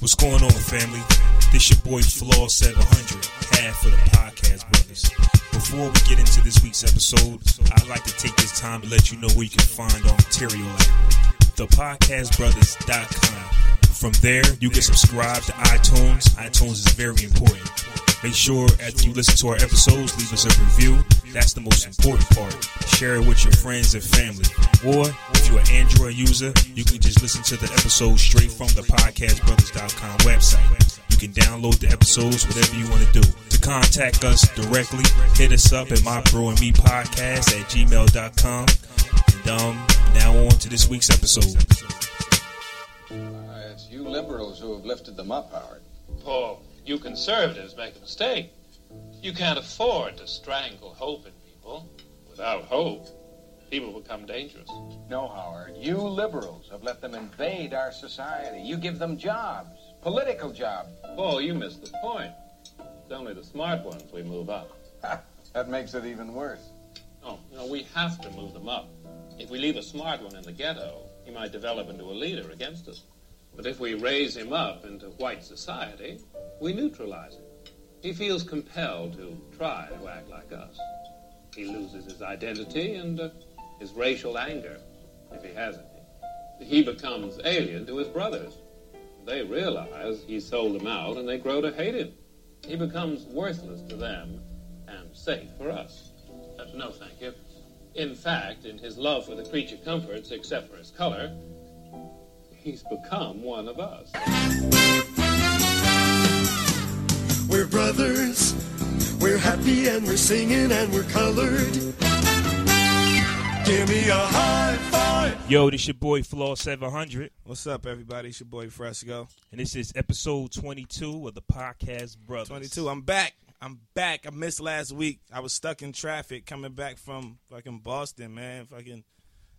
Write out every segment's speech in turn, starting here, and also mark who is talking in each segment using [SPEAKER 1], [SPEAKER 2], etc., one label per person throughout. [SPEAKER 1] What's going on, family? This your boy Flaw 700, half of the podcast brothers. Before we get into this week's episode, I'd like to take this time to let you know where you can find our material at thepodcastbrothers.com. From there, you can subscribe to iTunes. iTunes is very important. Make sure after you listen to our episodes, leave us a review. That's the most important part. Share it with your friends and family. Or if you're an Android user, you can just listen to the episode straight from the podcastbrothers.com website. You can download the episodes, whatever you want to do. To contact us directly, hit us up at mybro and me podcast at gmail.com. And um, now on to this week's episode.
[SPEAKER 2] Uh, It's you liberals who have lifted them up, Howard.
[SPEAKER 3] Paul, you conservatives make a mistake. You can't afford to strangle hope in people. Without hope, people become dangerous.
[SPEAKER 2] No, Howard. You liberals have let them invade our society. You give them jobs, political jobs.
[SPEAKER 3] Paul, you missed the point. It's only the smart ones we move up.
[SPEAKER 2] That makes it even worse.
[SPEAKER 3] No, no, we have to move them up. If we leave a smart one in the ghetto, he might develop into a leader against us. But if we raise him up into white society, we neutralize him. He feels compelled to try to act like us. He loses his identity and uh, his racial anger, if he has any. He becomes alien to his brothers. They realize he sold them out and they grow to hate him. He becomes worthless to them and safe for us. Uh, no, thank you. In fact, in his love for the creature comforts, except for his color, he's become one of us.
[SPEAKER 4] We're brothers. We're happy and we're singing and we're colored. Give me a high five.
[SPEAKER 1] Yo, this your boy Flaw 700,
[SPEAKER 5] What's up, everybody? It's your boy Fresco.
[SPEAKER 1] and this is episode 22 of the Podcast Brothers.
[SPEAKER 5] 22. I'm back. I'm back. I missed last week. I was stuck in traffic coming back from fucking Boston, man. Fucking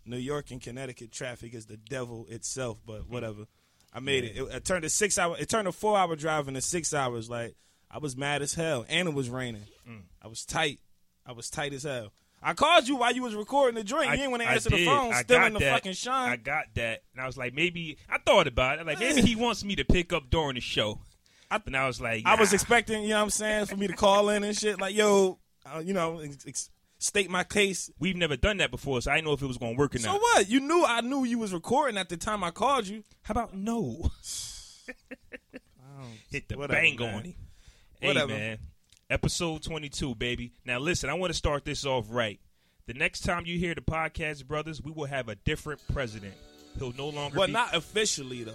[SPEAKER 5] New York and Connecticut traffic is the devil itself, but whatever. I made it. it. It turned a six hour. It turned a four hour drive into six hours. Like I was mad as hell, and it was raining.
[SPEAKER 1] Mm.
[SPEAKER 5] I was tight. I was tight as hell. I called you while you was recording the joint. you didn't want to answer the
[SPEAKER 1] did.
[SPEAKER 5] phone.
[SPEAKER 1] I
[SPEAKER 5] Still
[SPEAKER 1] got
[SPEAKER 5] in the
[SPEAKER 1] that.
[SPEAKER 5] fucking shine.
[SPEAKER 1] I got that, and I was like, maybe I thought about it. Like maybe he wants me to pick up during the show.
[SPEAKER 5] I-
[SPEAKER 1] and I was like,
[SPEAKER 5] I was
[SPEAKER 1] nah.
[SPEAKER 5] expecting, you know what I'm saying, for me to call in and shit. Like, yo, uh, you know, ex- ex- state my case.
[SPEAKER 1] we've never done that before, so I didn't know if it was going to work or
[SPEAKER 5] So
[SPEAKER 1] not.
[SPEAKER 5] what? You knew I knew you was recording at the time I called you.
[SPEAKER 1] How about no? Hit the
[SPEAKER 5] Oh, Whatever,
[SPEAKER 1] bang
[SPEAKER 5] man.
[SPEAKER 1] on him. Hey,
[SPEAKER 5] Whatever.
[SPEAKER 1] man. Episode 22, baby. Now, listen, I want to start this off right. The next time you hear the podcast, brothers, we will have a different president. He'll no longer
[SPEAKER 5] Well,
[SPEAKER 1] be.
[SPEAKER 5] not officially though,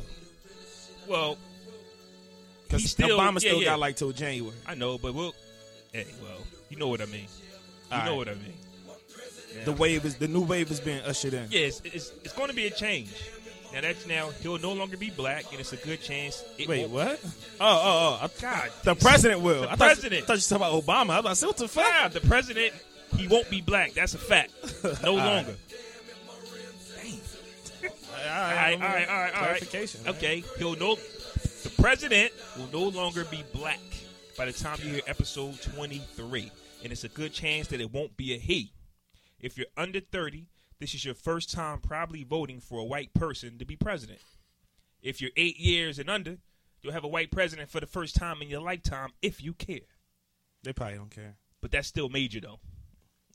[SPEAKER 1] well,
[SPEAKER 5] because
[SPEAKER 1] He still-
[SPEAKER 5] Obama
[SPEAKER 1] yeah,
[SPEAKER 5] still
[SPEAKER 1] yeah.
[SPEAKER 5] got like till January.
[SPEAKER 1] I know, but we'll. Hey, well, you know what I mean. You
[SPEAKER 5] All
[SPEAKER 1] know
[SPEAKER 5] right.
[SPEAKER 1] what I mean.
[SPEAKER 5] The wave is the new wave is being ushered in.
[SPEAKER 1] Yes, it's, it's going to be a change. Now, that's now, he'll no longer be black, and it's a good chance. It
[SPEAKER 5] Wait,
[SPEAKER 1] won't-
[SPEAKER 5] what? Oh, oh, oh! I-
[SPEAKER 1] God.
[SPEAKER 5] the president will.
[SPEAKER 1] The
[SPEAKER 5] I thought,
[SPEAKER 1] president.
[SPEAKER 5] I thought you said about Obama. I was like, "So what the fuck?
[SPEAKER 1] Yeah, Ah, the president, he won't be black. That's a fact. No
[SPEAKER 5] right.
[SPEAKER 1] longer.
[SPEAKER 5] All right,
[SPEAKER 1] All right, all right, all right, all right.
[SPEAKER 5] Clarification. man.
[SPEAKER 1] Okay, he'll no. The president will no longer be black by the time you hear episode twenty-three, and it's a good chance that it won't be a he. If you're under thirty, this is your first time probably voting for a white person to be president. If you're eight years and under, you'll have a white president for the first time in your lifetime if you care.
[SPEAKER 5] They probably don't care.
[SPEAKER 1] But that's still major though.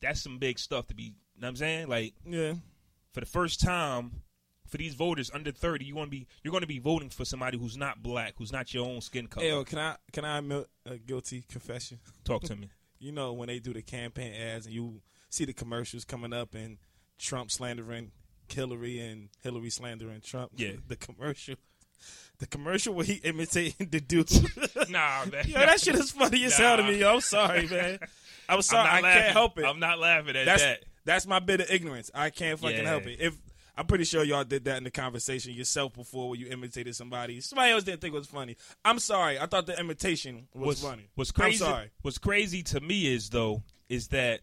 [SPEAKER 1] That's some big stuff to be. You know what I'm saying, like
[SPEAKER 5] Yeah.
[SPEAKER 1] for the first time for these voters under 30 you want to be you're going to be voting for somebody who's not black who's not your own skin color
[SPEAKER 5] Hey, yo, can I can I admit a guilty confession?
[SPEAKER 1] talk to me
[SPEAKER 5] you know when they do the campaign ads and you see the commercials coming up and Trump slandering Hillary and Hillary slandering Trump.
[SPEAKER 1] Yeah.
[SPEAKER 5] the commercial, the commercial where he imitating the dude.
[SPEAKER 1] nah man
[SPEAKER 5] yo, that shit is funny as hell to me. Yo, I'm sorry, man. I'm
[SPEAKER 1] I'm
[SPEAKER 5] sorry.
[SPEAKER 1] not
[SPEAKER 5] I
[SPEAKER 1] laughing.
[SPEAKER 5] can't help it.
[SPEAKER 1] i'm not laughing at
[SPEAKER 5] that's
[SPEAKER 1] that
[SPEAKER 5] that's my bit of ignorance. I can't fucking
[SPEAKER 1] Yeah.
[SPEAKER 5] help it. If I'm pretty sure y'all did that in the conversation yourself before, where you imitated somebody. Somebody else didn't think it was funny. I'm sorry. I thought the imitation was
[SPEAKER 1] what's
[SPEAKER 5] funny.
[SPEAKER 1] what's crazy
[SPEAKER 5] I'm sorry.
[SPEAKER 1] what's crazy to me is though is that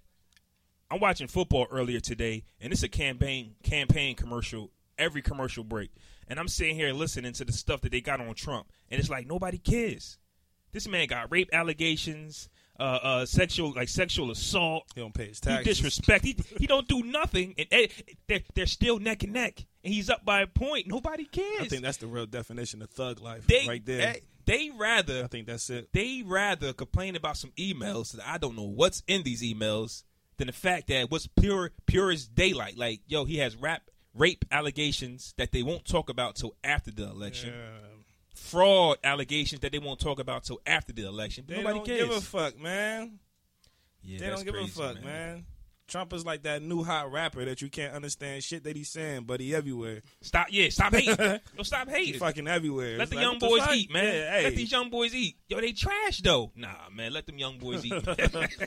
[SPEAKER 1] i'm watching football earlier today and it's a campaign campaign commercial every commercial break and i'm sitting here listening to the stuff that they got on trump and it's like nobody cares this man got rape allegations uh, uh sexual like sexual assault
[SPEAKER 5] He don't pay his
[SPEAKER 1] He
[SPEAKER 5] taxes.
[SPEAKER 1] disrespect. He, he don't do nothing, and eh, they're, they're still neck and neck. and he's up by a point. Nobody cares.
[SPEAKER 5] I think that's the real definition of thug life
[SPEAKER 1] they,
[SPEAKER 5] right there.
[SPEAKER 1] eh, They rather
[SPEAKER 5] I think that's it.
[SPEAKER 1] they rather complain about some emails that I don't know what's in these emails than the fact that what's pure pure as daylight. Like, yo, he has rap rape allegations that they won't talk about till after the election. Fraud allegations that they won't talk about till after the election. But
[SPEAKER 5] They
[SPEAKER 1] nobody
[SPEAKER 5] don't
[SPEAKER 1] cares.
[SPEAKER 5] give a fuck, man.
[SPEAKER 1] Yeah,
[SPEAKER 5] they
[SPEAKER 1] that's
[SPEAKER 5] don't give
[SPEAKER 1] crazy,
[SPEAKER 5] a fuck, man. Trump is like that new hot rapper that you can't understand shit that he's saying, but he everywhere.
[SPEAKER 1] Stop yeah, stop hating. Yo, stop
[SPEAKER 5] He
[SPEAKER 1] hating.
[SPEAKER 5] fucking everywhere.
[SPEAKER 1] Let
[SPEAKER 5] It's
[SPEAKER 1] the
[SPEAKER 5] like,
[SPEAKER 1] young
[SPEAKER 5] what the
[SPEAKER 1] boys
[SPEAKER 5] fuck?
[SPEAKER 1] eat, man.
[SPEAKER 5] Yeah, hey.
[SPEAKER 1] Let these young boys eat. Yo, they trash though. Nah, man, let them young boys eat.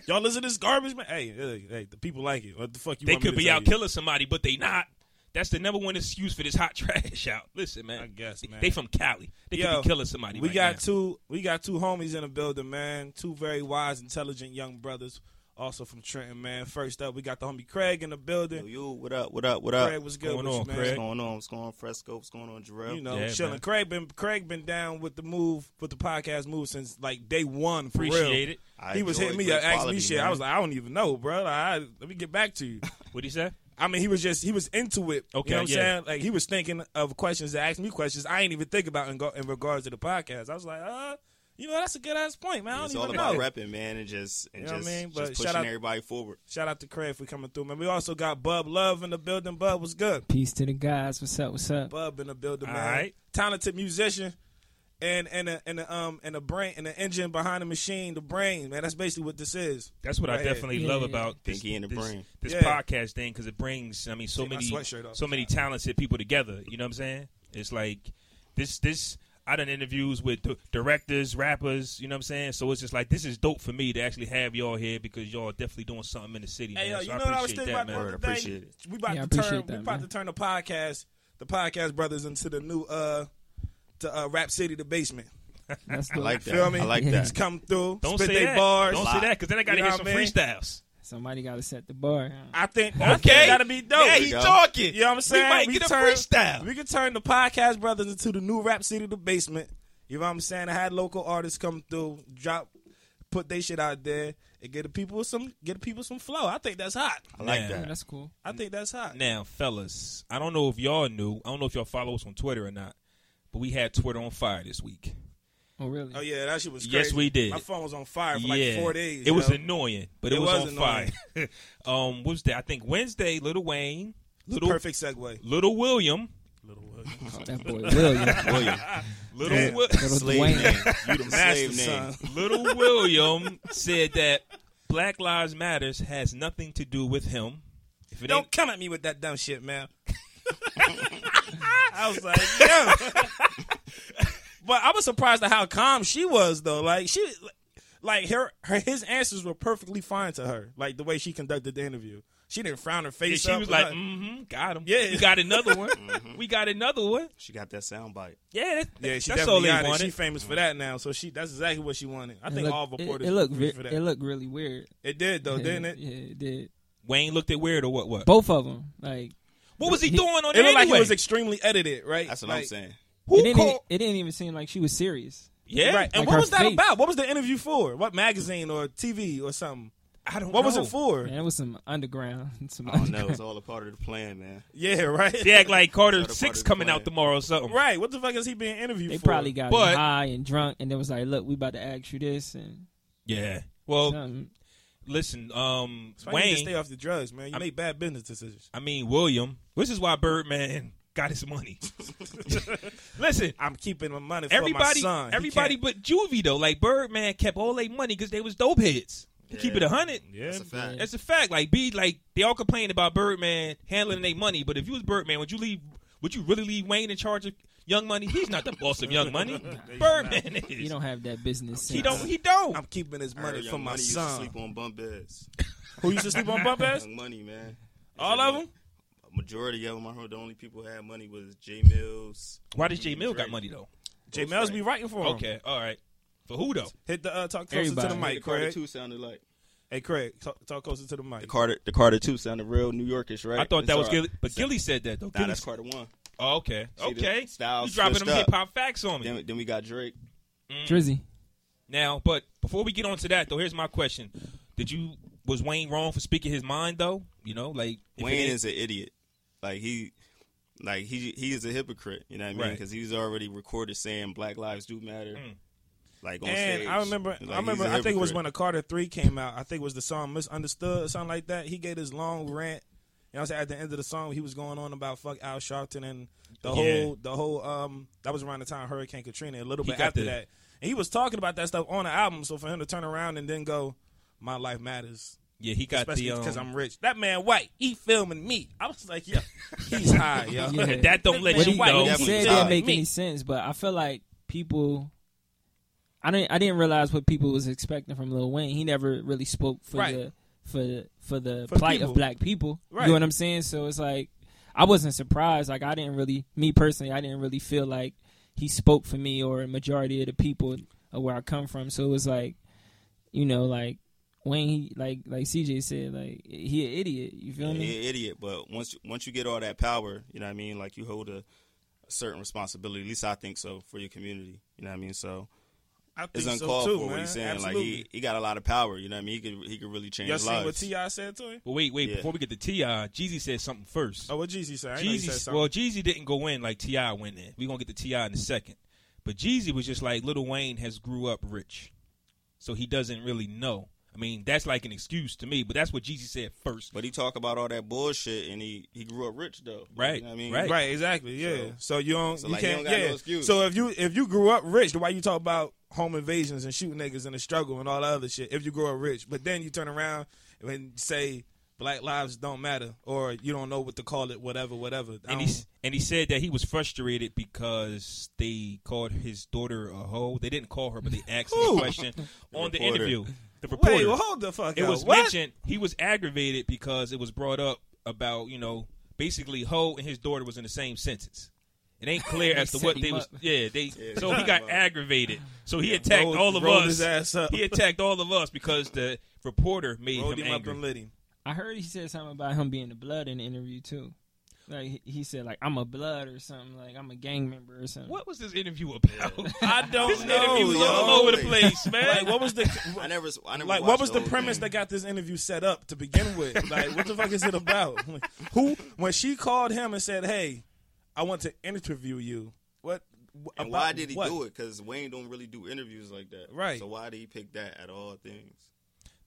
[SPEAKER 5] Y'all listen to this garbage, man. Hey, hey, hey, the people like it. What the fuck you?
[SPEAKER 1] they
[SPEAKER 5] want me
[SPEAKER 1] could
[SPEAKER 5] to
[SPEAKER 1] be
[SPEAKER 5] tell
[SPEAKER 1] out
[SPEAKER 5] you?
[SPEAKER 1] killing somebody, but they not. That's the number one excuse for this hot trash out. Listen, man.
[SPEAKER 5] I guess,
[SPEAKER 1] They-
[SPEAKER 5] man.
[SPEAKER 1] They from Cali. They
[SPEAKER 5] Yo,
[SPEAKER 1] could be killing somebody.
[SPEAKER 5] We
[SPEAKER 1] right
[SPEAKER 5] got
[SPEAKER 1] now.
[SPEAKER 5] two. We got two homies in the building, man. Two very wise, intelligent young brothers, also from Trenton, man. First up, we got the homie Craig in the
[SPEAKER 4] Yo,
[SPEAKER 5] building.
[SPEAKER 4] yo, what up? What up? What up?
[SPEAKER 5] Craig, what's good
[SPEAKER 1] going
[SPEAKER 5] with you,
[SPEAKER 1] on,
[SPEAKER 5] man?
[SPEAKER 1] Craig?
[SPEAKER 4] What's going on? What's going on, Fresco? What's going on, Jarrell?
[SPEAKER 5] You know,
[SPEAKER 1] Yeah,
[SPEAKER 5] chilling.
[SPEAKER 1] man.
[SPEAKER 5] Craig been Craig been down with the move, with the podcast move since like day one. For
[SPEAKER 1] Appreciate
[SPEAKER 5] real.
[SPEAKER 1] it.
[SPEAKER 4] I
[SPEAKER 5] he was
[SPEAKER 4] enjoy
[SPEAKER 5] hitting me
[SPEAKER 4] great
[SPEAKER 5] up, asking me
[SPEAKER 4] quality,
[SPEAKER 5] shit. I
[SPEAKER 4] man.
[SPEAKER 5] was like, I don't even know, bro. Like, I, let me get back to you.
[SPEAKER 1] What he say?
[SPEAKER 5] I mean, he was just he was into it.
[SPEAKER 1] Okay,
[SPEAKER 5] you know what
[SPEAKER 1] yeah.
[SPEAKER 5] I'm saying? Like he was thinking of questions to ask me questions I ain't even think about in, go- in regards to the podcast. I was like, uh, you know, that's a good ass point, man. I don't
[SPEAKER 4] it's
[SPEAKER 5] even
[SPEAKER 4] all about
[SPEAKER 5] know.
[SPEAKER 4] repping, man, and just and
[SPEAKER 5] You know what I
[SPEAKER 4] just,
[SPEAKER 5] mean? But
[SPEAKER 4] just
[SPEAKER 5] shout out-
[SPEAKER 4] pushing everybody forward.
[SPEAKER 5] Shout out to Craig for coming through, man. We also got Bub Love in the building. Bub was good.
[SPEAKER 6] Peace to the guys. What's up? What's up?
[SPEAKER 5] Bub in the building, man.
[SPEAKER 1] All right.
[SPEAKER 5] Talented musician. And and a, and a, um and a brain and the engine behind the machine, the brain, man. That's basically what this is.
[SPEAKER 1] That's what I
[SPEAKER 5] Right.
[SPEAKER 1] definitely
[SPEAKER 6] Yeah.
[SPEAKER 1] love about this,
[SPEAKER 4] Pinky and the
[SPEAKER 1] this,
[SPEAKER 4] brain.
[SPEAKER 1] this
[SPEAKER 5] Yeah.
[SPEAKER 1] podcast thing because it brings, I mean, so
[SPEAKER 5] Take my
[SPEAKER 1] many,
[SPEAKER 5] sweatshirt off.
[SPEAKER 1] so many talented people together. You know what I'm saying? It's like this, this. I done interviews with d- directors, rappers. You know what I'm saying? So it's just like this is dope for me to actually have y'all here because y'all definitely doing something in the city.
[SPEAKER 5] Hey,
[SPEAKER 1] man.
[SPEAKER 5] yo,
[SPEAKER 1] So
[SPEAKER 5] you
[SPEAKER 1] I
[SPEAKER 5] know what I was
[SPEAKER 1] appreciate that,
[SPEAKER 5] thinking about
[SPEAKER 1] man.
[SPEAKER 5] the other
[SPEAKER 4] Word,
[SPEAKER 5] day?
[SPEAKER 4] appreciate it.
[SPEAKER 5] We about
[SPEAKER 6] Yeah, I
[SPEAKER 5] to turn,
[SPEAKER 6] appreciate
[SPEAKER 5] we
[SPEAKER 6] that,
[SPEAKER 5] about
[SPEAKER 6] man.
[SPEAKER 5] to turn the podcast, the podcast brothers into the new uh, to uh, Rap City, the basement.
[SPEAKER 6] That's
[SPEAKER 4] I
[SPEAKER 6] dope.
[SPEAKER 4] like that.
[SPEAKER 5] Feel me?
[SPEAKER 4] I like
[SPEAKER 5] Just
[SPEAKER 4] that.
[SPEAKER 5] come through,
[SPEAKER 1] Don't
[SPEAKER 5] spit
[SPEAKER 1] say
[SPEAKER 5] their
[SPEAKER 1] that.
[SPEAKER 5] bars.
[SPEAKER 1] Don't say that because then I got to
[SPEAKER 5] You
[SPEAKER 1] hear
[SPEAKER 5] know
[SPEAKER 1] some
[SPEAKER 5] what I mean?
[SPEAKER 1] freestyles.
[SPEAKER 6] Somebody got to set the bar. huh?
[SPEAKER 5] I think
[SPEAKER 1] Okay,
[SPEAKER 5] that'll be dope.
[SPEAKER 1] Yeah,
[SPEAKER 4] There
[SPEAKER 1] he
[SPEAKER 4] you go.
[SPEAKER 1] talking.
[SPEAKER 5] You know what I'm
[SPEAKER 1] We
[SPEAKER 5] saying?
[SPEAKER 1] might get a
[SPEAKER 5] turn-
[SPEAKER 1] freestyle.
[SPEAKER 5] We can turn the podcast brothers into the new rap city, the basement. You know what I'm saying? I had local artists come through, drop, put their shit out there, and get the people some, get the people some flow. I think that's hot.
[SPEAKER 4] I like
[SPEAKER 1] Yeah.
[SPEAKER 6] Yeah,
[SPEAKER 4] that.
[SPEAKER 6] that's cool.
[SPEAKER 5] I think that's hot.
[SPEAKER 1] Now, fellas, I don't know if y'all knew. I don't know if y'all follow us on Twitter or not, but we had Twitter on fire this week.
[SPEAKER 6] Oh, really?
[SPEAKER 5] Oh yeah, that shit was.
[SPEAKER 1] Yes,
[SPEAKER 5] crazy.
[SPEAKER 1] we did.
[SPEAKER 5] My phone was on fire for like four days.
[SPEAKER 1] It was
[SPEAKER 5] yo.
[SPEAKER 1] annoying, but it,
[SPEAKER 5] It
[SPEAKER 1] was,
[SPEAKER 5] was
[SPEAKER 1] on fire. um, what was that? I think Wednesday, Little Wayne, Little
[SPEAKER 5] perfect segue.
[SPEAKER 1] Little William,
[SPEAKER 6] Oh, that boy William.
[SPEAKER 4] William,
[SPEAKER 1] Little Wi-
[SPEAKER 6] Little
[SPEAKER 4] slave
[SPEAKER 6] Dwayne.
[SPEAKER 4] name. You the
[SPEAKER 5] Master
[SPEAKER 4] slave name.
[SPEAKER 5] son.
[SPEAKER 1] Little William said that Black Lives Matters has nothing to do with him. If it
[SPEAKER 5] Don't
[SPEAKER 1] ain't,
[SPEAKER 5] come at me with that dumb shit, man. I was like, yeah. but I was surprised at how calm she was, though. Like she, like her, her his answers were perfectly fine to her. Like the way she conducted the interview, she didn't frown her face.
[SPEAKER 1] she
[SPEAKER 5] up
[SPEAKER 1] was
[SPEAKER 5] or
[SPEAKER 1] like,
[SPEAKER 5] nothing.
[SPEAKER 1] "Mm-hmm, got him.
[SPEAKER 5] Yeah. Mm-hmm.
[SPEAKER 1] we got another one. We got another one.
[SPEAKER 4] She got that sound bite.
[SPEAKER 1] Yeah, that,
[SPEAKER 5] yeah, she
[SPEAKER 1] that's all
[SPEAKER 5] definitely
[SPEAKER 1] they
[SPEAKER 5] got it.
[SPEAKER 1] wanted.
[SPEAKER 5] She famous for that now, so she that's exactly what she wanted. I think
[SPEAKER 6] looked-
[SPEAKER 5] all
[SPEAKER 6] it,
[SPEAKER 5] reporters
[SPEAKER 6] it looked
[SPEAKER 5] agree
[SPEAKER 6] ve-
[SPEAKER 5] for that.
[SPEAKER 6] it looked really weird.
[SPEAKER 5] It did though,
[SPEAKER 6] yeah,
[SPEAKER 5] didn't it?
[SPEAKER 6] Yeah, it did.
[SPEAKER 1] Wayne looked at weird or what? What?
[SPEAKER 6] Both of them. Like
[SPEAKER 1] What was he,
[SPEAKER 6] He-
[SPEAKER 1] doing on
[SPEAKER 5] It
[SPEAKER 1] there
[SPEAKER 5] looked like
[SPEAKER 1] anyway?
[SPEAKER 5] it was extremely edited, right?
[SPEAKER 4] That's what I'm
[SPEAKER 5] Like,
[SPEAKER 4] saying.
[SPEAKER 6] it
[SPEAKER 1] Who
[SPEAKER 6] didn't,
[SPEAKER 1] called?
[SPEAKER 6] even, it didn't even seem like she was serious.
[SPEAKER 1] Yeah,
[SPEAKER 5] Right. And
[SPEAKER 6] Like
[SPEAKER 5] what
[SPEAKER 6] her
[SPEAKER 5] was that
[SPEAKER 6] face.
[SPEAKER 5] about? What was the interview for? What magazine or TV or something?
[SPEAKER 1] I don't.
[SPEAKER 5] What was
[SPEAKER 1] know.
[SPEAKER 5] it for?
[SPEAKER 6] Man, it was some underground.
[SPEAKER 5] Oh,
[SPEAKER 6] Some
[SPEAKER 4] I don't know.
[SPEAKER 6] underground.
[SPEAKER 4] It's all a part of the plan, man.
[SPEAKER 5] Yeah, right.
[SPEAKER 1] They act like Carter
[SPEAKER 4] Other part
[SPEAKER 1] Six
[SPEAKER 4] of the
[SPEAKER 1] coming
[SPEAKER 4] plan.
[SPEAKER 1] out tomorrow or something.
[SPEAKER 5] Right. What the fuck is he being interviewed
[SPEAKER 6] They
[SPEAKER 5] for?
[SPEAKER 6] probably got
[SPEAKER 1] But-
[SPEAKER 6] high and drunk, and they was like, "Look, we about to ask you this." And
[SPEAKER 1] Yeah.
[SPEAKER 5] Oh,
[SPEAKER 1] Well,
[SPEAKER 6] something.
[SPEAKER 1] listen, um,
[SPEAKER 5] That's why you need to
[SPEAKER 1] Wayne.
[SPEAKER 5] stay off the drugs, man. You make bad business decisions.
[SPEAKER 1] I mean William. Which is why Birdman got his money. listen,
[SPEAKER 5] I'm keeping my money for
[SPEAKER 1] everybody,
[SPEAKER 5] my son. He
[SPEAKER 1] everybody
[SPEAKER 5] can't-
[SPEAKER 1] but Juvie though. Like Birdman kept all their money because they was dope heads. They Keep it a hundred.
[SPEAKER 4] That's a fact.
[SPEAKER 1] That's a fact. Like be like they all complain about Birdman handling their money, but if you was Birdman, would you leave? Would you really leave Wayne in charge of Young Money? He's not the boss of Young Money. Birdman is.
[SPEAKER 6] you don't have that business.
[SPEAKER 1] he
[SPEAKER 6] sense.
[SPEAKER 1] don't. He don't.
[SPEAKER 5] I'm keeping his
[SPEAKER 4] I heard
[SPEAKER 5] money
[SPEAKER 4] Young
[SPEAKER 5] for my
[SPEAKER 4] money used to
[SPEAKER 5] son.
[SPEAKER 4] Sleep on bump beds.
[SPEAKER 5] Who used to sleep on bump ass?
[SPEAKER 4] Young money, man.
[SPEAKER 5] All of them?
[SPEAKER 4] Majority of them. I heard the only people who had money was J Mills. Mm-hmm.
[SPEAKER 1] Why does J Mill got money though?
[SPEAKER 5] J Mel's be writing for him.
[SPEAKER 1] Okay, all right. For who though?
[SPEAKER 5] Hit the uh, talk closer to the
[SPEAKER 6] Everybody.
[SPEAKER 5] mic,
[SPEAKER 4] the Carter
[SPEAKER 5] Craig.
[SPEAKER 4] Two sounded like
[SPEAKER 5] Hey, Craig, talk, talk closer to the mic.
[SPEAKER 4] the Carter. The Carter Two sounded real New Yorkish, right?
[SPEAKER 1] I thought that
[SPEAKER 4] It's
[SPEAKER 1] was
[SPEAKER 4] all
[SPEAKER 1] Gilly,
[SPEAKER 4] right.
[SPEAKER 1] but Gilly said that though.
[SPEAKER 4] Nah,
[SPEAKER 1] Gilly-
[SPEAKER 4] that's Carter One.
[SPEAKER 1] oh, okay,
[SPEAKER 4] See, the
[SPEAKER 1] okay. You
[SPEAKER 4] styles
[SPEAKER 1] dropping
[SPEAKER 4] switched
[SPEAKER 1] them
[SPEAKER 4] up.
[SPEAKER 1] hip hop facts on me
[SPEAKER 4] Then, then we got Drake.
[SPEAKER 6] Drizzy.
[SPEAKER 1] now. But before we get on to that though, here's my question: Did you was Wayne wrong for speaking his mind though? You know, like if it
[SPEAKER 4] Wayne
[SPEAKER 1] ain't-
[SPEAKER 4] is an idiot. Like he, Like he he is a hypocrite, you know what I mean?
[SPEAKER 1] Right.
[SPEAKER 4] Because he's already recorded saying Black Lives Do Matter, like on
[SPEAKER 5] And
[SPEAKER 4] stage.
[SPEAKER 5] I remember,
[SPEAKER 4] Like, he's
[SPEAKER 5] I remember,
[SPEAKER 4] a
[SPEAKER 5] I think it was
[SPEAKER 4] hypocrite.
[SPEAKER 5] when the Carter Three came out. I think it was the song "Misunderstood" or something like that. He gave his long rant. You know, what I'm saying at the end of the song, he was going on about fuck Al Sharpton and the
[SPEAKER 1] Yeah.
[SPEAKER 5] whole, the whole. Um, that was around the time Hurricane Katrina. A little
[SPEAKER 1] He
[SPEAKER 5] bit
[SPEAKER 1] got
[SPEAKER 5] after
[SPEAKER 1] the-
[SPEAKER 5] that, and he was talking about that stuff on the album. So for him to turn around and then go, "My life matters,"
[SPEAKER 1] Yeah, he got
[SPEAKER 5] especially
[SPEAKER 1] the um,
[SPEAKER 5] because I'm rich. That man white, he filming me. I was like, yo, he's high, yo.
[SPEAKER 6] Yeah.
[SPEAKER 1] that don't let
[SPEAKER 6] What
[SPEAKER 1] you
[SPEAKER 6] he,
[SPEAKER 1] know.
[SPEAKER 6] what he
[SPEAKER 4] Definitely
[SPEAKER 6] said
[SPEAKER 4] not.
[SPEAKER 6] didn't make
[SPEAKER 5] Me.
[SPEAKER 6] any sense, but I feel like people. I didn't. I didn't realize what people was expecting from Lil Wayne. He never really spoke for
[SPEAKER 5] Right.
[SPEAKER 6] the for the for the
[SPEAKER 5] For
[SPEAKER 6] plight
[SPEAKER 5] people.
[SPEAKER 6] of black people.
[SPEAKER 5] Right.
[SPEAKER 6] You know what I'm saying? So it's like I wasn't surprised. Like I didn't really, me personally, I didn't really feel like he spoke for me or a majority of the people of where I come from. So it was like, you know, like Wayne, he, like like CJ said, like he an idiot. You feel me?
[SPEAKER 4] He an idiot, but once you, once you get all that power, you know what I mean. Like you hold a, a certain responsibility. At least I think so for your community. You know what I mean. So
[SPEAKER 5] I think
[SPEAKER 4] it's
[SPEAKER 5] so
[SPEAKER 4] uncalled
[SPEAKER 5] too,
[SPEAKER 4] for
[SPEAKER 5] man.
[SPEAKER 4] what he's saying.
[SPEAKER 5] Absolutely.
[SPEAKER 4] Like he, he got a lot of power. You know what I mean. He could he could really change
[SPEAKER 5] Y'all seen what
[SPEAKER 4] lives.
[SPEAKER 5] Ti said to him?
[SPEAKER 1] But wait, wait.
[SPEAKER 4] Yeah.
[SPEAKER 1] Before we get to Ti, Jeezy said something first.
[SPEAKER 5] Oh, what Jeezy said? I didn't know he said
[SPEAKER 1] Jeezy,
[SPEAKER 5] something.
[SPEAKER 1] well, Jeezy didn't go in like Ti went in. We are gonna get to Ti in a second. But Jeezy was just like Little Wayne has grew up rich, so he doesn't really know. I mean, that's like an excuse to me, but that's what Jeezy said first.
[SPEAKER 4] but he talk about all that bullshit, and he he grew up rich though.
[SPEAKER 1] Right,
[SPEAKER 4] You know what I mean.
[SPEAKER 1] right.
[SPEAKER 5] Right, exactly. Yeah. So,
[SPEAKER 4] So-
[SPEAKER 5] you don't.
[SPEAKER 4] So,
[SPEAKER 5] you
[SPEAKER 4] like, you
[SPEAKER 5] can't.
[SPEAKER 4] don't got no
[SPEAKER 5] yeah.
[SPEAKER 4] excuse.
[SPEAKER 5] so if you if you grew up rich, why you talk about home invasions and shooting niggas and the struggle and all the other shit? If you grew up rich, but then you turn around and say black lives don't matter or you don't know what to call it, whatever, whatever. I
[SPEAKER 1] And
[SPEAKER 5] don't-
[SPEAKER 1] he s- and he said that he was frustrated because they called his daughter a hoe. They didn't call her, but they asked him
[SPEAKER 5] Who?
[SPEAKER 1] a question on the
[SPEAKER 4] reporter.
[SPEAKER 1] interview. The reporter.
[SPEAKER 5] Wait, well, hold the fuck.
[SPEAKER 1] it
[SPEAKER 5] up.
[SPEAKER 1] was
[SPEAKER 5] What?
[SPEAKER 1] mentioned he was aggravated because it was brought up about you know basically Ho and his daughter was in the same sentence. It ain't clear as to
[SPEAKER 6] set
[SPEAKER 1] what
[SPEAKER 6] him
[SPEAKER 1] they was.
[SPEAKER 6] up.
[SPEAKER 1] Yeah, they. so he
[SPEAKER 4] set
[SPEAKER 1] got
[SPEAKER 4] him up.
[SPEAKER 1] aggravated. So he attacked
[SPEAKER 5] rolled-
[SPEAKER 1] all of
[SPEAKER 5] rolled
[SPEAKER 1] us.
[SPEAKER 5] his ass up.
[SPEAKER 1] He attacked all of us because the reporter made
[SPEAKER 5] Rolled
[SPEAKER 1] him,
[SPEAKER 5] him up
[SPEAKER 1] angry.
[SPEAKER 5] and lit him.
[SPEAKER 6] I heard he said something about him being a blood in the interview too. Like he- he said, like I'm a blood or something. Like I'm a gang member or something.
[SPEAKER 1] what was this interview about?
[SPEAKER 5] I don't
[SPEAKER 1] this
[SPEAKER 5] know,
[SPEAKER 1] interview was
[SPEAKER 4] yo.
[SPEAKER 1] all over the place, man.
[SPEAKER 5] Like what was the
[SPEAKER 4] I never s- I never
[SPEAKER 5] Like, what
[SPEAKER 4] watched
[SPEAKER 5] was the
[SPEAKER 4] whole
[SPEAKER 5] premise
[SPEAKER 4] thing.
[SPEAKER 5] that got this interview set up to begin with? Like, what the fuck is it about? Who, when she called him and said, "Hey, I want to interview you," what? wh-
[SPEAKER 4] And
[SPEAKER 5] about
[SPEAKER 4] why did he
[SPEAKER 5] what?
[SPEAKER 4] do it? Because Wayne don't really do interviews like that.
[SPEAKER 5] Right.
[SPEAKER 4] So why did he pick that at all things?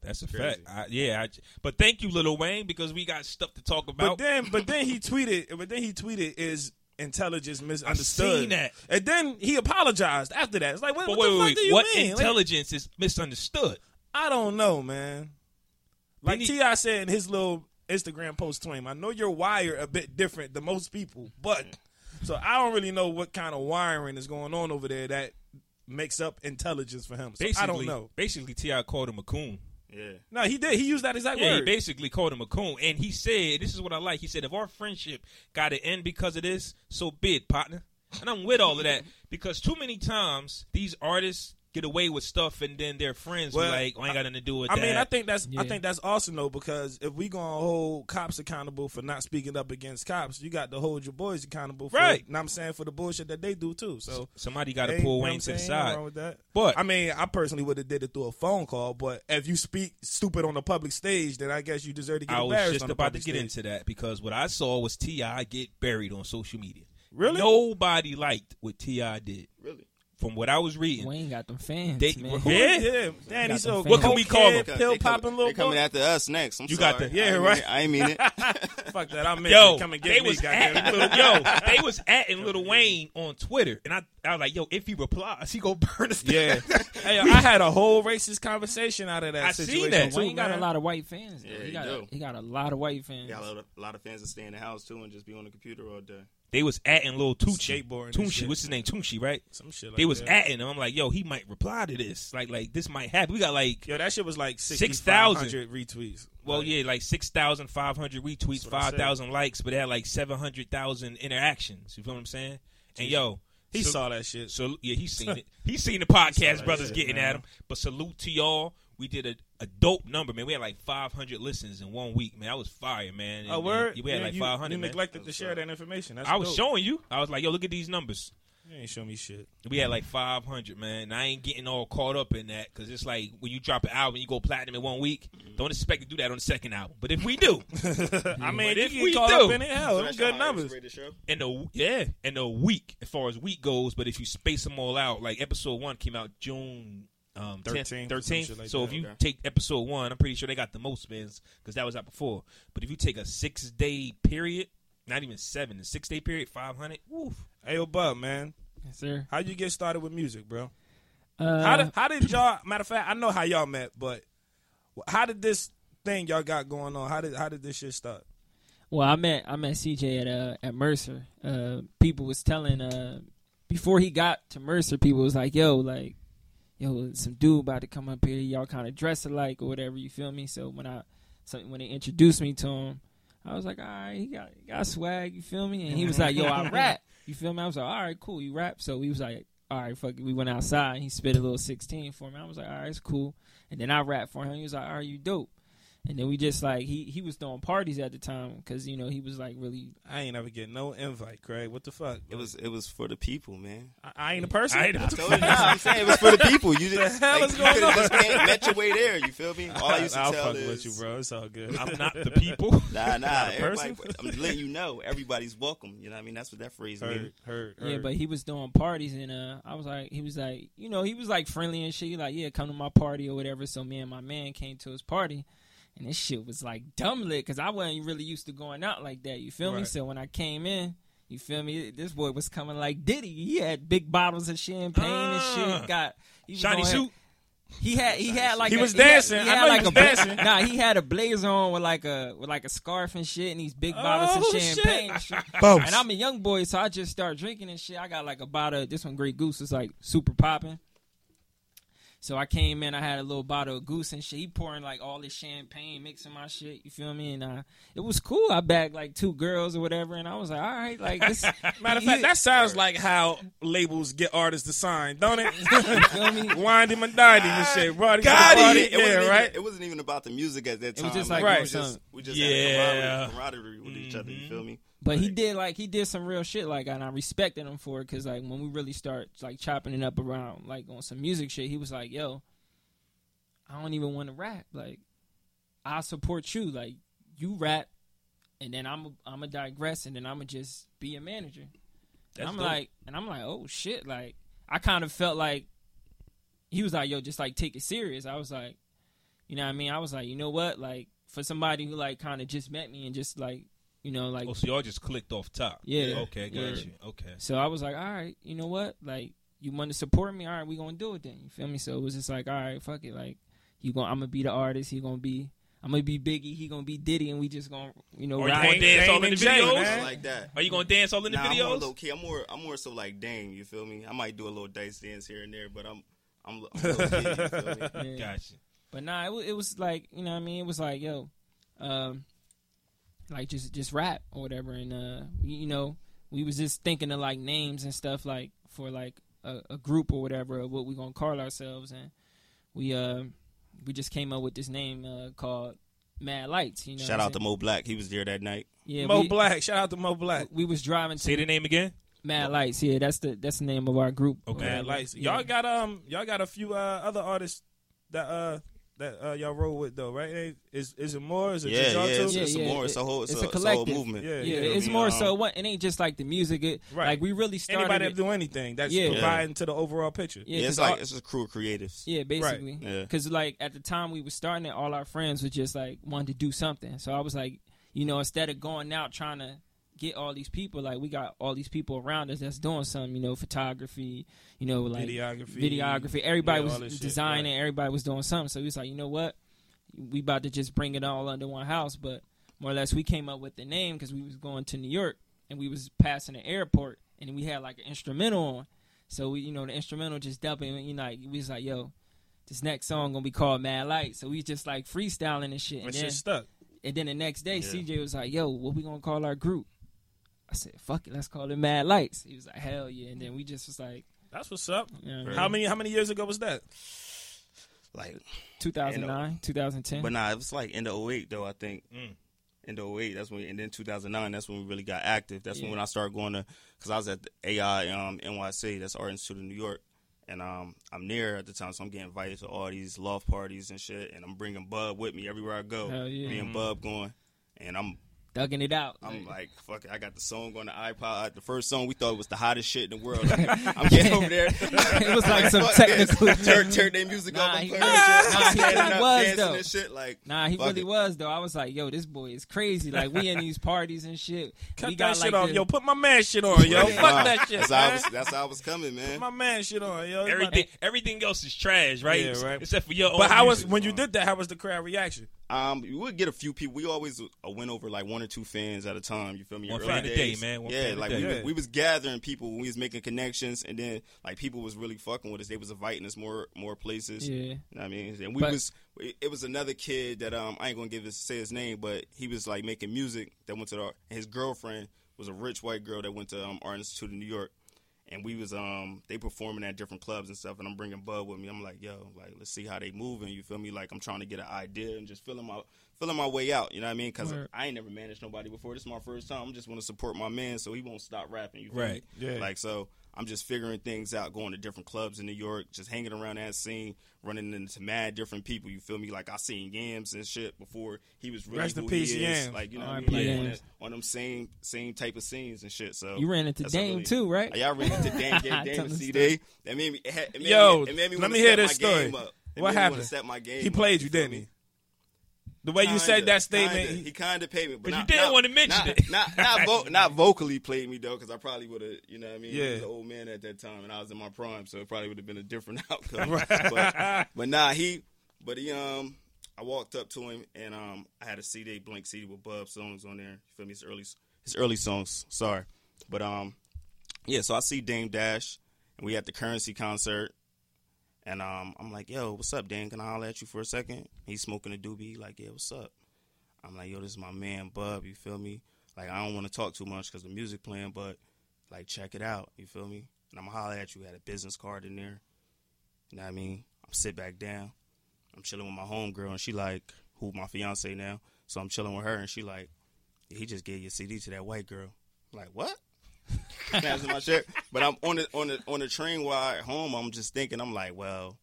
[SPEAKER 1] That's a
[SPEAKER 4] Crazy.
[SPEAKER 1] fact. I, yeah, I, but thank you, Little Wayne, because we got stuff to talk
[SPEAKER 5] But
[SPEAKER 1] about.
[SPEAKER 5] then, but then he tweeted. But then he tweeted is intelligence misunderstood.
[SPEAKER 1] seen that.
[SPEAKER 5] And then he apologized after that. It's like, what,
[SPEAKER 1] but
[SPEAKER 5] what
[SPEAKER 1] wait,
[SPEAKER 5] the
[SPEAKER 1] wait,
[SPEAKER 5] fuck
[SPEAKER 1] wait.
[SPEAKER 5] do you
[SPEAKER 1] what
[SPEAKER 5] mean? Like,
[SPEAKER 1] intelligence is misunderstood?
[SPEAKER 5] I don't know, man. Like
[SPEAKER 1] Didn't he-
[SPEAKER 5] Ti said in his little Instagram post to him, I know your wire a bit different than most people, but so I don't really know what kind of wiring is going on over there that makes up intelligence for him. So
[SPEAKER 1] Basically,
[SPEAKER 5] I don't know.
[SPEAKER 1] Basically, Ti called him a coon.
[SPEAKER 4] Yeah.
[SPEAKER 5] No, he did. He used that exact
[SPEAKER 1] Yeah, he
[SPEAKER 5] word.
[SPEAKER 1] basically called him a coon, and he said, "This is what I like." He said, "If our friendship got to end because of this, so be it, partner." And I'm with all of that because too many times these artists get away with stuff, and then their friends
[SPEAKER 5] Well,
[SPEAKER 1] be like, oh, "I ain't got nothing to do with
[SPEAKER 5] I
[SPEAKER 1] that."
[SPEAKER 5] mean, I think that's I
[SPEAKER 6] Yeah.
[SPEAKER 5] think that's awesome though because if we gonna hold cops accountable for not speaking up against cops, you got to hold your boys accountable, for,
[SPEAKER 1] Right.
[SPEAKER 5] Know what I'm saying for the bullshit that they do too. So
[SPEAKER 1] somebody got to
[SPEAKER 5] Ain't-
[SPEAKER 1] pull
[SPEAKER 5] you know
[SPEAKER 1] Wayne
[SPEAKER 5] what
[SPEAKER 1] to
[SPEAKER 5] I'm
[SPEAKER 1] the
[SPEAKER 5] saying? Ain't nothing
[SPEAKER 1] side.
[SPEAKER 5] wrong with that.
[SPEAKER 1] But-
[SPEAKER 5] I mean, I personally would have did it through a phone call. But if you speak stupid on the public stage, then I guess you deserve to get
[SPEAKER 1] I
[SPEAKER 5] embarrassed.
[SPEAKER 1] was just
[SPEAKER 5] on the
[SPEAKER 1] about to
[SPEAKER 5] public
[SPEAKER 1] get
[SPEAKER 5] stage.
[SPEAKER 1] into that because what I saw was Ti get buried on social media.
[SPEAKER 5] Really?
[SPEAKER 1] Nobody liked what Ti did.
[SPEAKER 4] Really?
[SPEAKER 1] From what I was reading,
[SPEAKER 6] Wayne got them fans,
[SPEAKER 1] They-
[SPEAKER 6] man.
[SPEAKER 1] who-
[SPEAKER 5] Yeah,
[SPEAKER 1] Yeah.
[SPEAKER 5] yeah. Danny,
[SPEAKER 6] Got
[SPEAKER 5] so
[SPEAKER 6] the What
[SPEAKER 1] can we
[SPEAKER 5] coke
[SPEAKER 1] call
[SPEAKER 5] head,
[SPEAKER 1] him?
[SPEAKER 5] Pill
[SPEAKER 4] They coming-
[SPEAKER 5] popping little
[SPEAKER 4] They coming after us next. I'm
[SPEAKER 1] You got
[SPEAKER 4] sorry.
[SPEAKER 1] the-
[SPEAKER 5] yeah,
[SPEAKER 4] I ain't mean
[SPEAKER 5] right.
[SPEAKER 4] it. I ain't mean it.
[SPEAKER 5] Fuck that. I meant
[SPEAKER 1] yo,
[SPEAKER 5] it. come and get
[SPEAKER 1] they
[SPEAKER 5] me.
[SPEAKER 1] was
[SPEAKER 5] goddamn.
[SPEAKER 1] at Lil, yo, they was at and Little Wayne on Twitter, and I, I was like, yo, if he replies, he gonna burn us. down.
[SPEAKER 5] yeah. Hey, yo, I had a whole racist conversation out of that
[SPEAKER 1] I seen
[SPEAKER 5] situation.
[SPEAKER 1] that.
[SPEAKER 5] too,
[SPEAKER 1] Wayne
[SPEAKER 6] Wayne got a
[SPEAKER 5] man.
[SPEAKER 6] lot of white fans. though.
[SPEAKER 4] Yeah,
[SPEAKER 6] he
[SPEAKER 4] he
[SPEAKER 6] got
[SPEAKER 4] do.
[SPEAKER 6] he got a lot of white fans.
[SPEAKER 4] Got a lot, of, a lot of fans that stay in the house too and just be on the computer all day.
[SPEAKER 1] they was at and Lil Tucci,
[SPEAKER 5] Skateboarding and
[SPEAKER 1] Tunchi,
[SPEAKER 5] shit.
[SPEAKER 1] what's his name, Tunchi, right?
[SPEAKER 5] Some shit like
[SPEAKER 1] they was
[SPEAKER 5] that.
[SPEAKER 1] at him. I'm like, yo, he might reply to this. Like, like this might happen. We got like,
[SPEAKER 5] Yo, that shit was like
[SPEAKER 1] 6,000.
[SPEAKER 5] 6,500 retweets.
[SPEAKER 1] well,
[SPEAKER 5] Like,
[SPEAKER 1] yeah, like six thousand five hundred retweets,
[SPEAKER 5] what I
[SPEAKER 1] five thousand likes, but they had like seven hundred thousand interactions. You feel what I'm saying? And yo,
[SPEAKER 5] He
[SPEAKER 1] so-
[SPEAKER 5] saw that shit.
[SPEAKER 1] So yeah, he seen it. He seen the podcast brothers
[SPEAKER 5] shit,
[SPEAKER 1] getting at him. But salute to y'all. We did a, a dope number, man. We had like 500 listens in one week, man. That was fire, man. And,
[SPEAKER 5] Oh,
[SPEAKER 1] and
[SPEAKER 5] word?
[SPEAKER 1] We had
[SPEAKER 5] Yeah,
[SPEAKER 1] like
[SPEAKER 5] you,
[SPEAKER 1] 500.
[SPEAKER 5] You
[SPEAKER 1] man.
[SPEAKER 5] neglected to share that information. That's
[SPEAKER 1] I was
[SPEAKER 5] dope.
[SPEAKER 1] showing you. I was like, yo, look at these numbers.
[SPEAKER 5] You ain't show me shit.
[SPEAKER 1] We had like 500, man. And I ain't getting all caught up in that because it's like when you drop an album, you go platinum in one week.
[SPEAKER 5] Mm-hmm.
[SPEAKER 1] Don't expect to do that on the second album. But if we do,
[SPEAKER 5] I mean,
[SPEAKER 1] But
[SPEAKER 5] you
[SPEAKER 1] if
[SPEAKER 5] get
[SPEAKER 1] we
[SPEAKER 5] caught
[SPEAKER 1] do-
[SPEAKER 5] up in it. Hell,
[SPEAKER 4] So
[SPEAKER 5] Oh, them
[SPEAKER 4] that's
[SPEAKER 5] good
[SPEAKER 4] your highest
[SPEAKER 5] numbers.
[SPEAKER 4] rated show?
[SPEAKER 1] in a yeah, in a week as far as week goes. But if you space them all out, like episode one came out June um,
[SPEAKER 5] 13th,
[SPEAKER 1] 13th.
[SPEAKER 5] some shit like
[SPEAKER 1] so
[SPEAKER 5] that,
[SPEAKER 1] if you
[SPEAKER 4] okay.
[SPEAKER 1] take episode one, I'm pretty sure they got the most spins because that was out before. But if you take a six day period, not even seven, a six day period, 500. Woof.
[SPEAKER 5] Hey, yo, Bub, man,
[SPEAKER 6] Yes, sir.
[SPEAKER 5] how you get started with music, bro?
[SPEAKER 6] Uh,
[SPEAKER 5] How did, how did y'all? Matter of fact, I know how y'all met, but how did this thing y'all got going on? How did how did this shit start?
[SPEAKER 6] Well, I met I met CJ at uh at Mercer. Uh, people was telling uh before he got to Mercer, people was like, "Yo, like, yo, some dude about to come up here. Y'all kind of dress alike or whatever. You feel me?" So when I so when they introduced me to him, I was like, "All right, he got he got swag. You feel me?" And he was like, "Yo, I rap. You feel me?" I was like, "All right, cool. You rap." So we was like, "All right, fuck it." We went outside. and He spit a little sixteen for me. I was like, "All right, it's cool." And then I rap for him. He was like, "All right, you dope." And then we just like he he was throwing parties at the time because you know he was like really
[SPEAKER 5] I ain't ever get no invite, Craig. What the fuck?
[SPEAKER 4] It was it was for the people, man.
[SPEAKER 5] I, I ain't a person.
[SPEAKER 1] I ain't a-
[SPEAKER 5] What the
[SPEAKER 4] Told you, nah, I'm saying it was for the people. You just
[SPEAKER 5] hell
[SPEAKER 4] like, you
[SPEAKER 5] is going
[SPEAKER 4] could
[SPEAKER 5] on?
[SPEAKER 4] have just met, met your way there. You feel me? All I used to
[SPEAKER 5] will
[SPEAKER 4] tell
[SPEAKER 5] fuck
[SPEAKER 4] is
[SPEAKER 5] with you, bro. It's all good.
[SPEAKER 1] I'm not the people.
[SPEAKER 4] Nah, nah.
[SPEAKER 5] a
[SPEAKER 4] Everybody,
[SPEAKER 5] person?
[SPEAKER 4] I'm letting you know everybody's welcome. You know what I mean? That's what that phrase means.
[SPEAKER 5] heard, heard, heard.
[SPEAKER 6] yeah. But he was doing parties and uh I was like he was like you know he was like friendly and shit. He like yeah come to my party or whatever. So me and my man came to his party and this shit was like dumb lit because I wasn't really used to going out like that. You feel me?
[SPEAKER 5] Right.
[SPEAKER 6] So when I came in. You feel me? This boy was coming like Diddy. He had big bottles of champagne and
[SPEAKER 1] Ah.
[SPEAKER 6] shit. Got he was
[SPEAKER 1] Shiny
[SPEAKER 6] going-
[SPEAKER 1] suit.
[SPEAKER 6] He had he had like
[SPEAKER 5] He
[SPEAKER 6] a-
[SPEAKER 5] was
[SPEAKER 6] had-
[SPEAKER 5] dancing. I know he was
[SPEAKER 6] a
[SPEAKER 5] dancing.
[SPEAKER 6] Bla- nah, he had a blazer on with like a with like a scarf and shit, and these big bottles
[SPEAKER 5] Oh,
[SPEAKER 6] of champagne. And, shit.
[SPEAKER 5] Both.
[SPEAKER 6] and I'm a young boy, so I just start drinking and shit. I got like a bottle. This one, Great Goose, is like super popping. So I came in, I had a little bottle of goose and shit. He pouring like all this champagne, mixing my shit. You feel me? And uh, it was cool. I bagged like two girls or whatever, and I was like, all right, like this.
[SPEAKER 5] Matter of
[SPEAKER 6] he-
[SPEAKER 5] fact, that sounds like how labels get artists to sign, don't it?
[SPEAKER 6] you feel me?
[SPEAKER 5] Wind him and dined him and shit. Roddy,
[SPEAKER 4] God, it,
[SPEAKER 5] Roddy,
[SPEAKER 4] it wasn't
[SPEAKER 5] yeah,
[SPEAKER 4] even,
[SPEAKER 5] right.
[SPEAKER 4] It wasn't even about the music at that
[SPEAKER 6] was
[SPEAKER 4] time.
[SPEAKER 6] just like
[SPEAKER 4] it
[SPEAKER 5] Right.
[SPEAKER 4] was just, we just
[SPEAKER 1] Yeah.
[SPEAKER 4] had a camaraderie, camaraderie with each other. You feel me?
[SPEAKER 6] But he did like he did some real shit like and I respected him for it because like when we really start like chopping it up around like on some music shit, he was like, "Yo, I don't even want to rap. Like, I support you. Like, you rap, and then I'm I'm a digress, and then I'm gonna just be a manager." And
[SPEAKER 1] That's
[SPEAKER 6] I'm
[SPEAKER 1] dope.
[SPEAKER 6] like, and I'm like, oh shit! Like, I kind of felt like he was like, yo, just like take it serious. I was like, you know what I mean? I was like, you know what? Like, for somebody who like kind of just met me and just like, you know, like
[SPEAKER 1] Oh, so y'all just clicked off top.
[SPEAKER 6] Yeah.
[SPEAKER 1] Okay, got
[SPEAKER 6] Yeah.
[SPEAKER 1] you. Okay.
[SPEAKER 6] so I was like, all right, you know what? Like, you want to support me? All right, we gonna do it then. You feel me? So it was just like, all right, fuck it. Like, you gonna, I'm gonna be the artist. He gonna be, I'm gonna be Biggie. He gonna be Diddy, and we just gonna, you know,
[SPEAKER 1] Or you
[SPEAKER 6] ride.
[SPEAKER 1] gonna dance all in the
[SPEAKER 5] Dame and Jay,
[SPEAKER 1] videos?
[SPEAKER 5] man.
[SPEAKER 4] Like that.
[SPEAKER 1] Are you gonna dance all in the
[SPEAKER 4] nah, I'm more
[SPEAKER 1] videos?
[SPEAKER 4] low key. I'm more. I'm more so like Dame. You feel me? I might do a little dice dance here and there, but I'm. I'm, I'm low key. You feel me?
[SPEAKER 6] Yeah.
[SPEAKER 1] Gotcha.
[SPEAKER 6] But nah, it was, it was like you know what I mean. It was like yo, um, like just just rap or whatever. And uh, you you know, we was just thinking of like names and stuff like for like a, a group or whatever of what we gonna call ourselves. And we uh, we just came up with this name uh, called Mad Lights. You know,
[SPEAKER 4] Shout
[SPEAKER 6] what
[SPEAKER 4] out to
[SPEAKER 6] I'm
[SPEAKER 4] Mo Black. He was there that night.
[SPEAKER 6] saying? yeah,
[SPEAKER 5] Mo
[SPEAKER 6] we,
[SPEAKER 5] Black. Shout out to Mo Black.
[SPEAKER 6] We was driving to
[SPEAKER 1] Say the name again.
[SPEAKER 6] Mad Lights. Yeah, that's the that's the name of our group.
[SPEAKER 4] Oh,
[SPEAKER 1] Okay.
[SPEAKER 5] Mad lights. Y'all got um, y'all got a few uh, other artists that uh that uh y'all roll with though, right? They- Is is it more? Is it
[SPEAKER 4] Yeah,
[SPEAKER 5] just
[SPEAKER 4] yeah.
[SPEAKER 5] y'all
[SPEAKER 4] It's,
[SPEAKER 5] two?
[SPEAKER 6] Yeah,
[SPEAKER 4] it's a
[SPEAKER 6] yeah,
[SPEAKER 4] more. It's a whole. It's,
[SPEAKER 6] it's
[SPEAKER 4] a,
[SPEAKER 6] a
[SPEAKER 4] it's whole
[SPEAKER 6] collective.
[SPEAKER 4] movement.
[SPEAKER 5] Yeah,
[SPEAKER 6] Yeah,
[SPEAKER 5] yeah.
[SPEAKER 6] it's
[SPEAKER 4] We,
[SPEAKER 6] more
[SPEAKER 4] um,
[SPEAKER 6] so what it ain't just like the music. It,
[SPEAKER 5] Right.
[SPEAKER 6] Like we really started.
[SPEAKER 5] Anybody
[SPEAKER 6] it-
[SPEAKER 5] that do anything that's
[SPEAKER 6] Yeah.
[SPEAKER 5] providing to the overall picture.
[SPEAKER 6] yeah,
[SPEAKER 4] Yeah, it's
[SPEAKER 6] 'cause
[SPEAKER 4] like
[SPEAKER 6] all-
[SPEAKER 4] it's a crew of creatives.
[SPEAKER 6] Yeah, basically.
[SPEAKER 4] Yeah.
[SPEAKER 6] Because like at the time we were starting it, all our friends were just like wanted to do something. So I was like, you know, instead of going out trying to get all these people, like we got all these people around us that's doing something. You know, photography. You know, like
[SPEAKER 5] Videography.
[SPEAKER 6] videography. Everybody
[SPEAKER 5] Yeah, all this
[SPEAKER 6] was
[SPEAKER 5] shit,
[SPEAKER 6] designing. Everybody was doing something. So he was like, you know what? We about to just bring it all under one house. But more or less, we came up with the name because we was going to New York and we was passing the airport and we had like an instrumental on. So we, you know, the instrumental just dumping. You know, like we was like, yo. This next song gonna be called Mad Light, so we just like freestyling and shit.
[SPEAKER 5] That
[SPEAKER 6] And
[SPEAKER 5] shit
[SPEAKER 6] then,
[SPEAKER 5] stuck.
[SPEAKER 6] and then the next day, CJ was like, "Yo, what we gonna call our group?" I said, "Fuck it, let's call it Mad Lights." He was like, "Hell yeah!" And then we just was like,
[SPEAKER 5] That's what's up.
[SPEAKER 6] you know what I mean?
[SPEAKER 5] How many how many years ago was that?
[SPEAKER 4] Like,
[SPEAKER 6] 2009, 2010.
[SPEAKER 5] Mm.
[SPEAKER 4] but nah, it was like end of 08, though. I think. in the 08. That's when, and then 2009. That's when we really got active. That's
[SPEAKER 6] Yeah.
[SPEAKER 4] when I started going to because I was at the AI um, NYC. That's Art Institute of New York, and um, I'm there at the time, so I'm getting invited to all these loft parties and shit. And I'm bringing Bub with me everywhere I go.
[SPEAKER 6] Hell yeah.
[SPEAKER 4] Me and Bub going, and I'm
[SPEAKER 6] Thugging it out.
[SPEAKER 4] I'm
[SPEAKER 6] Like,
[SPEAKER 4] like, fuck it, I got the song on the iPod. The first song we thought was the hottest shit in the world. I'm getting over there.
[SPEAKER 6] it was like some
[SPEAKER 4] Fuck this.
[SPEAKER 6] technical.
[SPEAKER 4] Turn, turn their music
[SPEAKER 6] Nah,
[SPEAKER 4] up. I'm
[SPEAKER 6] he-
[SPEAKER 4] playing shit.
[SPEAKER 6] nah,
[SPEAKER 4] I'm
[SPEAKER 6] he
[SPEAKER 4] standing
[SPEAKER 6] really
[SPEAKER 4] up,
[SPEAKER 6] was,
[SPEAKER 4] dancing
[SPEAKER 6] though.
[SPEAKER 4] and shit. Like,
[SPEAKER 6] Nah, he
[SPEAKER 4] fuck
[SPEAKER 6] really
[SPEAKER 4] it.
[SPEAKER 6] was though. I was like, yo, this boy is crazy. Like we in these parties and shit.
[SPEAKER 5] Cut
[SPEAKER 6] we
[SPEAKER 5] that
[SPEAKER 6] got
[SPEAKER 5] shit
[SPEAKER 6] like
[SPEAKER 5] off,
[SPEAKER 6] the-
[SPEAKER 5] yo. Put my man shit on, yo.
[SPEAKER 4] Yeah,
[SPEAKER 5] Fuck
[SPEAKER 4] nah,
[SPEAKER 5] that shit.
[SPEAKER 4] That's how I
[SPEAKER 5] Man.
[SPEAKER 4] was, that's how I was coming, man.
[SPEAKER 5] Put my man shit on, yo.
[SPEAKER 1] Everything, everything else is trash, right?
[SPEAKER 5] Yeah, right.
[SPEAKER 1] Except for your own.
[SPEAKER 5] But how was
[SPEAKER 1] music.
[SPEAKER 5] when
[SPEAKER 4] Oh.
[SPEAKER 5] you did that? How was the crowd reaction?
[SPEAKER 4] Um, we would get a few people. We always uh, went over like one or two fans at a time. You feel me?
[SPEAKER 1] One
[SPEAKER 4] Early
[SPEAKER 1] fan a day,
[SPEAKER 4] days.
[SPEAKER 1] man. One
[SPEAKER 4] yeah,
[SPEAKER 1] fan a
[SPEAKER 4] like
[SPEAKER 1] day.
[SPEAKER 4] We,
[SPEAKER 5] Yeah.
[SPEAKER 4] was, we was gathering people. We was making connections, and then like people was really fucking with us. They was inviting us more more places.
[SPEAKER 6] Yeah.
[SPEAKER 4] You know what I mean, and we
[SPEAKER 6] But-
[SPEAKER 4] was it was another kid that um I ain't gonna give his say his name, but he was like making music that went to the and his girlfriend was a rich white girl that went to um, Art Institute in New York. And we was um they performing at different clubs and stuff, and I'm bringing Bud with me. I'm like, yo, like let's see how they moving. You feel me? Like I'm trying to get an idea and just feeling my feeling my way out. You know what I mean? Because
[SPEAKER 6] Word.
[SPEAKER 4] I ain't never managed nobody before. This is my first time. I'm just want to support my man, so he won't stop rapping. You feel
[SPEAKER 1] Right.
[SPEAKER 4] Me?
[SPEAKER 5] Yeah.
[SPEAKER 4] Like so, I'm just figuring things out, going to different clubs in New York, just hanging around that scene, running into mad different people. You feel me? Like I seen Yams and shit before he was really
[SPEAKER 5] Rest
[SPEAKER 4] who
[SPEAKER 5] in peace,
[SPEAKER 4] he is.
[SPEAKER 5] Yams.
[SPEAKER 4] Like you know, what I
[SPEAKER 6] R.I.P.
[SPEAKER 4] mean? Like, on,
[SPEAKER 6] Yams.
[SPEAKER 4] that- on them same same type of scenes and shit. So
[SPEAKER 6] You ran into
[SPEAKER 4] that's a
[SPEAKER 6] Dame
[SPEAKER 4] really-
[SPEAKER 6] too, right?
[SPEAKER 4] Y'all ran into Dame,
[SPEAKER 6] Tell
[SPEAKER 4] Dame, Dame
[SPEAKER 6] the
[SPEAKER 4] and CD. That made me. It had, it made
[SPEAKER 5] Yo,
[SPEAKER 4] me, it made me
[SPEAKER 5] let
[SPEAKER 4] wanna
[SPEAKER 5] me hear
[SPEAKER 4] step
[SPEAKER 5] this
[SPEAKER 4] my
[SPEAKER 5] story.
[SPEAKER 4] Game up. It
[SPEAKER 5] What
[SPEAKER 4] made me wanna
[SPEAKER 5] happened?
[SPEAKER 4] Step my game
[SPEAKER 5] He
[SPEAKER 4] up,
[SPEAKER 5] played you,
[SPEAKER 4] feel
[SPEAKER 5] didn't
[SPEAKER 4] me?
[SPEAKER 5] he? The way you
[SPEAKER 4] Kinda,
[SPEAKER 5] said that statement,
[SPEAKER 4] kinda.
[SPEAKER 5] he-
[SPEAKER 4] He kind of paid me, but,
[SPEAKER 1] But you
[SPEAKER 4] not-
[SPEAKER 1] didn't
[SPEAKER 4] not-
[SPEAKER 1] wanna mention
[SPEAKER 4] not,
[SPEAKER 1] it.
[SPEAKER 4] Not not, vo- not vocally played me though, because I probably would have, you know, what I mean,
[SPEAKER 5] Yeah.
[SPEAKER 4] he was an old man at that time, and I was in my prime, so it probably would have been a different outcome. but, but nah, he, but he, um, I walked up to him, and um, I had a CD, blank CD with Bub songs on there. You feel me? His early, his early songs. Sorry, but um, yeah. So I see Dame Dash, and we at the Currency concert. And um, I'm like, yo, what's up, Dan? Can I holler at you for a second? He's smoking a doobie. Like, yeah, what's up? I'm like, yo, this is my man, Bub. You feel me? Like, I don't want to talk too much because the music playing, but like, check it out. You feel me? And I'm gonna holler at you. Had a business card in there. You know what I mean? I'm sit back down. I'm chilling with my homegirl, and she like, who my fiance now? So I'm chilling with her, and she like, he just gave your CD to that white girl. I'm like, what? Snaps in my shirt. But I'm on the on the on the train while at home. I'm just thinking. I'm like, well,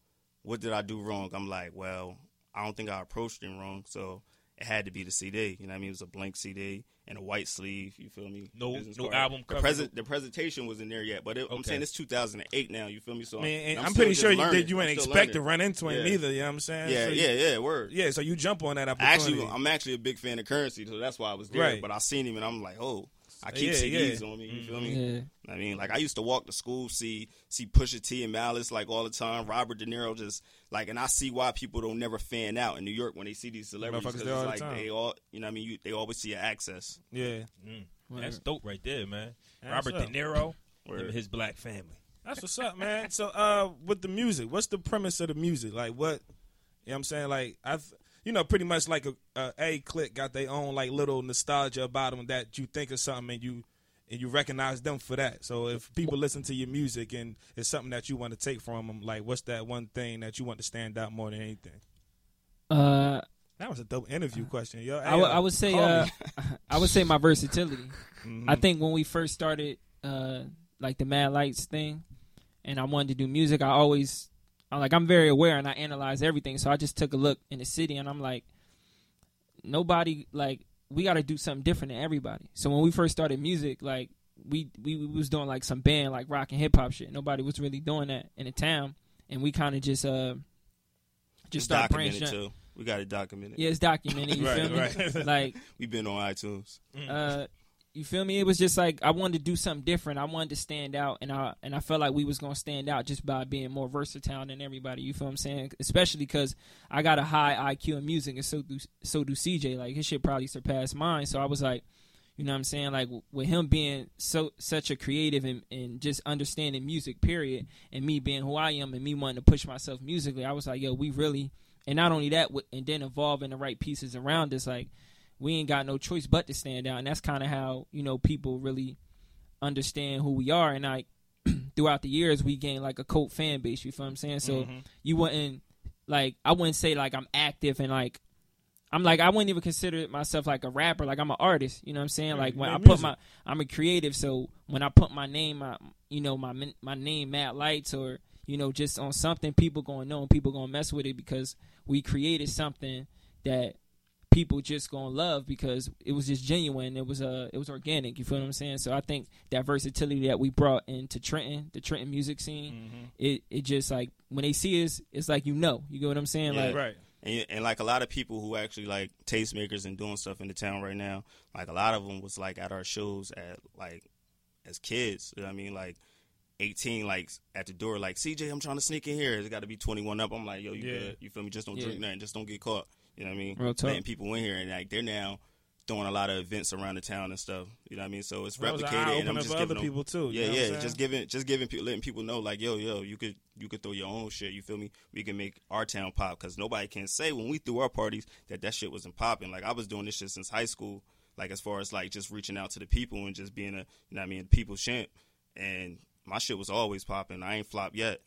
[SPEAKER 4] what did I do wrong? I'm like, well, I don't think I approached him wrong. So it had to be the CD. You know what I mean? It was a blank CD and a white sleeve. You feel me?
[SPEAKER 1] No-
[SPEAKER 4] Business
[SPEAKER 1] no
[SPEAKER 4] card.
[SPEAKER 1] album
[SPEAKER 4] The,
[SPEAKER 1] cover.
[SPEAKER 4] present, the presentation wasn't there yet, but it, I'm
[SPEAKER 1] Okay.
[SPEAKER 4] saying it's 2008 now. You feel me? So
[SPEAKER 5] I mean, and
[SPEAKER 4] and
[SPEAKER 5] I'm,
[SPEAKER 4] still
[SPEAKER 5] pretty
[SPEAKER 4] just
[SPEAKER 5] sure you
[SPEAKER 4] learning.
[SPEAKER 5] did. You
[SPEAKER 4] I'm
[SPEAKER 5] ain't
[SPEAKER 4] still
[SPEAKER 5] expect to
[SPEAKER 4] learning.
[SPEAKER 5] run into him
[SPEAKER 4] Yeah.
[SPEAKER 5] either. You know what I'm saying?
[SPEAKER 4] Yeah,
[SPEAKER 5] so you-
[SPEAKER 4] yeah, yeah. Word.
[SPEAKER 5] yeah. So you jump on that opportunity.
[SPEAKER 4] Actually, I'm actually a big fan of currency, so that's why I was there.
[SPEAKER 5] Right.
[SPEAKER 4] But I seen him and I'm like, oh, I
[SPEAKER 5] Yeah,
[SPEAKER 4] keep CDs
[SPEAKER 5] yeah.
[SPEAKER 4] on me. You feel me?
[SPEAKER 6] Yeah.
[SPEAKER 4] I mean, like I used to walk to school, see see Pusha T and Malice like all the time. Robert De Niro just like, and I see why people don't never fan out in New York when they see these celebrities.
[SPEAKER 5] Motherfuckers
[SPEAKER 4] 'cause
[SPEAKER 5] there all the
[SPEAKER 4] it's
[SPEAKER 5] time.
[SPEAKER 4] like they all, you know, what I mean, you, they always see your access.
[SPEAKER 5] yeah.
[SPEAKER 1] That's dope right there, man.
[SPEAKER 5] That's
[SPEAKER 1] Robert
[SPEAKER 5] up.
[SPEAKER 1] De Niro
[SPEAKER 4] Word.
[SPEAKER 1] and his black family.
[SPEAKER 5] That's what's up, man. So, uh, with the music, what's the premise of the music? Like, what? You know what I'm saying? Like, I, th- you know, pretty much like a, a A Click got their own like little nostalgia about them that you think of something and you and you recognize them for that. So, if people listen to your music and it's something that you want to take from them, like, what's that one thing that you want to stand out more than anything?
[SPEAKER 6] Uh,
[SPEAKER 5] That was a dope interview question, yo.
[SPEAKER 6] I, w- I would say uh, I would say my versatility. I think when we first started uh, like the Mad Lights thing, and I wanted to do music, I always I'm like I'm very aware and I analyze everything. So I just took a look in the city, and I'm like, nobody like we got to do something different than everybody. So when we first started music, like we we, we was doing like some band like rock and hip hop shit. Nobody was really doing that in the town, and we kind of just uh just
[SPEAKER 4] It's
[SPEAKER 6] started branching.
[SPEAKER 4] documented too. We got it documented.
[SPEAKER 6] Yeah, it's documented. You feel me?
[SPEAKER 5] Right, right.
[SPEAKER 6] Like
[SPEAKER 4] We've been on iTunes.
[SPEAKER 6] uh, you feel me? It was just like I wanted to do something different. I wanted to stand out, and I and I felt like we was gonna stand out just by being more versatile than everybody. You feel what I'm saying? Especially because I got a high IQ in music, and so do so do CJ. Like his shit probably surpassed mine. So I was like, you know what I'm saying? Like w- with him being so such a creative and, and just understanding music, period, and me being who I am and me wanting to push myself musically, I was like, yo, we really. And not only that, w- and then evolving the right pieces around us, like we ain't got no choice but to stand out and that's kind of how you know people really understand who we are and like throughout the years we gain like a cult fan base you feel what i'm saying so you wouldn't like i wouldn't say like i'm active and like I'm like I wouldn't even consider myself like a rapper. Like I'm an artist. You know what I'm saying? Like when
[SPEAKER 5] make
[SPEAKER 6] I put
[SPEAKER 5] music.
[SPEAKER 6] my I'm a creative. So when I put my name, my you know my min- my name Matt Lights or you know just on something, people gonna know and people gonna mess with it because we created something that people just gonna love because it was just genuine. It was uh it was organic. You feel what I'm saying? So I think that versatility that we brought into Trenton, the Trenton music scene,
[SPEAKER 5] Mm-hmm.
[SPEAKER 6] it it just like when they see us, it's like you know, you get what I'm saying?
[SPEAKER 4] Yeah.
[SPEAKER 6] Like
[SPEAKER 5] Right.
[SPEAKER 4] And, and like a lot of people who actually like tastemakers and doing stuff in the town right now, like a lot of them was like at our shows at like as kids. You know what I mean, like eighteen, like at the door, like CJ, I'm trying to sneak in here. It's got to be twenty one up. I'm like, yo, you
[SPEAKER 5] Yeah.
[SPEAKER 4] good? You feel me? Just don't
[SPEAKER 6] Yeah.
[SPEAKER 4] drink nothing. Just don't get caught. You know what I mean?
[SPEAKER 6] Real talk.
[SPEAKER 4] Letting people in here and like they're now doing a lot of events around the town and stuff. You know what I mean? So it's
[SPEAKER 5] That was an eye
[SPEAKER 4] replicated and I'm
[SPEAKER 5] opener
[SPEAKER 4] just
[SPEAKER 5] for
[SPEAKER 4] giving
[SPEAKER 5] other
[SPEAKER 4] them-
[SPEAKER 5] people too. you
[SPEAKER 4] yeah,
[SPEAKER 5] know what I'm
[SPEAKER 4] yeah.
[SPEAKER 5] saying?
[SPEAKER 4] Just giving, just giving, people, letting people know, like, yo, yo, you could, you could throw your own shit. You feel me? We can make our town pop because nobody can say when we threw our parties that that shit wasn't popping. Like I was doing this shit since high school. Like as far as like just reaching out to the people and just being a, you know, what I mean, people's champ. And my shit was always popping. I ain't flopped yet.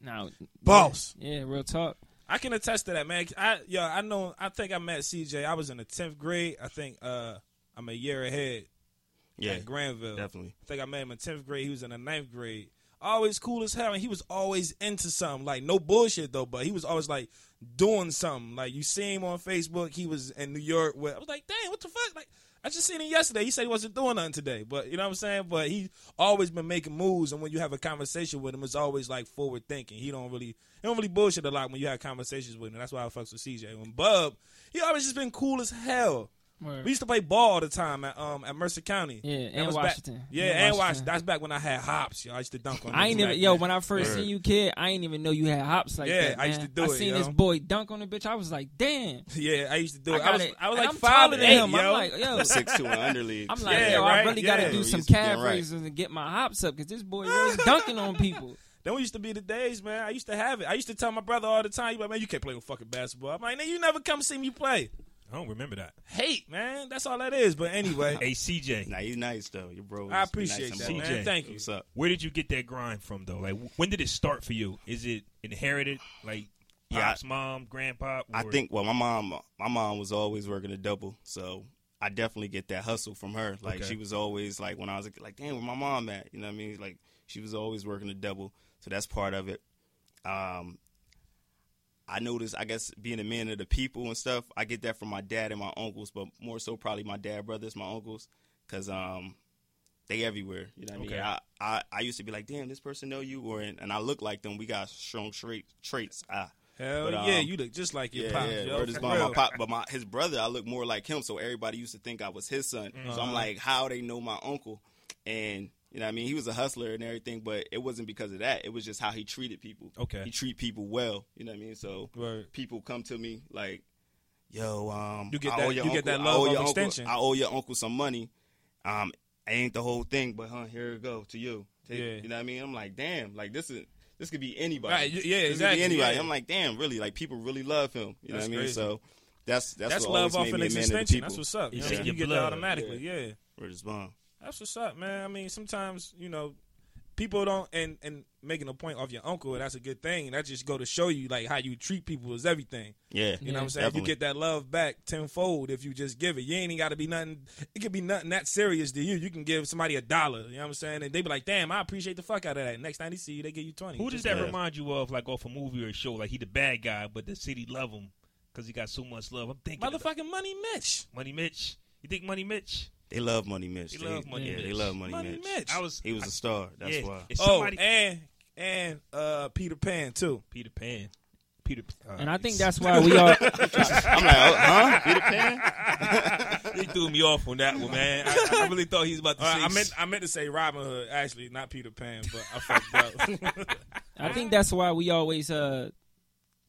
[SPEAKER 6] now
[SPEAKER 5] boss.
[SPEAKER 6] Yeah, real talk.
[SPEAKER 5] I can attest to that, man. I yo, I know. I think I met CJ. I was in the tenth grade. I think uh, I'm a year ahead
[SPEAKER 4] Yeah,
[SPEAKER 5] at Granville.
[SPEAKER 4] definitely.
[SPEAKER 5] I think I met him in tenth grade. He was in the ninth grade. Always cool as hell, and he was always into something. Like no bullshit though, but he was always like doing something. Like you see him on Facebook. He was in New York. With, I was like, dang, what the fuck? Like I just seen him yesterday. He said he wasn't doing nothing today, but you know what I'm saying. But he always been making moves, and when you have a conversation with him, it's always like forward thinking. He don't really he don't really bullshit a lot when you have conversations with him. That's why I fucks with CJ. When Bub, he always just been cool as hell. We used to play ball all the time at um at Mercer County.
[SPEAKER 6] Yeah,
[SPEAKER 5] That
[SPEAKER 6] and
[SPEAKER 5] was back-
[SPEAKER 6] Washington.
[SPEAKER 5] yeah,
[SPEAKER 6] And
[SPEAKER 5] and Washington.
[SPEAKER 6] Washington.
[SPEAKER 5] That's back when I had hops. Yo, I used to dunk on.
[SPEAKER 6] I
[SPEAKER 5] niggas
[SPEAKER 6] ain't even
[SPEAKER 5] back
[SPEAKER 6] yo
[SPEAKER 5] then.
[SPEAKER 6] when I first seen you kid, I ain't even know you had hops like
[SPEAKER 5] Yeah,
[SPEAKER 6] that.
[SPEAKER 5] I used
[SPEAKER 6] man.
[SPEAKER 5] to do
[SPEAKER 6] I
[SPEAKER 5] it,
[SPEAKER 6] seen
[SPEAKER 5] yo.
[SPEAKER 6] this boy dunk on the bitch. I was like, damn.
[SPEAKER 5] Yeah, I used to do
[SPEAKER 6] I,
[SPEAKER 5] it. I,
[SPEAKER 6] got
[SPEAKER 5] was
[SPEAKER 6] it.
[SPEAKER 5] I was
[SPEAKER 6] And
[SPEAKER 5] like
[SPEAKER 6] I'm
[SPEAKER 5] five
[SPEAKER 6] taller
[SPEAKER 5] and
[SPEAKER 6] than
[SPEAKER 5] eight,
[SPEAKER 6] him.
[SPEAKER 5] yo.
[SPEAKER 6] I'm like, yo,
[SPEAKER 4] Six to an underleague.
[SPEAKER 6] I'm like,
[SPEAKER 5] Yeah,
[SPEAKER 6] yo,
[SPEAKER 5] right,
[SPEAKER 6] I really
[SPEAKER 5] yeah.
[SPEAKER 6] gotta do
[SPEAKER 5] You
[SPEAKER 6] some
[SPEAKER 4] used to get
[SPEAKER 6] calf
[SPEAKER 4] right.
[SPEAKER 6] raises and get my hops up because this boy really dunking on people.
[SPEAKER 5] Then we used to be the days, man. I used to have it. I used to tell my brother all the time, "You like, man, you can't play no fucking basketball." I'm like, "Nigga, you never come see me play."
[SPEAKER 1] I don't remember that.
[SPEAKER 5] Hate, man. That's all that is. But anyway,
[SPEAKER 1] Hey CJ,
[SPEAKER 4] nah, he's nice though. Your bro. is
[SPEAKER 5] I appreciate
[SPEAKER 4] nice
[SPEAKER 5] that,
[SPEAKER 4] and
[SPEAKER 5] man.
[SPEAKER 4] ball.
[SPEAKER 5] Thank you.
[SPEAKER 4] What's up?
[SPEAKER 1] where did you get that grind from though? Like when did it start for you? Is it inherited? Like
[SPEAKER 4] Yeah,
[SPEAKER 1] pops, mom, grandpa?
[SPEAKER 4] I
[SPEAKER 1] or-
[SPEAKER 4] think well my mom my mom was always working a double, so I definitely get that hustle from her. Like
[SPEAKER 1] Okay.
[SPEAKER 4] she was always like when I was a kid, like, damn, where my mom at? You know what I mean? Like she was always working a double, so that's part of it. Um, I noticed, I guess, being a man of the people and stuff, I get that from my dad and my uncles, but more so probably my dad brothers, my uncles, because um, they everywhere. You know what
[SPEAKER 1] Okay.
[SPEAKER 4] I mean? I, I I used to be like, damn, this person know you, or and, and I look like them. We got strong trait, traits. Ah.
[SPEAKER 5] hell
[SPEAKER 4] But,
[SPEAKER 5] yeah,
[SPEAKER 4] um,
[SPEAKER 5] you look just like your
[SPEAKER 4] Yeah,
[SPEAKER 5] pops.
[SPEAKER 4] yeah.
[SPEAKER 5] yo,
[SPEAKER 4] Word is
[SPEAKER 5] for
[SPEAKER 4] bond. My
[SPEAKER 5] real.
[SPEAKER 4] pop, but my his brother, I look more like him, so everybody used to think I was his son. So
[SPEAKER 5] Uh-huh.
[SPEAKER 4] I'm like, how they know my uncle? And you know, what I mean, he was a hustler and everything, but it wasn't because of that. It was just how he treated people.
[SPEAKER 1] Okay.
[SPEAKER 4] he treat people well. You know what I mean? So
[SPEAKER 5] Word.
[SPEAKER 4] people come to me like, yo, um,
[SPEAKER 5] You get
[SPEAKER 4] I
[SPEAKER 5] that-
[SPEAKER 4] owe your
[SPEAKER 5] you get
[SPEAKER 4] uncle-
[SPEAKER 5] that
[SPEAKER 4] I
[SPEAKER 5] love
[SPEAKER 4] owe
[SPEAKER 5] of
[SPEAKER 4] your uncle-
[SPEAKER 5] extension.
[SPEAKER 4] I owe your uncle some money. Um, ain't the whole thing, but huh, here it go to you. Take-
[SPEAKER 5] Yeah.
[SPEAKER 4] You know what I mean? I'm like, damn, like this is this could be anybody.
[SPEAKER 5] Right, y-
[SPEAKER 4] This
[SPEAKER 5] yeah,
[SPEAKER 4] could be
[SPEAKER 5] exactly,
[SPEAKER 4] anybody.
[SPEAKER 5] yeah.
[SPEAKER 4] I'm like, damn, really? Like people really love him. You know what
[SPEAKER 5] That's
[SPEAKER 4] I mean?
[SPEAKER 5] crazy.
[SPEAKER 4] So that's that's,
[SPEAKER 5] That's
[SPEAKER 4] what
[SPEAKER 5] love off
[SPEAKER 4] always made me a
[SPEAKER 5] an
[SPEAKER 4] man of the
[SPEAKER 5] extension.
[SPEAKER 4] people.
[SPEAKER 5] That's what's up. You, know,
[SPEAKER 1] It's in
[SPEAKER 5] you
[SPEAKER 1] your
[SPEAKER 5] get that
[SPEAKER 1] blood.
[SPEAKER 5] automatically. yeah.
[SPEAKER 4] We're just bomb.
[SPEAKER 5] That's what's up, man. I mean, sometimes you know, people don't and and making a point off your uncle. That's a good thing. That just go to show you like how you treat people is everything.
[SPEAKER 4] Yeah,
[SPEAKER 5] You know what I'm saying?
[SPEAKER 4] Definitely.
[SPEAKER 5] You get that love back tenfold if you just give it. You ain't got to be nothing. It could be nothing that serious to you. You can give somebody a dollar. You know what I'm saying? And they be like, "Damn, I appreciate the fuck out of that." Next time they see you, they give you twenty.
[SPEAKER 1] Who does
[SPEAKER 5] Just
[SPEAKER 1] that
[SPEAKER 4] Yeah.
[SPEAKER 1] remind you of? Like off a movie or a show? Like he the bad guy, but the city love him because he got so much love. I'm thinking about
[SPEAKER 5] motherfucking money, Mitch?
[SPEAKER 1] Money Mitch. You think Money Mitch?
[SPEAKER 4] They love Money Mitch.
[SPEAKER 1] They love Money
[SPEAKER 4] yeah,
[SPEAKER 1] Mitch.
[SPEAKER 4] They love Money,
[SPEAKER 5] Money Mitch.
[SPEAKER 1] I was.
[SPEAKER 4] He was a star. That's
[SPEAKER 1] yeah.
[SPEAKER 4] why.
[SPEAKER 1] If
[SPEAKER 5] Oh,
[SPEAKER 1] somebody-
[SPEAKER 5] and and uh, Peter Pan too.
[SPEAKER 1] Peter Pan. Peter. uh, Pan.
[SPEAKER 6] And I think that's why we all
[SPEAKER 4] I'm like, oh, huh? Peter Pan?
[SPEAKER 1] they threw me off on that one, man. I, I really thought he was about to
[SPEAKER 5] Uh,
[SPEAKER 1] say.
[SPEAKER 5] I meant I meant to say Robin Hood, actually, not Peter Pan, but I fucked up.
[SPEAKER 6] I think that's why we always uh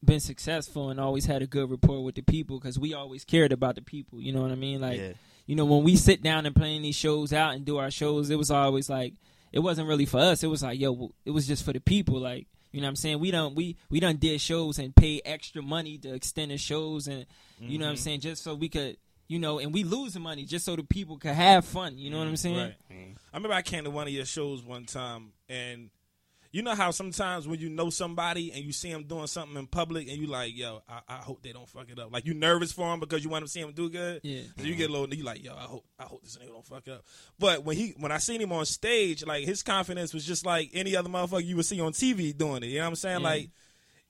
[SPEAKER 6] been successful and always had a good rapport with the people because we always cared about the people. You know what I mean? Like,
[SPEAKER 4] Yeah.
[SPEAKER 6] you know, when we sit down and plan these shows out and do our shows, it was always like it wasn't really for us. It was like, yo, it was just for the people. Like, you know what I'm saying? We don't we we done did shows and pay extra money to extend the shows and you know what I'm saying just so we could. You know, and we losing money just so the people could have fun. You know what I'm saying?
[SPEAKER 5] Right. I remember I came to one of your shows one time, and You know how sometimes when you know somebody and you see them doing something in public and you like, yo, I, I hope they don't fuck it up. Like you nervous for them because you want to see him do good.
[SPEAKER 6] Yeah.
[SPEAKER 5] So you get a little, you like, yo, I hope, I hope this nigga don't fuck up. But when he, when I seen him on stage, like his confidence was just like any other motherfucker you would see on TV doing it. You know what I'm saying?
[SPEAKER 6] Yeah.
[SPEAKER 5] Like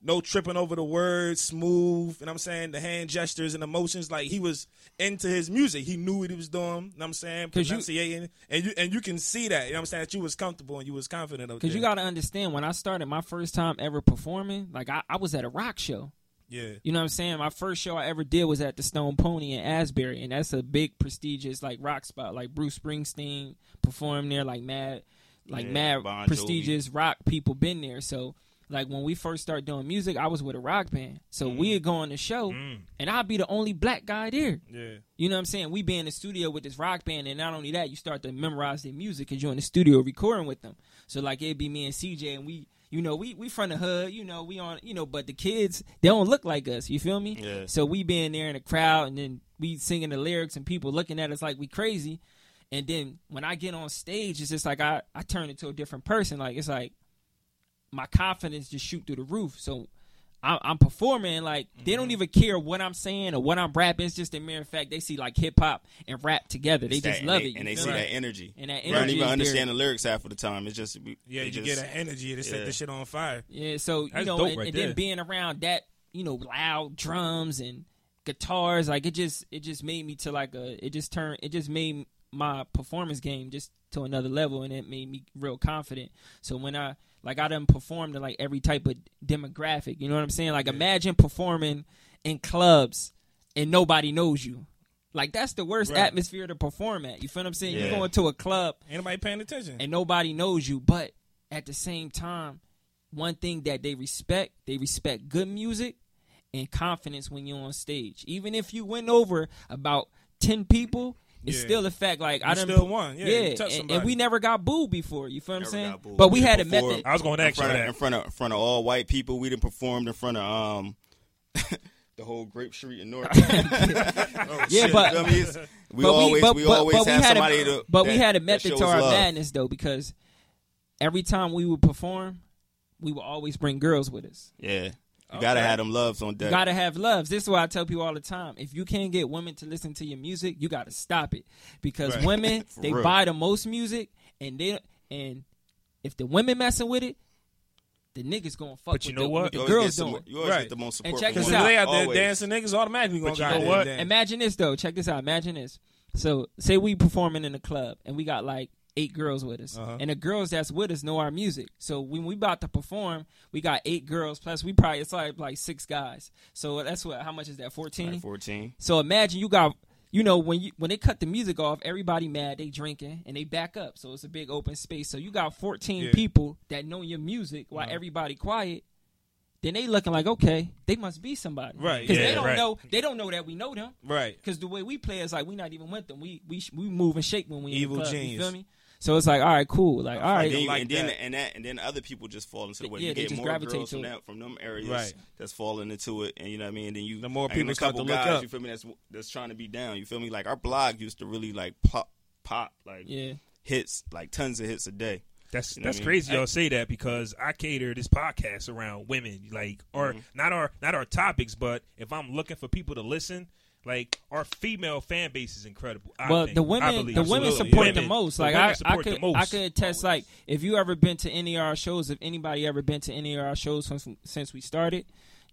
[SPEAKER 5] no tripping over the words, smooth, and I'm saying the hand gestures and emotions. Like he was into his music. He knew what he was doing. And I'm saying
[SPEAKER 6] 'Cause you-
[SPEAKER 5] pronunciating, and you and you can see that. You know what I'm saying that you was comfortable and you was confident of.
[SPEAKER 6] Cause you gotta understand when I started my first time ever performing, like I, I was at a rock show.
[SPEAKER 5] yeah,
[SPEAKER 6] You know what I'm saying? My first show I ever did was at the Stone Pony in Asbury, and that's a big prestigious like rock spot. Like Bruce Springsteen performed there, like mad, like
[SPEAKER 4] Yeah,
[SPEAKER 6] mad
[SPEAKER 4] Bon Jovi.
[SPEAKER 6] prestigious rock people been there. So like when we first started doing music, I was with a rock band, so
[SPEAKER 4] Mm.
[SPEAKER 6] we'd go on the show, and I'd be the only black guy there.
[SPEAKER 5] yeah,
[SPEAKER 6] You know what I'm saying? We be in the studio with this rock band, and not only that, you start to memorize their music because you're in the studio recording with them. So like it'd be me and CJ, and we, you know, we we from the hood, you know, we on, you know, but the kids they don't look like us. You feel me?
[SPEAKER 4] Yeah.
[SPEAKER 6] So we being there in the crowd, and then we singing the lyrics, and people looking at us like we crazy. And then when I get on stage, it's just like I I turn into a different person. Like it's like my confidence just shoot through the roof. So I'm, I'm performing like they
[SPEAKER 4] Mm-hmm.
[SPEAKER 6] don't even care what I'm saying or what I'm rapping. It's just a mere fact they see like hip hop and rap together. They
[SPEAKER 4] It's
[SPEAKER 6] just
[SPEAKER 4] that-
[SPEAKER 6] love
[SPEAKER 4] and
[SPEAKER 6] it.
[SPEAKER 4] they-
[SPEAKER 6] you
[SPEAKER 4] and they
[SPEAKER 6] feel
[SPEAKER 4] see
[SPEAKER 6] me?
[SPEAKER 4] that energy.
[SPEAKER 6] And that
[SPEAKER 4] You don't
[SPEAKER 6] energy
[SPEAKER 4] even
[SPEAKER 6] is
[SPEAKER 4] understand
[SPEAKER 6] there.
[SPEAKER 4] the lyrics half of the time. It's just we-
[SPEAKER 5] yeah.
[SPEAKER 4] they
[SPEAKER 5] You
[SPEAKER 4] just,
[SPEAKER 5] get an energy to set
[SPEAKER 4] yeah.
[SPEAKER 5] the shit on fire.
[SPEAKER 6] Yeah, so you
[SPEAKER 1] That's
[SPEAKER 6] know,
[SPEAKER 1] dope
[SPEAKER 6] and,
[SPEAKER 1] right
[SPEAKER 6] and then
[SPEAKER 1] there.
[SPEAKER 6] being around that, you know, loud drums and guitars, like it just it just made me to like a it just turned it just made my performance game just to another level, and it made me real confident. So when I like I done performed to like every type of demographic, you know what I'm saying? Like imagine performing in clubs and nobody knows you. Like that's the worst
[SPEAKER 5] Right.
[SPEAKER 6] atmosphere to perform at. You feel what I'm saying? You're
[SPEAKER 4] Yeah.
[SPEAKER 6] going to a club
[SPEAKER 5] Anybody paying attention?
[SPEAKER 6] and nobody knows you. But at the same time, one thing that they respect, they respect good music and confidence when you're on stage. Even if you went over about ten people, it's
[SPEAKER 5] Yeah.
[SPEAKER 6] still the fact like I
[SPEAKER 5] You
[SPEAKER 6] done
[SPEAKER 5] still won. Yeah, you touched
[SPEAKER 6] and- and,
[SPEAKER 5] somebody.
[SPEAKER 6] we never got booed before. You feel what I'm
[SPEAKER 4] Never
[SPEAKER 6] saying?
[SPEAKER 4] got booed.
[SPEAKER 6] But we
[SPEAKER 4] Yeah,
[SPEAKER 6] had a
[SPEAKER 4] before-
[SPEAKER 6] method.
[SPEAKER 5] I was going to
[SPEAKER 4] in
[SPEAKER 5] ask you
[SPEAKER 4] front, of, in
[SPEAKER 5] that.
[SPEAKER 4] front of in front of all white people. We done performed in front of um the whole Grape Street in North. Oh,
[SPEAKER 6] Yeah, but-
[SPEAKER 4] I mean, it's- we
[SPEAKER 6] but
[SPEAKER 4] always
[SPEAKER 6] but,
[SPEAKER 4] we
[SPEAKER 6] but-
[SPEAKER 4] always
[SPEAKER 6] but we
[SPEAKER 4] have
[SPEAKER 6] had
[SPEAKER 4] somebody
[SPEAKER 6] a,
[SPEAKER 4] to.
[SPEAKER 6] But
[SPEAKER 4] that-
[SPEAKER 6] we had a
[SPEAKER 4] that
[SPEAKER 6] method
[SPEAKER 4] shows
[SPEAKER 6] to our
[SPEAKER 4] love.
[SPEAKER 6] madness though, because every time we would perform, we would always bring girls with us.
[SPEAKER 4] Yeah, you gotta have them loves on
[SPEAKER 6] You
[SPEAKER 4] deck.
[SPEAKER 6] gotta have loves. This is why I tell people all the time: if you can't get women to listen to your music, you gotta stop it because women
[SPEAKER 4] For
[SPEAKER 6] they
[SPEAKER 4] real.
[SPEAKER 6] buy the most music, and they and if the women messing with it, the niggas gonna fuck.
[SPEAKER 1] But you
[SPEAKER 6] with
[SPEAKER 1] know
[SPEAKER 6] the,
[SPEAKER 1] what?
[SPEAKER 6] with
[SPEAKER 4] You
[SPEAKER 6] the
[SPEAKER 4] always get
[SPEAKER 6] girls
[SPEAKER 4] some-
[SPEAKER 6] doing.
[SPEAKER 4] You always
[SPEAKER 5] Right.
[SPEAKER 4] get the most
[SPEAKER 6] And
[SPEAKER 4] support.
[SPEAKER 6] check
[SPEAKER 4] from
[SPEAKER 5] Because
[SPEAKER 6] this
[SPEAKER 5] if
[SPEAKER 4] women.
[SPEAKER 5] they
[SPEAKER 6] out.
[SPEAKER 5] out there
[SPEAKER 4] Always.
[SPEAKER 5] dancing, niggas automatically gonna
[SPEAKER 4] But you
[SPEAKER 5] gotta
[SPEAKER 4] know
[SPEAKER 5] do
[SPEAKER 4] what?
[SPEAKER 5] that.
[SPEAKER 6] Imagine this though. Check this out. Imagine this. So say we performing in a club and we got like eight girls with us,
[SPEAKER 5] Uh-huh.
[SPEAKER 6] and the girls that's with us know our music. So when we about to perform, we got eight girls plus we probably it's like like six guys. So that's what? How much is that? Fourteen.
[SPEAKER 4] Like Fourteen.
[SPEAKER 6] So imagine you got, you know, when you when they cut the music off, everybody mad, they drinking and they back up. So it's a big open space. So you got 14
[SPEAKER 5] Yeah.
[SPEAKER 6] people that know your music while everybody quiet. Then they looking like, okay, they must be somebody,
[SPEAKER 5] Right,
[SPEAKER 6] Because
[SPEAKER 5] yeah,
[SPEAKER 6] they don't
[SPEAKER 5] right.
[SPEAKER 6] know, they don't know that we know them.
[SPEAKER 5] Right.
[SPEAKER 6] Because the way we play is like we not even with them. We we sh- we move and shake when we in the
[SPEAKER 5] Evil
[SPEAKER 6] club, You
[SPEAKER 5] genius.
[SPEAKER 6] feel me? So it's like, all right, cool. Like, all
[SPEAKER 4] And
[SPEAKER 6] right,
[SPEAKER 4] then,
[SPEAKER 5] like
[SPEAKER 4] and, then
[SPEAKER 5] that.
[SPEAKER 4] and that and then other people just fall into the way.
[SPEAKER 6] Yeah,
[SPEAKER 4] you
[SPEAKER 6] they
[SPEAKER 4] get
[SPEAKER 6] just
[SPEAKER 4] more
[SPEAKER 6] gravitate
[SPEAKER 4] girls
[SPEAKER 6] to
[SPEAKER 4] from
[SPEAKER 6] it.
[SPEAKER 4] that from them areas
[SPEAKER 5] Right.
[SPEAKER 4] that's falling into it, and you know what I mean. then you
[SPEAKER 5] The more
[SPEAKER 4] and then
[SPEAKER 5] people
[SPEAKER 4] a
[SPEAKER 5] start
[SPEAKER 4] couple
[SPEAKER 5] to look
[SPEAKER 4] guys,
[SPEAKER 5] up.
[SPEAKER 4] You feel me? That's that's trying to be down. You feel me? Like our blog used to really like pop pop like
[SPEAKER 6] yeah.
[SPEAKER 4] hits like tons of hits a day.
[SPEAKER 1] That's
[SPEAKER 4] You know
[SPEAKER 1] that's
[SPEAKER 4] what I mean?
[SPEAKER 1] crazy. Y'all say that because I cater this podcast around women, like or not our not our topics, but if I'm looking for people to listen, like our female fan base is incredible. I
[SPEAKER 6] Well,
[SPEAKER 1] think.
[SPEAKER 6] the
[SPEAKER 1] I
[SPEAKER 6] women,
[SPEAKER 1] believe.
[SPEAKER 6] the women
[SPEAKER 1] Absolutely.
[SPEAKER 6] support the
[SPEAKER 1] Women-
[SPEAKER 6] most.
[SPEAKER 1] the
[SPEAKER 6] Like
[SPEAKER 1] women
[SPEAKER 6] I, I
[SPEAKER 1] support the
[SPEAKER 6] could,
[SPEAKER 1] most.
[SPEAKER 6] I could attest. Like if you ever been to any of our shows, if anybody ever been to any of our shows since since we started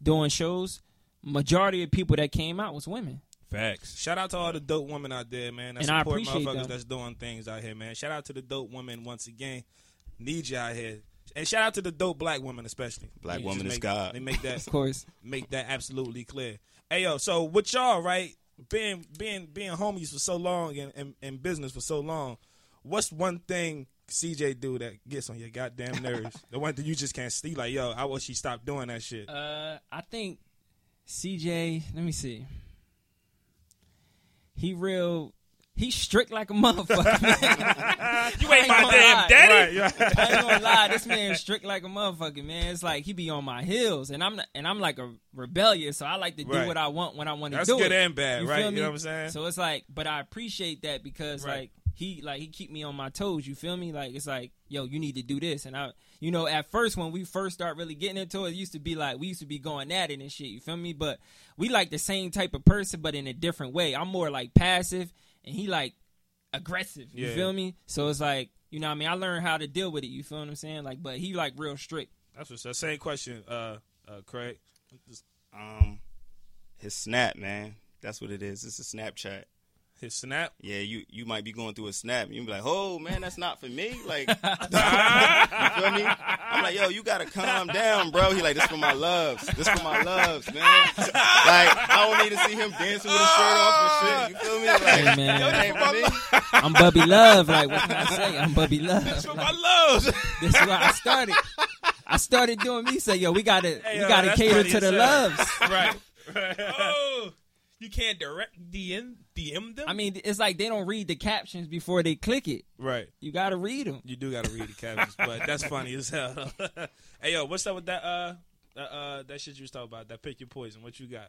[SPEAKER 6] doing shows, majority of people that came out was women.
[SPEAKER 1] facts.
[SPEAKER 5] Shout out to all the dope women out there, man. That
[SPEAKER 6] And I
[SPEAKER 5] support
[SPEAKER 6] appreciate
[SPEAKER 5] motherfuckers
[SPEAKER 6] them.
[SPEAKER 5] that's doing things out here, man. Shout out to the dope women once again. Need you out here. And shout out to the dope black women especially.
[SPEAKER 4] Black
[SPEAKER 5] They
[SPEAKER 4] woman
[SPEAKER 5] just
[SPEAKER 4] is
[SPEAKER 5] make-
[SPEAKER 4] God.
[SPEAKER 5] They make that
[SPEAKER 6] Of course,
[SPEAKER 5] make that absolutely clear. Hey yo, so with y'all, right? Being being being homies for so long and and, and business for so long, what's one thing CJ do that gets on your goddamn nerves? the one that you just can't see, like yo, I wish he stopped doing that shit.
[SPEAKER 6] uh, I think CJ. Let me see. He real. He's strict like a motherfucker. man.
[SPEAKER 1] You ain't
[SPEAKER 6] ain't
[SPEAKER 1] my
[SPEAKER 6] gonna lie.
[SPEAKER 1] damn daddy.
[SPEAKER 6] I ain't gonna lie, this man strict like a motherfucker, man. It's like he be on my heels, and I'm and I'm like a rebellious, so I like to do
[SPEAKER 5] Right.
[SPEAKER 6] what I want when I want to
[SPEAKER 5] That's
[SPEAKER 6] do
[SPEAKER 5] good
[SPEAKER 6] it.
[SPEAKER 5] and bad,
[SPEAKER 6] You
[SPEAKER 5] right?
[SPEAKER 6] feel
[SPEAKER 5] You
[SPEAKER 6] me?
[SPEAKER 5] know what I'm saying?
[SPEAKER 6] So it's like, but I appreciate that because
[SPEAKER 5] Right.
[SPEAKER 6] like he like he keep me on my toes. You feel me? Like it's like, yo, you need to do this. And I, you know, at first when we first start really getting into it, it used to be like we used to be going at it and shit. You feel me? But we like the same type of person, but in a different way. I'm more like passive, and he like aggressive. You
[SPEAKER 5] Yeah.
[SPEAKER 6] feel me? So it's like, you know, what I mean, I learned how to deal with it. You feel what I'm saying? Like, but he like real strict.
[SPEAKER 5] That's what's that same question, uh, uh, Craig. Just
[SPEAKER 4] Um, his snap, man. That's what it is. It's a Snapchat.
[SPEAKER 5] His snap.
[SPEAKER 4] Yeah, you you might be going through a snap. and You be like, oh man, that's not for me. Like, you feel me? I'm like, yo, you gotta calm down, bro. He like, this for my loves. This for my loves, man. Like, I don't need to see him dancing with his shirt off and shit. You feel me?
[SPEAKER 6] Hey
[SPEAKER 4] Like, that
[SPEAKER 6] man,
[SPEAKER 4] ain't for me.
[SPEAKER 6] I'm Bubby Love. Like, what can I say? I'm Bubby Love.
[SPEAKER 1] my loves.
[SPEAKER 6] This is why I started. I started doing me say, yo, we gotta
[SPEAKER 5] yo,
[SPEAKER 6] we gotta
[SPEAKER 5] that's
[SPEAKER 6] cater
[SPEAKER 5] funny
[SPEAKER 6] to
[SPEAKER 5] as
[SPEAKER 6] the
[SPEAKER 5] hell.
[SPEAKER 6] loves.
[SPEAKER 5] Right.
[SPEAKER 1] oh, you can't direct DM DM them.
[SPEAKER 6] I mean, it's like they don't read the captions before they click it.
[SPEAKER 5] Right.
[SPEAKER 6] You gotta read them.
[SPEAKER 5] You do gotta read the captions, but that's funny as hell. hey yo, what's up with that uh that, uh that shit you was talking about? That pick your poison. What you got?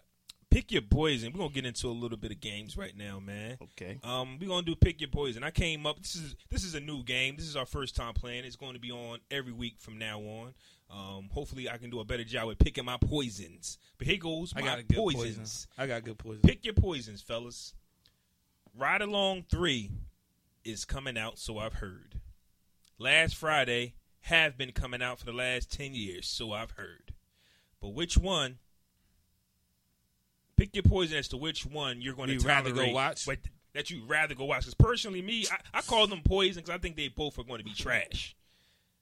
[SPEAKER 1] pick your poison. We're gonna get into a little bit of games right now, man.
[SPEAKER 4] Okay.
[SPEAKER 1] Um, we're gonna do pick your poison. I came up. This is this is a new game. This is our first time playing. It's going to be on every week from now on. Um, hopefully I can do a better job with picking my poisons. But here goes my poisons.
[SPEAKER 5] I got good poison.
[SPEAKER 1] Pick your poisons, fellas. Ride Along Three is coming out, so I've heard. Last Friday have been coming out for the last ten years, so I've heard. But which one? Pick your poison as to which one you're going to
[SPEAKER 5] You'd rather go
[SPEAKER 1] tolerate,
[SPEAKER 5] watch?
[SPEAKER 1] but that you rather go watch. Because personally, me, I, I call them poison because I think they both are going to be trash.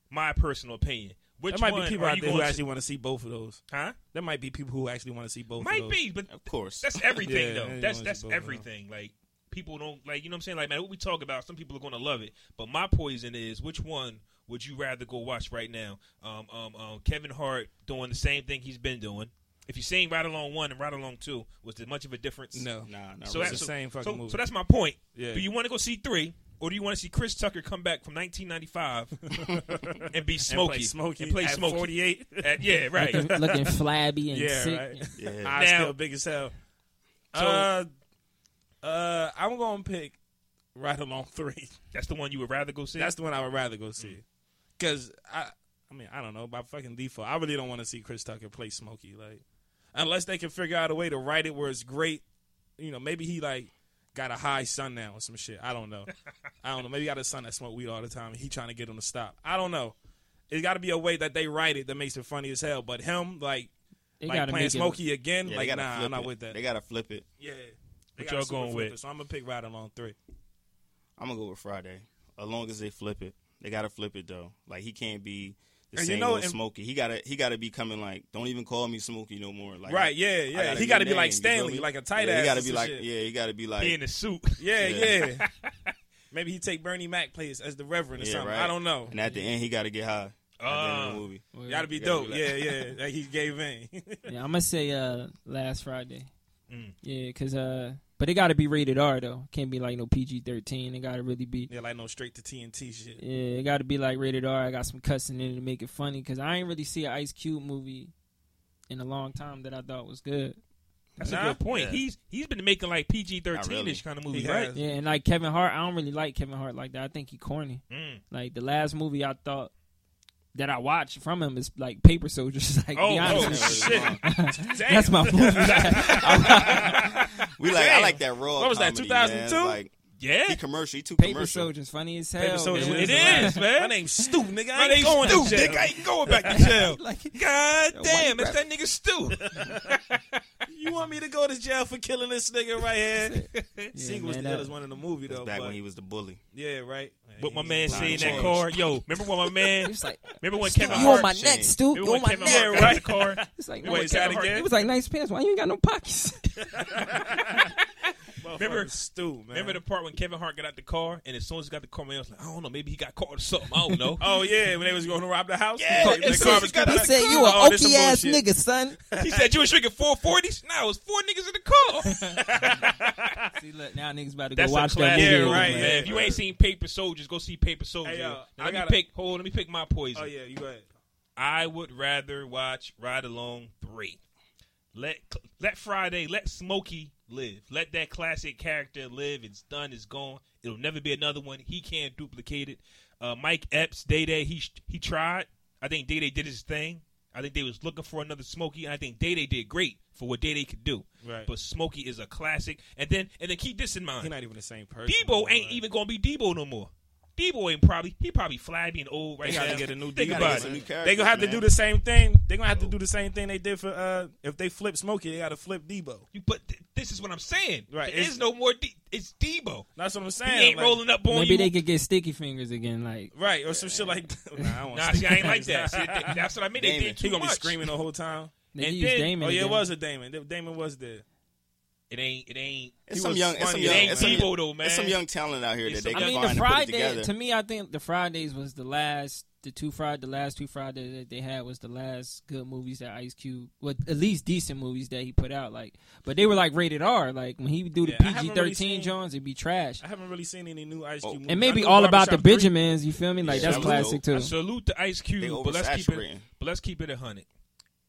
[SPEAKER 1] My personal opinion. Which
[SPEAKER 5] There might
[SPEAKER 1] one
[SPEAKER 5] be people
[SPEAKER 1] are
[SPEAKER 5] out
[SPEAKER 1] you
[SPEAKER 5] there who
[SPEAKER 1] going to-
[SPEAKER 5] actually want to see both of those.
[SPEAKER 1] huh?
[SPEAKER 5] There might be people who actually want to see both. of
[SPEAKER 1] Might
[SPEAKER 5] those.
[SPEAKER 1] be, but
[SPEAKER 4] Of course.
[SPEAKER 1] that's everything
[SPEAKER 5] Yeah,
[SPEAKER 1] though.
[SPEAKER 5] everyone
[SPEAKER 1] That's
[SPEAKER 5] is
[SPEAKER 1] that's
[SPEAKER 5] above,
[SPEAKER 1] everything. Like people don't like you know what I'm saying. Like man, what we talk about, some people are gonna love it. But my poison is which one would you rather go watch right now? Um, um, um Kevin Hart doing the same thing he's been doing. If you seen Ride Along One and Ride Along Two, was there much of a difference?
[SPEAKER 5] No.
[SPEAKER 4] Nah, not
[SPEAKER 1] So
[SPEAKER 4] really.
[SPEAKER 5] the
[SPEAKER 1] that's
[SPEAKER 5] same fucking
[SPEAKER 1] so,
[SPEAKER 5] movie.
[SPEAKER 1] So that's my point.
[SPEAKER 5] Yeah.
[SPEAKER 1] Do you want to go see three, or do you want to see Chris Tucker come back from 1995 and be
[SPEAKER 5] And
[SPEAKER 1] Smokey
[SPEAKER 5] play Smokey.
[SPEAKER 1] and play
[SPEAKER 5] at
[SPEAKER 1] Smokey?
[SPEAKER 5] 48.
[SPEAKER 1] At- yeah, right.
[SPEAKER 6] Looking, looking flabby and
[SPEAKER 5] yeah,
[SPEAKER 6] sick.
[SPEAKER 5] right.
[SPEAKER 4] Yeah.
[SPEAKER 5] I
[SPEAKER 1] Now-
[SPEAKER 5] still big as hell.
[SPEAKER 1] So-
[SPEAKER 5] uh, uh, I'm gonna pick right along three.
[SPEAKER 1] That's the one you would rather go see.
[SPEAKER 5] That's the one I would rather
[SPEAKER 4] Mm.
[SPEAKER 5] go see. Cause I, I mean, I don't know. By fucking default, I really don't want to see Chris Tucker play Smokey. Like, unless they can figure out a way to write it where it's great. You know, maybe he like got a high son now or some shit. I don't know. I don't know. Maybe he got a son that smoke weed all the time. and He trying to get him to stop. I don't know. It's got to be a way that they write it that makes it funny as hell. But him like
[SPEAKER 6] They
[SPEAKER 5] like
[SPEAKER 6] gotta
[SPEAKER 5] playing
[SPEAKER 6] make it.
[SPEAKER 5] Smokey again,
[SPEAKER 4] Yeah, they
[SPEAKER 5] like
[SPEAKER 4] gotta
[SPEAKER 5] nah,
[SPEAKER 4] flip
[SPEAKER 5] I'm not
[SPEAKER 4] it.
[SPEAKER 5] with that.
[SPEAKER 4] They gotta flip it.
[SPEAKER 5] yeah,
[SPEAKER 1] What y'all going with?
[SPEAKER 5] So I'm gonna pick right along three.
[SPEAKER 4] I'm gonna go with Friday. As long as they flip it, they gotta flip it though. Like he can't be the
[SPEAKER 5] And you
[SPEAKER 4] same
[SPEAKER 5] know,
[SPEAKER 4] old
[SPEAKER 5] and-
[SPEAKER 4] Smokey. He gotta he gotta be coming like, don't even call me Smokey no more. Like
[SPEAKER 5] Right, yeah,
[SPEAKER 4] I
[SPEAKER 5] yeah. He
[SPEAKER 4] get
[SPEAKER 5] gotta be
[SPEAKER 4] named,
[SPEAKER 5] like
[SPEAKER 4] you feel
[SPEAKER 5] Stanley,
[SPEAKER 4] me?
[SPEAKER 5] like a tight
[SPEAKER 4] yeah,
[SPEAKER 5] ass
[SPEAKER 4] He gotta
[SPEAKER 5] or
[SPEAKER 4] be
[SPEAKER 5] some
[SPEAKER 4] like
[SPEAKER 5] shit.
[SPEAKER 4] yeah, he gotta be
[SPEAKER 1] He in
[SPEAKER 4] like
[SPEAKER 1] the suit.
[SPEAKER 5] Yeah, yeah.
[SPEAKER 4] Yeah.
[SPEAKER 5] Maybe he take Bernie Mac place as the Reverend or
[SPEAKER 4] Yeah,
[SPEAKER 5] something.
[SPEAKER 4] right.
[SPEAKER 5] I don't know.
[SPEAKER 4] and at the end he gotta get high. at the end of
[SPEAKER 5] Uh,
[SPEAKER 1] Ah.
[SPEAKER 5] Oh,
[SPEAKER 4] the movie.
[SPEAKER 5] Gotta be
[SPEAKER 4] Yeah,
[SPEAKER 5] dope.
[SPEAKER 4] like-
[SPEAKER 5] yeah, yeah. Like he gave in.
[SPEAKER 6] Yeah, I'm gonna say uh last Friday.
[SPEAKER 1] Mm.
[SPEAKER 6] Yeah, cause uh, but it gotta be rated R though. Can't be like no PG-13. It gotta really be.
[SPEAKER 5] yeah, like no straight to TNT shit.
[SPEAKER 6] Yeah, it gotta be like rated R. I got some cussing in it to make it funny. Cause I ain't really see an Ice Cube movie in a long time that I thought was good.
[SPEAKER 1] That's
[SPEAKER 5] Nah.
[SPEAKER 1] a good point.
[SPEAKER 4] Yeah.
[SPEAKER 1] He's he's been making like PG
[SPEAKER 4] Not
[SPEAKER 1] thirteen
[SPEAKER 4] really.
[SPEAKER 1] ish kind of movie,
[SPEAKER 5] He
[SPEAKER 1] right?
[SPEAKER 5] has.
[SPEAKER 6] Yeah, and like Kevin Hart, I don't really like Kevin Hart like that. I think he corny.
[SPEAKER 1] Mm.
[SPEAKER 6] Like the last movie I thought that I watched from him is like Paper Soldiers. Like,
[SPEAKER 1] Oh,
[SPEAKER 6] be honest.
[SPEAKER 1] oh
[SPEAKER 6] with you.
[SPEAKER 1] shit!
[SPEAKER 6] That's my movie.
[SPEAKER 4] We like I like that raw.
[SPEAKER 5] What was that,
[SPEAKER 4] comedy, man.
[SPEAKER 5] 2002?
[SPEAKER 4] Like
[SPEAKER 1] Yeah,
[SPEAKER 4] he commercial, he too
[SPEAKER 6] Paper
[SPEAKER 4] commercial.
[SPEAKER 6] Soldiers, funny as hell.
[SPEAKER 5] Paper Soldiers
[SPEAKER 6] man.
[SPEAKER 1] it
[SPEAKER 5] the
[SPEAKER 1] is,
[SPEAKER 5] last-
[SPEAKER 1] man.
[SPEAKER 5] My name's Stu, nigga. I
[SPEAKER 1] My
[SPEAKER 5] ain't
[SPEAKER 1] name's
[SPEAKER 5] going
[SPEAKER 1] Stu,
[SPEAKER 5] to jail.
[SPEAKER 1] nigga. I ain't going back to jail.
[SPEAKER 6] Like,
[SPEAKER 1] God
[SPEAKER 6] Yo, why you
[SPEAKER 1] damn, it's that nigga Stu.
[SPEAKER 5] You want me to go to jail for killing this nigga right here?
[SPEAKER 6] yeah,
[SPEAKER 5] Singles
[SPEAKER 6] man,
[SPEAKER 5] the
[SPEAKER 6] that-
[SPEAKER 5] other's one in the movie
[SPEAKER 4] That's
[SPEAKER 5] though.
[SPEAKER 4] back
[SPEAKER 5] but-
[SPEAKER 4] when he was the bully.
[SPEAKER 5] yeah, right.
[SPEAKER 1] What my man
[SPEAKER 4] Nah,
[SPEAKER 1] said in that
[SPEAKER 4] changed.
[SPEAKER 1] car? Yo, remember when my
[SPEAKER 6] He
[SPEAKER 1] man?
[SPEAKER 6] was like,
[SPEAKER 1] Remember when
[SPEAKER 6] "Stu,
[SPEAKER 1] Kevin
[SPEAKER 6] you on
[SPEAKER 1] Hart?
[SPEAKER 6] my
[SPEAKER 4] Shane.
[SPEAKER 6] neck, Stu. You
[SPEAKER 1] Remember
[SPEAKER 6] on
[SPEAKER 1] when
[SPEAKER 6] my
[SPEAKER 1] Kevin Hart
[SPEAKER 6] neck.
[SPEAKER 1] got in the car?
[SPEAKER 6] It's like,
[SPEAKER 1] Remember when
[SPEAKER 5] Wait, say that
[SPEAKER 1] Kevin Hart-
[SPEAKER 5] again?
[SPEAKER 6] it was like nice pants. Why you ain't got no pockets?
[SPEAKER 5] Remember Stu, man.
[SPEAKER 1] Remember the part when Kevin Hart got out the car, and as soon as he got the car, man, I was like, I don't know, maybe he got caught or something. I don't know.
[SPEAKER 5] Oh yeah, when they was going to rob the house.
[SPEAKER 1] Yeah,
[SPEAKER 5] The
[SPEAKER 1] and so
[SPEAKER 5] garbage
[SPEAKER 1] she got out
[SPEAKER 5] company.
[SPEAKER 6] He
[SPEAKER 1] Like,
[SPEAKER 6] said, you
[SPEAKER 5] oh,
[SPEAKER 6] a
[SPEAKER 5] this some
[SPEAKER 6] OP ass
[SPEAKER 5] bullshit.
[SPEAKER 6] nigga, son.
[SPEAKER 1] he said you was drinking four forties. Nah, it was four niggas in the car.
[SPEAKER 6] See, look, now niggas about to go
[SPEAKER 1] That's
[SPEAKER 6] watch
[SPEAKER 1] a
[SPEAKER 6] that
[SPEAKER 1] classic.
[SPEAKER 6] movie.
[SPEAKER 5] Yeah, right.
[SPEAKER 1] man.
[SPEAKER 5] yeah.
[SPEAKER 1] If you ain't seen Paper Soldiers, go see Paper Soldiers.
[SPEAKER 5] yo,
[SPEAKER 1] Now,
[SPEAKER 5] I
[SPEAKER 1] let me
[SPEAKER 5] gotta-
[SPEAKER 1] pick. Hold, on, let me pick my poison.
[SPEAKER 5] Oh yeah, you go ahead.
[SPEAKER 1] I would rather watch Ride Along Three. Let let Friday, let Smokey live. Let that classic character live. It's done. It's gone. It'll never be another one. He can't duplicate it. Uh, Mike Epps, Day Day, he he tried. I think Day Day did his thing. I think they was looking for another Smokey, and I think Day Day did great for what Day Day could do.
[SPEAKER 5] Right.
[SPEAKER 1] But Smokey is a classic, and then and then keep this in mind.
[SPEAKER 5] He's not even the same person.
[SPEAKER 1] Debo ain't
[SPEAKER 5] Like,
[SPEAKER 1] even gonna be Debo no more. Debo ain't probably he probably flabby and old right
[SPEAKER 5] They gotta
[SPEAKER 1] now.
[SPEAKER 5] get a new
[SPEAKER 1] Think
[SPEAKER 5] Debo,
[SPEAKER 1] about
[SPEAKER 5] man.
[SPEAKER 1] it.
[SPEAKER 5] They gonna have to do the same thing. They gonna have to do the same thing they did for uh if they flip Smokey, they gotta flip Debo.
[SPEAKER 1] You, but th- this is what I'm saying.
[SPEAKER 5] Right,
[SPEAKER 1] There
[SPEAKER 5] it's-
[SPEAKER 1] is no more. D- it's Debo.
[SPEAKER 5] That's what I'm
[SPEAKER 1] He
[SPEAKER 5] saying.
[SPEAKER 1] ain't
[SPEAKER 5] like-
[SPEAKER 1] rolling up on
[SPEAKER 6] Maybe
[SPEAKER 1] you.
[SPEAKER 6] they could get sticky fingers again. Like
[SPEAKER 5] Right, or some shit like that. Nah, I don't
[SPEAKER 1] Nah,
[SPEAKER 5] see
[SPEAKER 1] see, I ain't like that. See, th- that's what I mean. They
[SPEAKER 4] Damon.
[SPEAKER 1] did too
[SPEAKER 5] He gonna
[SPEAKER 1] much.
[SPEAKER 5] be screaming the whole time.
[SPEAKER 6] they
[SPEAKER 1] And
[SPEAKER 6] could use
[SPEAKER 1] then-
[SPEAKER 6] Damon.
[SPEAKER 5] Oh yeah, it
[SPEAKER 6] again.
[SPEAKER 5] was a Damon. That- Damon was there.
[SPEAKER 1] It ain't. It ain't.
[SPEAKER 4] It's
[SPEAKER 5] He
[SPEAKER 4] some
[SPEAKER 5] was
[SPEAKER 4] young, it's some
[SPEAKER 5] funny.
[SPEAKER 4] young,
[SPEAKER 1] It ain't
[SPEAKER 4] it's some,
[SPEAKER 1] Debo though, man.
[SPEAKER 4] it's some young talent out here
[SPEAKER 1] It's
[SPEAKER 4] that they
[SPEAKER 1] some-
[SPEAKER 6] I
[SPEAKER 4] can
[SPEAKER 6] mean,
[SPEAKER 4] find
[SPEAKER 6] the
[SPEAKER 4] and put it together.
[SPEAKER 6] Friday to me, I think the Fridays was the last. The two Friday, the last two Fridays that they had was the last good movies that Ice Cube, well, at least decent movies that he put out. Like, but they were like rated R. Like when he would do the
[SPEAKER 5] Yeah, I haven't
[SPEAKER 6] PG
[SPEAKER 5] really
[SPEAKER 6] thirteen
[SPEAKER 5] seen-
[SPEAKER 6] Johns, it'd be trash.
[SPEAKER 5] I haven't really seen any new Ice Cube.
[SPEAKER 4] Oh.
[SPEAKER 5] movies.
[SPEAKER 6] And
[SPEAKER 5] I
[SPEAKER 6] maybe
[SPEAKER 5] knew
[SPEAKER 6] all about the
[SPEAKER 5] Barbershop Three.
[SPEAKER 6] Benjamins. You feel me? Like
[SPEAKER 4] Yeah,
[SPEAKER 6] that's
[SPEAKER 4] that was
[SPEAKER 6] classic
[SPEAKER 1] I
[SPEAKER 6] too.
[SPEAKER 1] salute the Ice
[SPEAKER 4] They
[SPEAKER 1] Cube, but let's keep it.
[SPEAKER 4] oversaturating.
[SPEAKER 1] But let's keep it a hundred.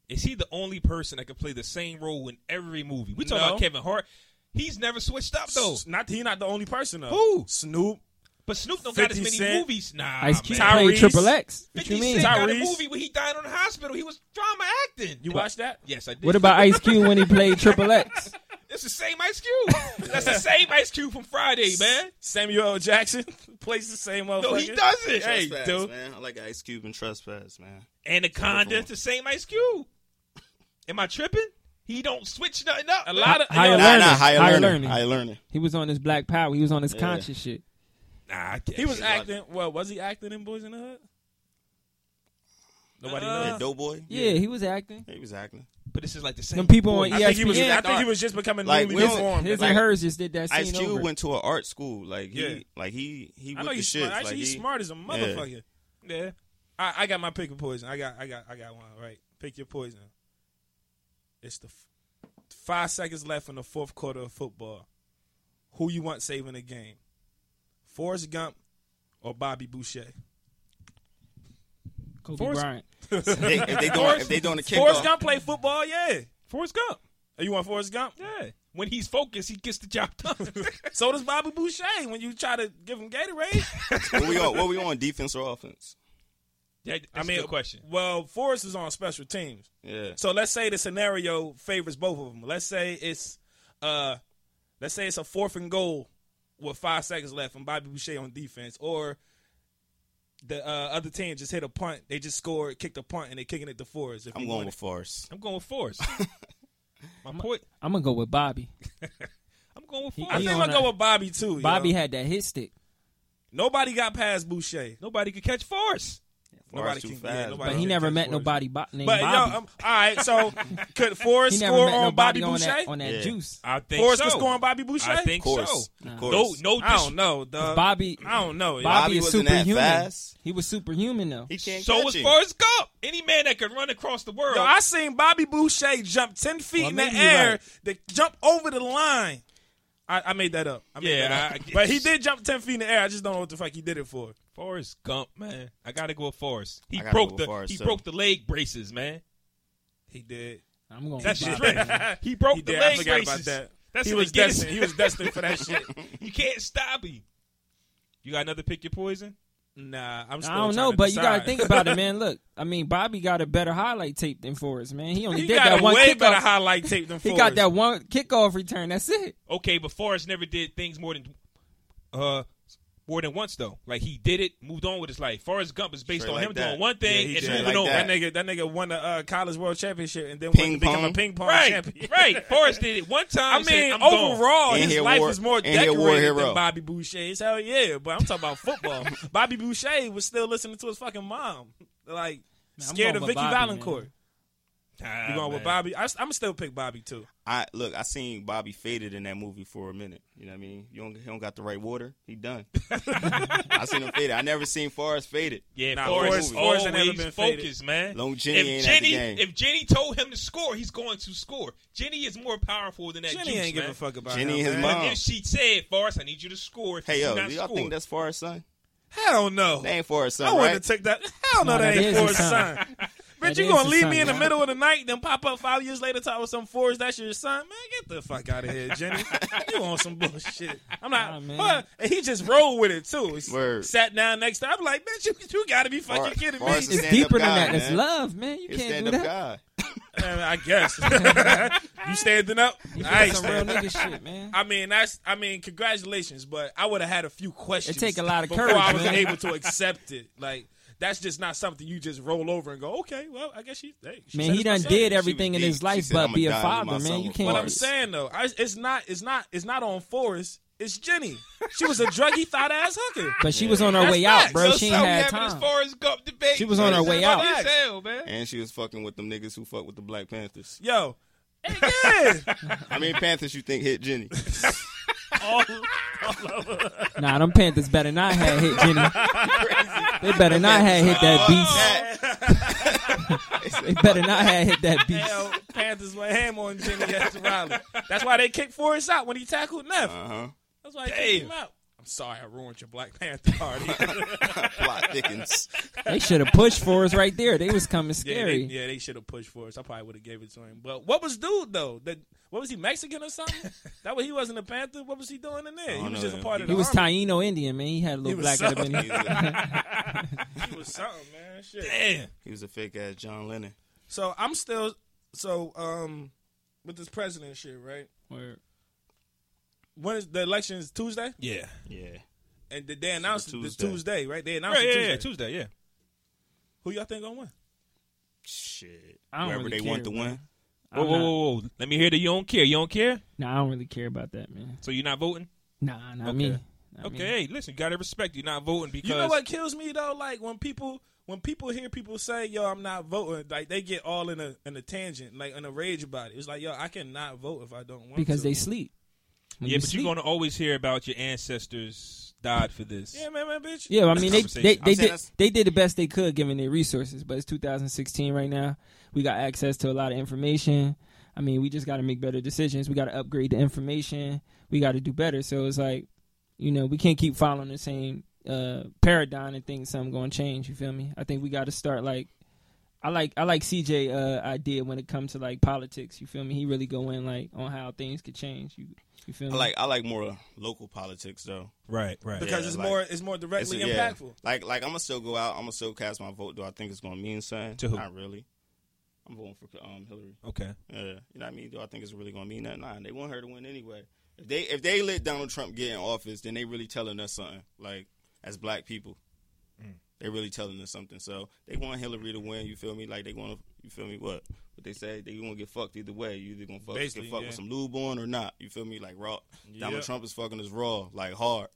[SPEAKER 1] Is he the only person that can play the same role in every movie? We talking
[SPEAKER 5] No.
[SPEAKER 1] about Kevin Hart. He's never switched up though.
[SPEAKER 5] Not he not the only person though.
[SPEAKER 1] Who?
[SPEAKER 5] Snoop.
[SPEAKER 1] But Snoop don't got as
[SPEAKER 5] 50
[SPEAKER 1] many
[SPEAKER 5] Cent.
[SPEAKER 1] movies. Nah,
[SPEAKER 6] Ice Cube
[SPEAKER 1] man.
[SPEAKER 5] Tyrese.
[SPEAKER 6] played Triple X. What
[SPEAKER 1] 50
[SPEAKER 6] you mean?
[SPEAKER 1] Cent got a
[SPEAKER 5] Tyrese.
[SPEAKER 1] movie where he died on the hospital. He was drama acting.
[SPEAKER 5] You watched that?
[SPEAKER 1] Yes, I did.
[SPEAKER 6] What about Ice Cube when he played Triple X?
[SPEAKER 1] It's the same Ice Cube. That's the same Ice Cube from Friday, man.
[SPEAKER 5] Samuel L. Jackson plays the same motherfucker.
[SPEAKER 1] No, he doesn't.
[SPEAKER 5] Hey,
[SPEAKER 4] Trespass,
[SPEAKER 5] dude.
[SPEAKER 4] man. I like Ice Cube and Trespass, man.
[SPEAKER 1] Anaconda, it's the same Ice Cube. Am I tripping? He don't switch nothing up.
[SPEAKER 5] A lot of
[SPEAKER 6] Higher
[SPEAKER 5] yo,
[SPEAKER 4] Nah,
[SPEAKER 6] learning.
[SPEAKER 4] nah, higher,
[SPEAKER 6] Higher
[SPEAKER 4] learning.
[SPEAKER 6] learning.
[SPEAKER 4] Higher learning.
[SPEAKER 6] He was on his Black Power. He was on his
[SPEAKER 4] Yeah.
[SPEAKER 6] conscious shit.
[SPEAKER 1] Nah, I can't.
[SPEAKER 5] He was
[SPEAKER 4] Yeah, a lot.
[SPEAKER 5] acting. Well, was he acting in Boys in the Hood? Nobody
[SPEAKER 1] Uh,
[SPEAKER 5] knows.
[SPEAKER 4] That Doughboy.
[SPEAKER 6] Yeah, he was acting.
[SPEAKER 4] He was acting.
[SPEAKER 1] But this is like the same.
[SPEAKER 6] Them people on E
[SPEAKER 1] boy.
[SPEAKER 5] I think he was.
[SPEAKER 4] E
[SPEAKER 6] ESPN.
[SPEAKER 5] I think he was just becoming
[SPEAKER 4] Like,
[SPEAKER 5] newly
[SPEAKER 4] we don't-
[SPEAKER 5] deformed.
[SPEAKER 6] His
[SPEAKER 5] That's
[SPEAKER 6] and
[SPEAKER 5] like-
[SPEAKER 6] hers just did that scene
[SPEAKER 4] Ice Cube
[SPEAKER 6] over.
[SPEAKER 4] went to an art school. Like he,
[SPEAKER 5] Yeah.
[SPEAKER 4] like he, he
[SPEAKER 5] I
[SPEAKER 4] with
[SPEAKER 5] know
[SPEAKER 4] the
[SPEAKER 5] he's
[SPEAKER 4] shit.
[SPEAKER 5] smart.
[SPEAKER 4] Like
[SPEAKER 5] Actually, he's
[SPEAKER 4] he,
[SPEAKER 5] smart as a motherfucker. Yeah. I, I got my pick of poison. I got I got I got one. Right. Pick your poison. It's the f- five seconds left in the fourth quarter of football. Who you want saving the game? Forrest Gump or Bobby Boucher?
[SPEAKER 6] Kobe
[SPEAKER 5] Forrest-
[SPEAKER 6] Bryant.
[SPEAKER 4] They, if they doing, if they doing a
[SPEAKER 5] Forrest
[SPEAKER 4] kickoff,
[SPEAKER 5] Gump play football, yeah.
[SPEAKER 1] Forrest Gump.
[SPEAKER 5] Oh, you want Forrest Gump?
[SPEAKER 1] Yeah. When he's focused, he gets the job done.
[SPEAKER 5] So does Bobby Boucher when you try to give him Gatorade.
[SPEAKER 4] what we on? What we on? Defense or offense?
[SPEAKER 1] yeah, that's a good question.
[SPEAKER 5] Well, Forrest is on special teams.
[SPEAKER 4] Yeah.
[SPEAKER 5] So let's say the scenario favors both of them. Let's say it's uh let's say it's a fourth and goal with five seconds left and Bobby Boucher on defense or the uh, other team just hit a punt. They just scored, kicked a punt, and they're kicking it to Forrest. If
[SPEAKER 4] I'm
[SPEAKER 5] you
[SPEAKER 4] going
[SPEAKER 5] want
[SPEAKER 4] with Forrest.
[SPEAKER 1] I'm going with Forrest. My point.
[SPEAKER 6] I'm gonna go with Bobby.
[SPEAKER 1] I'm going with
[SPEAKER 6] He-
[SPEAKER 5] it. I
[SPEAKER 1] Forrest.
[SPEAKER 6] he
[SPEAKER 5] think
[SPEAKER 6] on
[SPEAKER 5] I'm gonna
[SPEAKER 6] a-
[SPEAKER 5] go with Bobby too.
[SPEAKER 6] Bobby
[SPEAKER 5] yo.
[SPEAKER 6] had that hit stick.
[SPEAKER 5] nobody got past Boucher.
[SPEAKER 1] Nobody could catch Forrest.
[SPEAKER 5] Nobody
[SPEAKER 4] Forrest too
[SPEAKER 5] can-
[SPEAKER 4] fast.
[SPEAKER 5] yeah,
[SPEAKER 4] bro.
[SPEAKER 6] But
[SPEAKER 5] nobody-
[SPEAKER 6] he
[SPEAKER 5] Right,
[SPEAKER 6] never
[SPEAKER 5] that's
[SPEAKER 6] met
[SPEAKER 5] worse.
[SPEAKER 6] nobody bo- named
[SPEAKER 5] But
[SPEAKER 6] Bobby.
[SPEAKER 5] yo, um, all right. So could Forrest
[SPEAKER 6] he never
[SPEAKER 5] score
[SPEAKER 6] met
[SPEAKER 5] on
[SPEAKER 6] nobody
[SPEAKER 5] Bobby
[SPEAKER 6] on
[SPEAKER 5] Boucher?
[SPEAKER 6] that, on that
[SPEAKER 4] Yeah.
[SPEAKER 6] juice.
[SPEAKER 1] I think
[SPEAKER 5] Forrest
[SPEAKER 1] so.
[SPEAKER 5] could score on Bobby Boucher.
[SPEAKER 1] I think
[SPEAKER 4] Of course.
[SPEAKER 1] so.
[SPEAKER 4] Of
[SPEAKER 1] No,
[SPEAKER 4] course.
[SPEAKER 1] no,
[SPEAKER 5] I
[SPEAKER 1] dis-
[SPEAKER 5] don't know, dog.
[SPEAKER 6] Bobby,
[SPEAKER 5] I don't know. yo.
[SPEAKER 6] Bobby,
[SPEAKER 4] Bobby
[SPEAKER 6] is
[SPEAKER 4] wasn't that
[SPEAKER 6] superhuman.
[SPEAKER 4] fast.
[SPEAKER 6] He was superhuman though.
[SPEAKER 4] He can't
[SPEAKER 1] So
[SPEAKER 4] catch
[SPEAKER 1] as
[SPEAKER 4] it.
[SPEAKER 1] far as Gump, any man that can run across the world,
[SPEAKER 5] Yo, I seen Bobby Boucher jump ten feet
[SPEAKER 6] Well,
[SPEAKER 5] in the
[SPEAKER 6] maybe you're
[SPEAKER 5] air
[SPEAKER 6] right.
[SPEAKER 5] to jump over the line. I, I made that up. I made
[SPEAKER 1] Yeah,
[SPEAKER 5] that up.
[SPEAKER 1] I- I
[SPEAKER 5] but he
[SPEAKER 1] guess.
[SPEAKER 5] did jump ten feet in the air. I just don't know what the fuck he did it for.
[SPEAKER 1] Forrest Gump, man, I gotta go with Forrest. He
[SPEAKER 4] I gotta go
[SPEAKER 1] broke
[SPEAKER 4] with
[SPEAKER 1] the
[SPEAKER 4] Forrest,
[SPEAKER 1] he
[SPEAKER 4] too.
[SPEAKER 1] broke the leg braces, man.
[SPEAKER 5] He did.
[SPEAKER 6] I'm going.
[SPEAKER 1] That's
[SPEAKER 6] with
[SPEAKER 1] just
[SPEAKER 6] Bobby.
[SPEAKER 1] right. He broke the
[SPEAKER 5] I
[SPEAKER 1] leg
[SPEAKER 5] forgot
[SPEAKER 1] braces.
[SPEAKER 5] about that.
[SPEAKER 1] That's
[SPEAKER 5] he
[SPEAKER 1] in
[SPEAKER 5] was
[SPEAKER 1] the Guinness.
[SPEAKER 5] destined. He was destined for that shit.
[SPEAKER 1] you can't stop him. You got another pick your poison.
[SPEAKER 5] Nah, I'm. Still
[SPEAKER 6] I don't
[SPEAKER 5] trying
[SPEAKER 6] know,
[SPEAKER 5] to
[SPEAKER 6] but you gotta
[SPEAKER 5] decide.
[SPEAKER 6] think about it, man. Look, I mean, Bobby got a better highlight tape than Forrest, man. He only
[SPEAKER 5] he
[SPEAKER 6] did
[SPEAKER 5] got
[SPEAKER 6] that
[SPEAKER 5] a
[SPEAKER 6] one
[SPEAKER 5] way better
[SPEAKER 6] kickoff.
[SPEAKER 5] highlight tape than
[SPEAKER 6] he
[SPEAKER 5] Forrest.
[SPEAKER 6] got that one kickoff return. That's it.
[SPEAKER 1] Okay, but Forrest never did things more than uh more than once though. Like he did it, moved on with his life. Forrest Gump is based
[SPEAKER 4] Straight
[SPEAKER 1] on
[SPEAKER 4] like
[SPEAKER 1] him
[SPEAKER 4] that.
[SPEAKER 1] doing one thing
[SPEAKER 5] he
[SPEAKER 1] and
[SPEAKER 5] did.
[SPEAKER 1] moving
[SPEAKER 4] Straight like
[SPEAKER 1] on.
[SPEAKER 5] that.
[SPEAKER 4] that.
[SPEAKER 5] nigga. That nigga won the uh, college world championship and then
[SPEAKER 4] Ping
[SPEAKER 5] went to become a
[SPEAKER 4] pong.
[SPEAKER 5] ping pong champion.
[SPEAKER 1] Right, right. Forrest did it one
[SPEAKER 5] I
[SPEAKER 1] time. and said,
[SPEAKER 5] mean,
[SPEAKER 1] I'm gone.
[SPEAKER 5] overall,
[SPEAKER 4] And
[SPEAKER 5] his
[SPEAKER 4] he a
[SPEAKER 5] life
[SPEAKER 4] war-
[SPEAKER 5] is more
[SPEAKER 4] and he a war
[SPEAKER 5] decorated
[SPEAKER 4] hero.
[SPEAKER 5] than Bobby Boucher's. Hell yeah, but I'm talking about football. Bobby Boucher was still listening to his fucking mom, like
[SPEAKER 6] Man, I'm
[SPEAKER 5] scared
[SPEAKER 6] going
[SPEAKER 5] of
[SPEAKER 6] with
[SPEAKER 5] Vicky
[SPEAKER 6] Bobby,
[SPEAKER 5] Valancourt.
[SPEAKER 1] Nah,
[SPEAKER 5] You going
[SPEAKER 1] man.
[SPEAKER 5] with Bobby? I, am still pick Bobby too.
[SPEAKER 4] I look. I seen Bobby faded in that movie for a minute. You know what I mean? You don't, he don't got the right water. He done. I seen him faded. I never seen Forrest faded.
[SPEAKER 1] Yeah,
[SPEAKER 5] Nah,
[SPEAKER 1] Forrest,
[SPEAKER 5] Forrest- Forrest ain't
[SPEAKER 1] always
[SPEAKER 5] never been
[SPEAKER 1] focused, man.
[SPEAKER 4] Long Jenny
[SPEAKER 1] If
[SPEAKER 4] ain't at the
[SPEAKER 1] Jenny,
[SPEAKER 4] game.
[SPEAKER 1] if Jenny told him to score, he's going to score. Jenny is more powerful than that.
[SPEAKER 5] Jenny
[SPEAKER 1] juice,
[SPEAKER 5] ain't
[SPEAKER 1] man.
[SPEAKER 5] giving a fuck about
[SPEAKER 4] Jenny and
[SPEAKER 5] him,
[SPEAKER 4] his
[SPEAKER 5] man.
[SPEAKER 4] mom.
[SPEAKER 1] If she said, "Forrest, I need you to score," if
[SPEAKER 4] Hey
[SPEAKER 1] you
[SPEAKER 4] yo,
[SPEAKER 1] do not
[SPEAKER 4] do y'all
[SPEAKER 1] score,
[SPEAKER 4] think that's Forrest son?
[SPEAKER 5] Hell no.
[SPEAKER 4] That ain't Forrest
[SPEAKER 5] I
[SPEAKER 4] son,
[SPEAKER 5] wouldn't
[SPEAKER 4] right?
[SPEAKER 5] have took that. Hell no,
[SPEAKER 6] Nah,
[SPEAKER 5] that
[SPEAKER 6] that
[SPEAKER 5] ain't
[SPEAKER 6] is
[SPEAKER 5] for
[SPEAKER 6] his
[SPEAKER 5] his
[SPEAKER 6] son.
[SPEAKER 5] son. Bitch,
[SPEAKER 6] That
[SPEAKER 5] you
[SPEAKER 6] is
[SPEAKER 5] gonna
[SPEAKER 6] his
[SPEAKER 5] leave
[SPEAKER 6] son,
[SPEAKER 5] me in the
[SPEAKER 6] right?
[SPEAKER 5] middle of the night, then pop up five years later talking with some forge? That's your son, man. Get the fuck out of here, Jenny. you on some bullshit? I'm
[SPEAKER 6] Nah,
[SPEAKER 5] not.
[SPEAKER 6] man.
[SPEAKER 5] but, and he just rolled with it too. He
[SPEAKER 4] Word.
[SPEAKER 5] Sat down next to. I'm like, bitch, you, you gotta be fucking
[SPEAKER 4] Far-
[SPEAKER 5] kidding
[SPEAKER 4] far as
[SPEAKER 5] me.
[SPEAKER 4] the
[SPEAKER 6] It's
[SPEAKER 4] Stand-up
[SPEAKER 6] deeper than
[SPEAKER 4] guy,
[SPEAKER 6] that. It's
[SPEAKER 4] man.
[SPEAKER 6] love, man. You
[SPEAKER 4] It's
[SPEAKER 6] can't
[SPEAKER 4] stand
[SPEAKER 6] do
[SPEAKER 4] up
[SPEAKER 6] that.
[SPEAKER 4] guy.
[SPEAKER 5] Man, I guess. you standing up?
[SPEAKER 6] You
[SPEAKER 5] I ain't
[SPEAKER 6] some real
[SPEAKER 5] standing up.
[SPEAKER 6] nigga shit, man.
[SPEAKER 5] I mean, that's. I mean, congratulations, but I would have had a few questions.
[SPEAKER 6] It take a lot of
[SPEAKER 5] before
[SPEAKER 6] courage,
[SPEAKER 5] I was
[SPEAKER 6] man.
[SPEAKER 5] able to accept it. Like that's just not something you just roll over and go, okay, well, I guess she. Hey, she
[SPEAKER 6] Man,
[SPEAKER 5] said
[SPEAKER 6] he
[SPEAKER 5] it's
[SPEAKER 6] done
[SPEAKER 5] my son.
[SPEAKER 6] did
[SPEAKER 4] She
[SPEAKER 6] everything
[SPEAKER 4] was
[SPEAKER 6] in
[SPEAKER 4] deep.
[SPEAKER 6] his
[SPEAKER 4] She
[SPEAKER 6] life
[SPEAKER 4] said,
[SPEAKER 6] but
[SPEAKER 4] "I'ma
[SPEAKER 6] be a
[SPEAKER 4] die with my
[SPEAKER 6] father,
[SPEAKER 4] son
[SPEAKER 6] man. You
[SPEAKER 4] with
[SPEAKER 6] can't.
[SPEAKER 5] But
[SPEAKER 4] bars."
[SPEAKER 5] I'm saying though, I, it's not, it's not, it's not on Forrest. It's Jenny. She was a druggy thought ass hooker.
[SPEAKER 6] But she was on her
[SPEAKER 5] That's
[SPEAKER 6] way out,
[SPEAKER 5] facts.
[SPEAKER 6] bro.
[SPEAKER 5] So
[SPEAKER 6] She
[SPEAKER 1] so
[SPEAKER 6] ain't
[SPEAKER 1] we
[SPEAKER 6] had
[SPEAKER 1] having this
[SPEAKER 6] time.
[SPEAKER 1] Forrest Gump debate.
[SPEAKER 6] She was on her
[SPEAKER 5] That's
[SPEAKER 6] way
[SPEAKER 5] my
[SPEAKER 6] out.
[SPEAKER 5] life.
[SPEAKER 1] Funny as hell, man.
[SPEAKER 4] And she was fucking with them niggas who fuck with the Black Panthers.
[SPEAKER 5] Yo, again,
[SPEAKER 4] I mean, Panthers you think hit Jenny?
[SPEAKER 6] Nah, them Panthers better not have hit Jenny. they better not have hit that beast. They better not have hit that beast.
[SPEAKER 5] Hell, Panthers went ham on Jenny at the rally. That's why they kicked Forrest out when he tackled Neff.
[SPEAKER 4] Uh huh.
[SPEAKER 5] That's why they kicked him out. I'm sorry, I ruined your Black Panther party.
[SPEAKER 4] Plot thickens.
[SPEAKER 6] They should have pushed for us right there. They was coming
[SPEAKER 5] Yeah, they,
[SPEAKER 6] scary.
[SPEAKER 5] yeah, they should have pushed for us. I probably would have gave it to him. But what was dude though? That what was he Mexican or something? that way he wasn't a Panther. What was he doing in there? He
[SPEAKER 4] don't
[SPEAKER 5] was
[SPEAKER 4] know,
[SPEAKER 5] just a
[SPEAKER 4] man.
[SPEAKER 5] part of the
[SPEAKER 6] He was
[SPEAKER 5] army.
[SPEAKER 6] Taino Indian, man. He had a
[SPEAKER 5] He
[SPEAKER 6] little
[SPEAKER 5] was
[SPEAKER 6] black
[SPEAKER 5] so-
[SPEAKER 6] up in him.
[SPEAKER 4] He was a-
[SPEAKER 5] He was something, man. Shit.
[SPEAKER 4] he was a fake ass John Lennon.
[SPEAKER 5] So I'm still so um with this president shit, right?
[SPEAKER 6] Word.
[SPEAKER 5] When is the election is Tuesday?
[SPEAKER 1] Yeah.
[SPEAKER 4] Yeah.
[SPEAKER 5] And did they announced it this
[SPEAKER 4] Tuesday.
[SPEAKER 5] Tuesday, right? They announced
[SPEAKER 1] Right,
[SPEAKER 5] it
[SPEAKER 1] yeah, yeah,
[SPEAKER 5] Tuesday.
[SPEAKER 1] Tuesday, yeah.
[SPEAKER 5] Who y'all think gonna win?
[SPEAKER 4] Shit.
[SPEAKER 6] I don't
[SPEAKER 4] Whoever
[SPEAKER 6] really
[SPEAKER 4] they
[SPEAKER 6] care,
[SPEAKER 4] want to
[SPEAKER 6] man.
[SPEAKER 4] win.
[SPEAKER 1] Whoa,
[SPEAKER 6] I'm
[SPEAKER 1] whoa,
[SPEAKER 6] not-
[SPEAKER 1] whoa, whoa. Let me hear that you don't care. You don't care?
[SPEAKER 6] Nah, I don't really care about that, man.
[SPEAKER 1] So you're not voting?
[SPEAKER 6] Nah, not me. Not me.
[SPEAKER 1] okay, hey, listen, you gotta respect you're not voting because
[SPEAKER 5] You know what kills me though? Like when people when people hear people say, "Yo, I'm not voting," like they get all in a in a tangent, like in a rage about it. It's like, "Yo, I cannot vote if I don't want
[SPEAKER 6] Because
[SPEAKER 5] to."
[SPEAKER 6] they sleep. When
[SPEAKER 1] Yeah,
[SPEAKER 6] you
[SPEAKER 1] but
[SPEAKER 6] sleep-
[SPEAKER 1] you're gonna always hear about your ancestors died for this.
[SPEAKER 5] yeah, man, man, bitch.
[SPEAKER 6] Yeah, I mean they they,
[SPEAKER 1] conversation.
[SPEAKER 6] they
[SPEAKER 4] I'm saying
[SPEAKER 6] did
[SPEAKER 4] that's-
[SPEAKER 6] they did the best they could given their resources, but it's 2016 right now. We got access to a lot of information. I mean, we just got to make better decisions. We got to upgrade the information. We got to do better. So it's like, you know, we can't keep following the same uh, paradigm and think something going to change. You feel me? I think we got to start like, I like I like CJ uh, idea when it comes to like politics. You feel me? He really go in like on how things could change. You you feel
[SPEAKER 4] I
[SPEAKER 6] me?
[SPEAKER 4] like I like more local politics though.
[SPEAKER 1] Right, right.
[SPEAKER 5] because
[SPEAKER 4] Yeah,
[SPEAKER 5] it's
[SPEAKER 4] like-
[SPEAKER 5] more it's more directly
[SPEAKER 4] It's- yeah.
[SPEAKER 5] impactful.
[SPEAKER 4] Like like I'm gonna still go out. I'm gonna still cast my vote. Do I think it's gonna mean something?
[SPEAKER 1] To who?
[SPEAKER 4] Not really. I'm voting for um Hillary.
[SPEAKER 1] Okay.
[SPEAKER 4] Yeah, you know what I mean? Do I think it's really gonna mean that? Nah, they want her to win anyway. If they if they let Donald Trump get in office, then they really telling us something. Like as black people,
[SPEAKER 5] Mm.
[SPEAKER 4] they really telling us something. So they want Hillary to win. You feel me? Like they want to. You feel me? What? But they say they gonna get fucked either way. You either gonna fuck, get
[SPEAKER 5] Basically,
[SPEAKER 4] fucked
[SPEAKER 5] yeah.
[SPEAKER 4] with some lube on or not. You feel me? Like raw.
[SPEAKER 5] Yep.
[SPEAKER 4] Donald Trump is fucking us raw, like hard.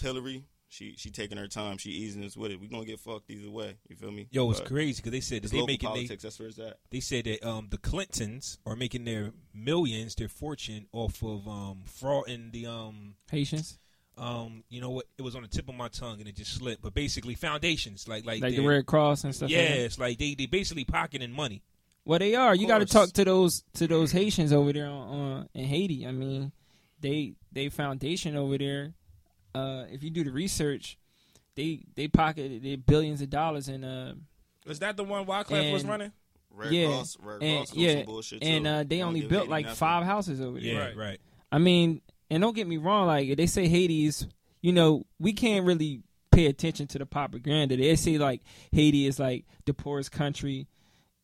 [SPEAKER 4] Hillary, she she taking her time. She easing us with it. We gonna get fucked either way. You feel me?
[SPEAKER 1] Yo, it's
[SPEAKER 4] But
[SPEAKER 1] crazy because they said that
[SPEAKER 4] It's
[SPEAKER 1] they
[SPEAKER 4] local
[SPEAKER 1] making
[SPEAKER 4] politics. that's where it's at.
[SPEAKER 1] they they said that um the Clintons are making their millions, their fortune off of um fraud and the um
[SPEAKER 6] Patience,
[SPEAKER 1] um you know what it was on the tip of my tongue and it just slipped. But basically foundations like like,
[SPEAKER 6] like the
[SPEAKER 1] their-
[SPEAKER 6] Red Cross and stuff.
[SPEAKER 1] Yeah,
[SPEAKER 6] like that.
[SPEAKER 1] it's like they they basically pocketing money.
[SPEAKER 6] Well, they are. You got to
[SPEAKER 4] course.
[SPEAKER 6] talk to those to those Haitians over there on, on in Haiti. I mean, they they foundation over there. Uh, if you do the research, they they pocketed their billions of dollars in uh
[SPEAKER 5] Is that the one Wyclef was
[SPEAKER 6] And-
[SPEAKER 5] running?
[SPEAKER 4] Red
[SPEAKER 6] yeah
[SPEAKER 4] Cross, Red
[SPEAKER 6] and
[SPEAKER 4] Cross, on
[SPEAKER 6] yeah
[SPEAKER 4] some bullshit
[SPEAKER 6] and
[SPEAKER 4] too.
[SPEAKER 6] uh, they
[SPEAKER 4] Don't
[SPEAKER 6] only
[SPEAKER 4] give
[SPEAKER 6] built
[SPEAKER 4] Haiti
[SPEAKER 6] like
[SPEAKER 4] nothing.
[SPEAKER 6] five houses over there.
[SPEAKER 1] Yeah,
[SPEAKER 5] Right.
[SPEAKER 1] right.
[SPEAKER 6] I mean, and don't get me wrong, like they say Haiti's, you know, we can't really pay attention to the propaganda. They say like Haiti is like the poorest country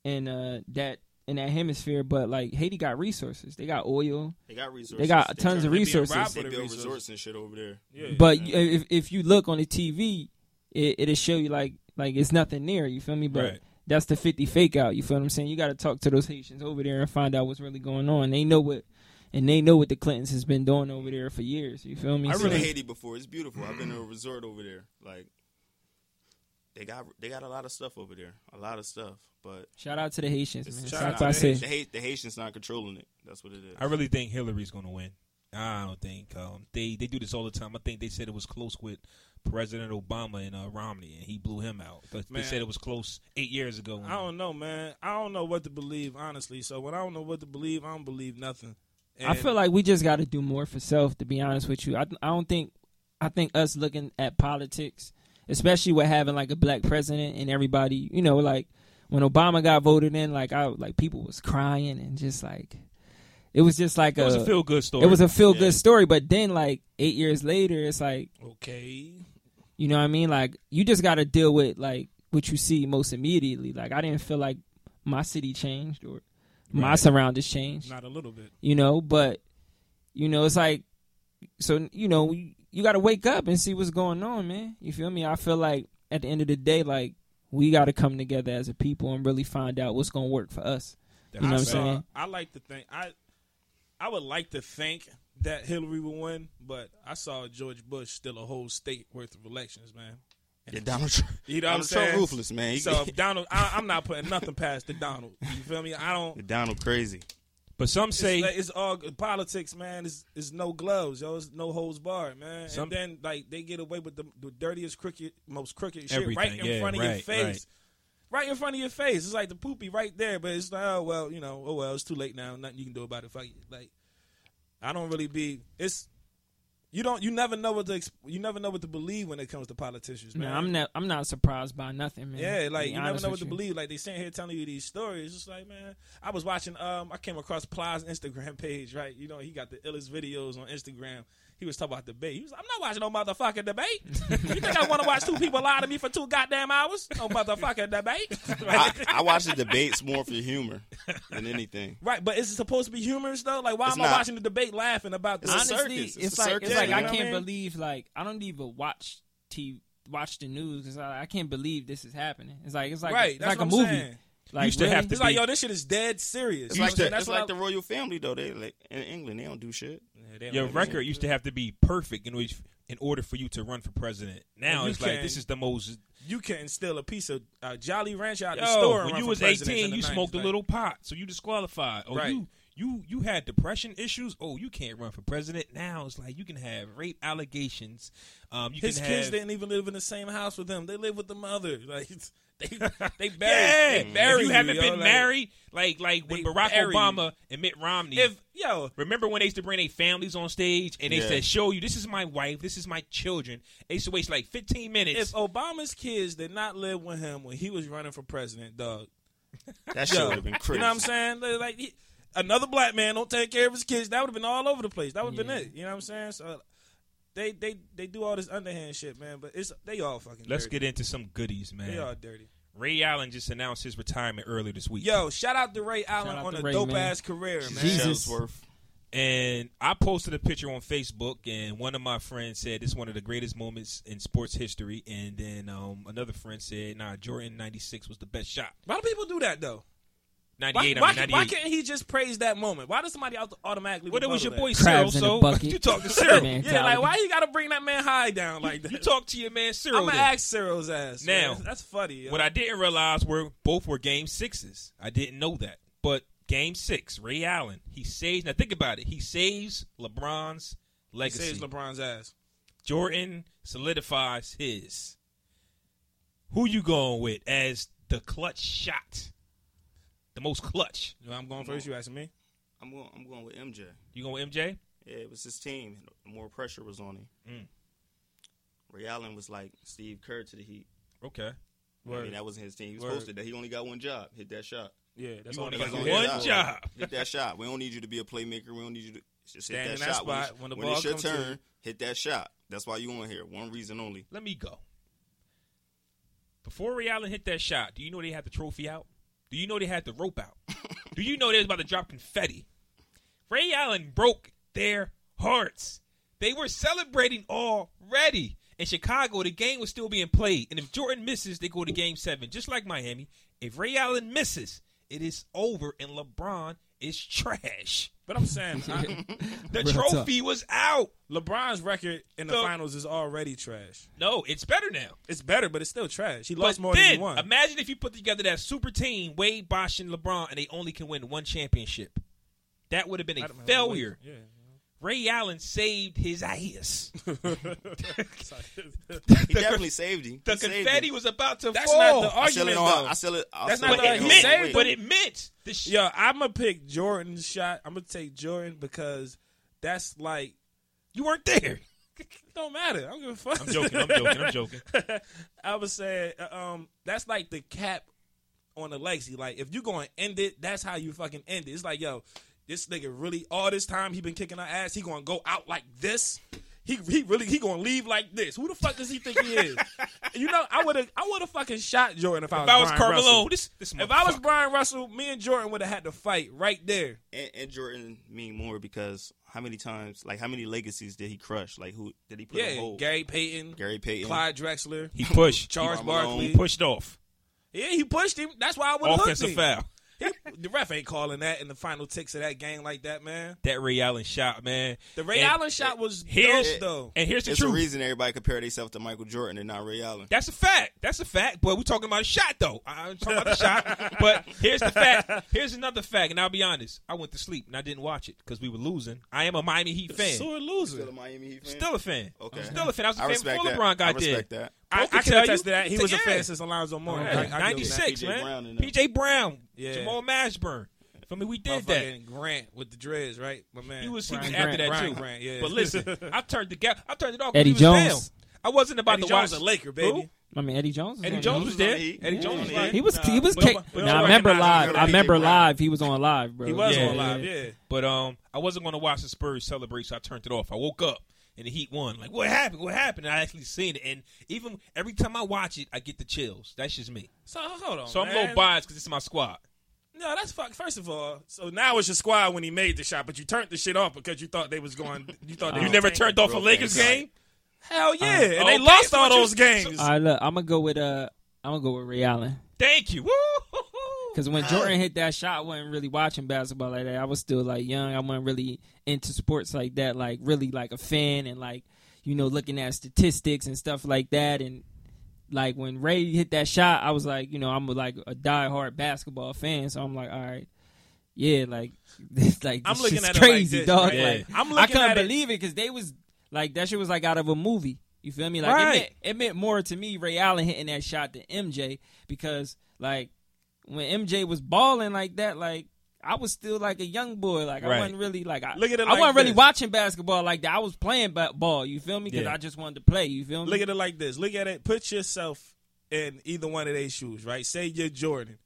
[SPEAKER 6] in uh that in that hemisphere, but like Haiti got resources. They got oil.
[SPEAKER 4] They got resources.
[SPEAKER 6] They got tons of
[SPEAKER 4] trying-
[SPEAKER 6] resources.
[SPEAKER 4] They
[SPEAKER 5] For the
[SPEAKER 4] build
[SPEAKER 5] resources.
[SPEAKER 4] resorts and shit over there.
[SPEAKER 5] Yeah.
[SPEAKER 6] But you- if if you look on the TV, it, it'll show you like like it's nothing near. You feel me? But
[SPEAKER 1] Right.
[SPEAKER 6] that's the fifty fake out. You feel what I'm saying? You got to talk to those Haitians over there and find out what's really going on. They know what, and they know what the Clintons has been doing over there for years. You feel me?
[SPEAKER 4] I
[SPEAKER 6] So-
[SPEAKER 4] really Haiti before. It's beautiful. I've been to a resort over there. Like they got they got a lot of stuff over there. A lot of stuff. But
[SPEAKER 6] Shout out to the Haitians,
[SPEAKER 4] it's-
[SPEAKER 6] man.
[SPEAKER 4] it's
[SPEAKER 6] Shout
[SPEAKER 4] not-
[SPEAKER 6] out to I
[SPEAKER 4] the,
[SPEAKER 6] say.
[SPEAKER 4] Hait- the Haitians not controlling it. That's what it is.
[SPEAKER 1] I really think Hillary's going to win. I don't think um, they they do this all the time. I think they said it was close with President Obama and uh, Romney, and he blew him out. But
[SPEAKER 5] Man.
[SPEAKER 1] they said it was close eight years ago.
[SPEAKER 5] I don't know, man. I don't know what to believe, honestly. So when I don't know what to believe, I don't believe nothing.
[SPEAKER 6] I feel like we just got to do more for self. To be honest with you, I I don't think I think us looking at politics, especially with having like a black president and everybody, you know, like when Obama got voted in, like I like people was crying and just like it was just like
[SPEAKER 1] It was a feel good story.
[SPEAKER 6] Uh, it was a feel good
[SPEAKER 1] Yeah.
[SPEAKER 6] story. But then like eight years later, it's like
[SPEAKER 5] Okay.
[SPEAKER 6] you know what I mean? Like you just got to deal with like what you see most immediately. Like I didn't feel like my city changed or my surroundings changed.
[SPEAKER 5] Not a little bit.
[SPEAKER 6] You know, but you know it's like so you know you, you got to wake up and see what's going on, man. You feel me? I feel like at the end of the day, like we got to come together as a people and really find out what's going to work for us. You know
[SPEAKER 5] I
[SPEAKER 6] what I'm
[SPEAKER 5] saw-
[SPEAKER 6] saying?
[SPEAKER 5] I like to think I I would like to think that Hillary will win, but I saw George Bush still a whole state worth of elections, man.
[SPEAKER 4] Yeah, Donald Trump.
[SPEAKER 5] You know what I'm
[SPEAKER 4] Donald Trump
[SPEAKER 5] saying?
[SPEAKER 4] ruthless, man. He-
[SPEAKER 5] So if Donald, I, I'm not putting nothing past the Donald. You feel me? I don't.
[SPEAKER 4] Donald crazy.
[SPEAKER 1] but some say
[SPEAKER 5] it's, it's all politics, man. It's, it's no gloves, yo. It's no holes barred, man.
[SPEAKER 1] Some-
[SPEAKER 5] and then like they get away with the, the dirtiest, crooked, most crooked shit
[SPEAKER 1] Everything,
[SPEAKER 5] right in
[SPEAKER 1] yeah,
[SPEAKER 5] front of your
[SPEAKER 1] right,
[SPEAKER 5] face.
[SPEAKER 1] right.
[SPEAKER 5] Right in front of your face. It's like the poopy right there, but it's like, oh well, you know, oh well, it's too late now. Nothing you can do about it. Fuck it. Like, I don't really be. It's you don't. You never know what to. ex- You never know what to believe when it comes to politicians,
[SPEAKER 6] No,
[SPEAKER 5] man.
[SPEAKER 6] I'm not. I'm not surprised by nothing, man.
[SPEAKER 5] Yeah,
[SPEAKER 6] To
[SPEAKER 5] like
[SPEAKER 6] be
[SPEAKER 5] you never
[SPEAKER 6] honest
[SPEAKER 5] know
[SPEAKER 6] with
[SPEAKER 5] what to
[SPEAKER 6] you.
[SPEAKER 5] believe. Like they sitting here telling you these stories. It's like, man, I was watching. Um, I came across Plies Instagram page. Right, you know, he got the illest videos on Instagram. He was talking about debate. He was, I'm not watching no motherfucking debate. you think I want to watch two people lie to me for two goddamn hours? No motherfucking debate.
[SPEAKER 4] I,
[SPEAKER 5] right?
[SPEAKER 4] I watch the debates more for humor than anything.
[SPEAKER 5] Right, but is it supposed to be humorous though? Like, why
[SPEAKER 4] It's
[SPEAKER 5] am I
[SPEAKER 4] not.
[SPEAKER 5] watching the debate laughing about this?
[SPEAKER 4] It's a
[SPEAKER 6] honestly,
[SPEAKER 4] circus.
[SPEAKER 6] it's,
[SPEAKER 4] It's a
[SPEAKER 6] like
[SPEAKER 4] circus,
[SPEAKER 6] it's like
[SPEAKER 5] you
[SPEAKER 6] I
[SPEAKER 5] know what I
[SPEAKER 6] can't
[SPEAKER 5] mean?
[SPEAKER 6] believe like I don't even watch TV, watch the news because I, I can't believe this is happening. It's like it's like
[SPEAKER 5] Right,
[SPEAKER 6] it's
[SPEAKER 5] that's
[SPEAKER 6] like
[SPEAKER 5] what
[SPEAKER 6] a
[SPEAKER 5] I'm
[SPEAKER 6] movie.
[SPEAKER 5] saying.
[SPEAKER 6] Like
[SPEAKER 1] used to
[SPEAKER 6] really?
[SPEAKER 1] have to
[SPEAKER 5] It's like,
[SPEAKER 1] be-
[SPEAKER 5] yo, this shit is dead serious.
[SPEAKER 4] It's
[SPEAKER 5] You know
[SPEAKER 4] like,
[SPEAKER 5] what I'm saying?
[SPEAKER 4] the, it's like
[SPEAKER 5] what
[SPEAKER 4] the royal family though. They like in England they don't do shit.
[SPEAKER 1] your record used to have to be perfect in order, in order for you to run for president. Now
[SPEAKER 5] you
[SPEAKER 1] it's like
[SPEAKER 5] can-
[SPEAKER 1] this is the most.
[SPEAKER 5] I- you can steal a piece of uh, Jolly Rancher out
[SPEAKER 1] Yo,
[SPEAKER 5] the store. and
[SPEAKER 1] when
[SPEAKER 5] run
[SPEAKER 1] you
[SPEAKER 5] for
[SPEAKER 1] was
[SPEAKER 5] president in
[SPEAKER 1] eighteen,
[SPEAKER 5] the
[SPEAKER 1] you
[SPEAKER 5] 90s,
[SPEAKER 1] smoked a
[SPEAKER 5] like-
[SPEAKER 1] little pot, so you disqualified. Oh,
[SPEAKER 5] Right.
[SPEAKER 1] you you you had depression issues. Oh, you can't run for president. Now it's like you can have rape allegations. Um, you
[SPEAKER 5] His
[SPEAKER 1] can
[SPEAKER 5] kids
[SPEAKER 1] have,
[SPEAKER 5] didn't even live in the same house with him. They live with the mother. Like they, they buried.
[SPEAKER 1] Yeah,
[SPEAKER 5] they buried
[SPEAKER 1] if you haven't
[SPEAKER 5] yo,
[SPEAKER 1] been
[SPEAKER 5] like,
[SPEAKER 1] married, like like when
[SPEAKER 5] They
[SPEAKER 1] Barack
[SPEAKER 5] bury you.
[SPEAKER 1] Obama and Mitt Romney.
[SPEAKER 5] If yo,
[SPEAKER 1] Remember when they used to bring their families on stage and they
[SPEAKER 4] Yeah.
[SPEAKER 1] said, "Show you, this is my wife, this is my children." They used to waste like 15 minutes.
[SPEAKER 5] if Obama's kids did not live with him when he was running for president, dog,
[SPEAKER 4] That shit would have been crazy.
[SPEAKER 5] you know what I'm saying? They- Like he, another black man don't take care of his kids. That would have been all over the place. That would have
[SPEAKER 6] Yeah.
[SPEAKER 5] been it. You know what I'm saying? So they they they do all this underhand shit, man. But it's they all fucking.
[SPEAKER 1] Let's
[SPEAKER 5] dirty.
[SPEAKER 1] get into some goodies, man.
[SPEAKER 5] They all dirty.
[SPEAKER 1] Ray Allen just announced his retirement earlier this week.
[SPEAKER 5] Yo, shout out to Ray Allen
[SPEAKER 6] out
[SPEAKER 5] on
[SPEAKER 6] to
[SPEAKER 5] a
[SPEAKER 6] Ray,
[SPEAKER 5] dope
[SPEAKER 6] man.
[SPEAKER 5] ass career, man.
[SPEAKER 6] Jesus.
[SPEAKER 4] Shellsworth.
[SPEAKER 1] And I posted a picture on Facebook, and one of my friends said it's one of the greatest moments in sports history. And then um, another friend said, "Nah, Jordan '96 was the best shot.
[SPEAKER 5] Why do people do that though? Why,
[SPEAKER 1] '98, I
[SPEAKER 5] why,
[SPEAKER 1] mean
[SPEAKER 5] can't-
[SPEAKER 1] '98."
[SPEAKER 5] why can't he just praise that moment? Why does somebody auto- automatically?
[SPEAKER 1] well, it was your
[SPEAKER 5] rebuttal
[SPEAKER 1] boy Cyril.
[SPEAKER 6] Crabs in a
[SPEAKER 1] So
[SPEAKER 6] bucket.
[SPEAKER 1] you talk to Cyril.
[SPEAKER 6] Man.
[SPEAKER 5] that?
[SPEAKER 6] boy-
[SPEAKER 5] Yeah, like why you gotta bring that man high down like
[SPEAKER 1] You
[SPEAKER 5] that?
[SPEAKER 1] talk to your man Cyril.
[SPEAKER 5] I'm gonna
[SPEAKER 1] then.
[SPEAKER 5] ask Cyril's ass.
[SPEAKER 1] Now,
[SPEAKER 5] man. that's funny. yo.
[SPEAKER 1] What I didn't realize were both were game sixes. I didn't know that. But game six, Ray Allen, he saves. Now think about it. He saves LeBron's
[SPEAKER 5] he
[SPEAKER 1] legacy.
[SPEAKER 5] saves LeBron's ass.
[SPEAKER 1] Jordan solidifies his. Who you going with as the clutch shot? The most clutch.
[SPEAKER 5] You know, I'm going first. You asking me?
[SPEAKER 4] I'm going. I'm going with MJ.
[SPEAKER 1] You going with MJ?
[SPEAKER 4] Yeah, it was his team. More pressure was on him.
[SPEAKER 1] Mm.
[SPEAKER 4] Ray Allen was like Steve Kerr to the Heat.
[SPEAKER 1] Okay.
[SPEAKER 4] I mean, that wasn't his team. He was
[SPEAKER 5] Word.
[SPEAKER 4] posted that he only got one job. Hit that shot.
[SPEAKER 5] Yeah, that's
[SPEAKER 1] You
[SPEAKER 5] all
[SPEAKER 1] only
[SPEAKER 5] I
[SPEAKER 1] got
[SPEAKER 5] got.
[SPEAKER 1] one
[SPEAKER 5] Yeah.
[SPEAKER 4] job.
[SPEAKER 1] job.
[SPEAKER 4] Hit that shot. We don't need you to be a playmaker. We don't need you to it's just
[SPEAKER 5] Stand
[SPEAKER 4] hit that,
[SPEAKER 5] in that
[SPEAKER 4] shot. when
[SPEAKER 5] spot
[SPEAKER 4] it's,
[SPEAKER 5] when the
[SPEAKER 4] when
[SPEAKER 5] ball
[SPEAKER 4] it's your
[SPEAKER 5] comes to
[SPEAKER 4] turn,
[SPEAKER 5] you.
[SPEAKER 4] hit that shot. That's why you on here. One reason only.
[SPEAKER 1] Let me go. Before Ray Allen hit that shot, do you know they had the trophy out? Do you know they had the rope out? do you know they was about to drop confetti? Ray Allen broke their hearts. They were celebrating already. In Chicago, the game was still being played. And if Jordan misses, they go to game seven, just like Miami. If Ray Allen misses, it is over and LeBron is trash.
[SPEAKER 5] But I'm saying I-
[SPEAKER 1] The
[SPEAKER 6] Real talk.
[SPEAKER 1] trophy was out.
[SPEAKER 5] LeBron's record in the
[SPEAKER 1] So-
[SPEAKER 5] finals is already trash.
[SPEAKER 1] No, it's better now.
[SPEAKER 5] It's better, but it's still trash. He lost
[SPEAKER 1] But
[SPEAKER 5] more
[SPEAKER 1] then,
[SPEAKER 5] than he won.
[SPEAKER 1] Imagine if you put together that super team, Wade, Bosh, and LeBron, and they only can win one championship. That would have been
[SPEAKER 5] I
[SPEAKER 1] a
[SPEAKER 5] don't know.
[SPEAKER 1] failure.
[SPEAKER 5] Yeah.
[SPEAKER 1] Ray Allen saved his ass.
[SPEAKER 4] He definitely saved him.
[SPEAKER 1] The
[SPEAKER 4] He saved
[SPEAKER 1] confetti
[SPEAKER 4] him.
[SPEAKER 1] was about to
[SPEAKER 5] That's
[SPEAKER 1] fall.
[SPEAKER 5] not the
[SPEAKER 4] I sell
[SPEAKER 5] argument
[SPEAKER 4] it
[SPEAKER 5] though.
[SPEAKER 4] on. I sell it. I'll
[SPEAKER 5] That's
[SPEAKER 4] sell
[SPEAKER 5] not
[SPEAKER 4] it
[SPEAKER 5] the
[SPEAKER 1] but,
[SPEAKER 4] on.
[SPEAKER 1] it
[SPEAKER 5] he
[SPEAKER 4] Wait,
[SPEAKER 1] meant,
[SPEAKER 5] saved
[SPEAKER 1] but
[SPEAKER 4] wait.
[SPEAKER 1] it meant the sh-
[SPEAKER 5] Yo, I'm gonna pick Jordan's shot. I'm gonna take Jordan because that's like
[SPEAKER 1] you weren't there.
[SPEAKER 5] don't matter. I don't give a fuck.
[SPEAKER 1] I'm joking. I'm joking. I'm joking.
[SPEAKER 5] I was saying uh, um, that's like the cap on the legacy. Like if you gonna end it, that's how you fucking end it. It's like yo, this nigga really all this time he been kicking our ass. He gonna go out like this. He, he really he gonna leave like this. Who the fuck does he think he is? you know I would have I would have fucking shot Jordan if I
[SPEAKER 1] If
[SPEAKER 5] was
[SPEAKER 1] I was
[SPEAKER 5] Brian
[SPEAKER 1] Carmelo,
[SPEAKER 5] Russell.
[SPEAKER 1] this this
[SPEAKER 5] If I was
[SPEAKER 1] motherfucker.
[SPEAKER 5] Brian Russell, me and Jordan would have had to fight right there.
[SPEAKER 4] and, and Jordan mean more because how many times, like how many legacies did he crush? Like who did he put a
[SPEAKER 5] Yeah,
[SPEAKER 4] hold?
[SPEAKER 5] Gary Payton,
[SPEAKER 4] Gary Payton,
[SPEAKER 5] Clyde Drexler,
[SPEAKER 1] he pushed,
[SPEAKER 5] Charles
[SPEAKER 4] Malone.
[SPEAKER 5] Barkley.
[SPEAKER 1] he pushed off
[SPEAKER 5] Yeah, he pushed him. That's why I would
[SPEAKER 1] offensive foul.
[SPEAKER 5] The ref ain't calling that in the final ticks of that game like that, man.
[SPEAKER 1] That Ray Allen shot, man.
[SPEAKER 5] The Ray
[SPEAKER 1] And-
[SPEAKER 5] Allen shot was
[SPEAKER 1] Here's-
[SPEAKER 5] dope, though.
[SPEAKER 1] And here's the
[SPEAKER 4] It's a
[SPEAKER 1] truth.
[SPEAKER 4] reason everybody compare themselves to Michael Jordan and not Ray Allen.
[SPEAKER 1] That's a fact. That's a fact. But we're talking about a shot, though. I- I'm talking about a shot. But here's the fact. Here's another fact, and I'll be honest. I went to sleep and I didn't watch it because we were losing. I am a Miami Heat fan.
[SPEAKER 4] Still
[SPEAKER 5] Sore
[SPEAKER 4] a
[SPEAKER 5] loser.
[SPEAKER 4] Miami Heat fan.
[SPEAKER 1] Still a fan.
[SPEAKER 4] Okay.
[SPEAKER 1] I'm still a fan. I was a fan
[SPEAKER 4] respect
[SPEAKER 1] before
[SPEAKER 4] that.
[SPEAKER 1] LeBron got
[SPEAKER 4] I respect
[SPEAKER 1] there.
[SPEAKER 4] that.
[SPEAKER 5] I, I
[SPEAKER 1] Bro
[SPEAKER 5] can
[SPEAKER 1] tell
[SPEAKER 5] attest
[SPEAKER 1] you-
[SPEAKER 5] to that. He
[SPEAKER 1] to-
[SPEAKER 5] was a
[SPEAKER 1] yeah.
[SPEAKER 5] fan since Alonzo Moore.
[SPEAKER 1] Yeah,
[SPEAKER 5] I- I give him that.
[SPEAKER 1] 96,
[SPEAKER 4] PJ Brown
[SPEAKER 1] man.
[SPEAKER 4] and them.
[SPEAKER 1] PJ Brown.
[SPEAKER 5] Yeah.
[SPEAKER 1] Jamal Mashburn. For me, we did that.
[SPEAKER 5] Motherfucking Grant with the dreads, right? My man.
[SPEAKER 1] He was, he was
[SPEAKER 6] Brian
[SPEAKER 1] after
[SPEAKER 6] Grant.
[SPEAKER 1] that,
[SPEAKER 5] Brian
[SPEAKER 1] too.
[SPEAKER 5] Grant, yeah.
[SPEAKER 1] But listen, I turned the gap. I turned it off. 'cause he
[SPEAKER 6] Eddie
[SPEAKER 1] was down.
[SPEAKER 6] Jones.
[SPEAKER 1] I wasn't about
[SPEAKER 5] Eddie
[SPEAKER 1] to watch
[SPEAKER 5] Jones a Laker, baby.
[SPEAKER 6] I mean, Eddie Jones. is
[SPEAKER 1] Eddie
[SPEAKER 6] on
[SPEAKER 1] Jones
[SPEAKER 6] there.
[SPEAKER 1] was there.
[SPEAKER 4] He was on the Heat.
[SPEAKER 1] Eddie
[SPEAKER 4] Yeah.
[SPEAKER 1] Jones was
[SPEAKER 4] He
[SPEAKER 1] there.
[SPEAKER 6] He was. he was.
[SPEAKER 1] but-
[SPEAKER 6] ca-
[SPEAKER 1] but-
[SPEAKER 6] nah, I remember live. I
[SPEAKER 4] P.J.
[SPEAKER 6] remember
[SPEAKER 4] Brown.
[SPEAKER 6] live. He was on live, bro.
[SPEAKER 5] He was
[SPEAKER 1] Yeah.
[SPEAKER 5] on live, yeah.
[SPEAKER 1] But um, I wasn't going to watch the Spurs celebrate, so I turned it off. I woke up and the Heat won. Like, what happened? What happened? And I actually seen it, and even every time I watch it, I get the chills. That's just me.
[SPEAKER 5] So hold on.
[SPEAKER 1] So I'm a
[SPEAKER 5] man.
[SPEAKER 1] little biased because it's my squad.
[SPEAKER 5] No, that's fuck. First of all, so now it's your squad when he made the shot, but you turned the shit off because you thought they was going. You thought they
[SPEAKER 1] You
[SPEAKER 5] was
[SPEAKER 1] never
[SPEAKER 5] tanking.
[SPEAKER 1] turned off a Lakers game.
[SPEAKER 5] Hell yeah, and
[SPEAKER 1] okay,
[SPEAKER 5] they lost
[SPEAKER 1] so
[SPEAKER 5] all
[SPEAKER 1] what you-
[SPEAKER 5] those games.
[SPEAKER 6] All right, look, I'm gonna go with uh, I'm gonna go with Ray Allen
[SPEAKER 1] Thank you. Woo!
[SPEAKER 6] because when Jordan hit that shot, I wasn't really watching basketball like that. I was still like young. I wasn't really into sports like that, like really like a fan and like you know looking at statistics and stuff like that. And like when Ray hit that shot, I was like, you know, I'm like a diehard basketball fan, so I'm like, all right. Yeah, like, like
[SPEAKER 5] I'm
[SPEAKER 6] this
[SPEAKER 5] looking
[SPEAKER 6] shit's
[SPEAKER 5] at it like
[SPEAKER 6] crazy,
[SPEAKER 5] this,
[SPEAKER 6] dog.
[SPEAKER 5] right?
[SPEAKER 6] Like,
[SPEAKER 5] Yeah. I'm
[SPEAKER 6] I
[SPEAKER 5] looking
[SPEAKER 6] couldn't
[SPEAKER 5] at it-
[SPEAKER 6] believe it because they was like that shit was like out of a movie. You feel me? Like it,
[SPEAKER 5] Right.
[SPEAKER 6] meant, it meant more to me Ray Allen hitting that shot than MJ because like when MJ was balling like that, like I was still like a young boy. Like I
[SPEAKER 1] Right.
[SPEAKER 6] wasn't really like I,
[SPEAKER 5] Look at it
[SPEAKER 6] I
[SPEAKER 5] like
[SPEAKER 6] wasn't really
[SPEAKER 5] this.
[SPEAKER 6] watching basketball like that. I was playing ba- ball. You feel me? Because
[SPEAKER 1] Yeah.
[SPEAKER 6] I just wanted to play. You feel me?
[SPEAKER 5] Look at it like this. Look at it. Put yourself in either one of their shoes, right? Say you're Jordan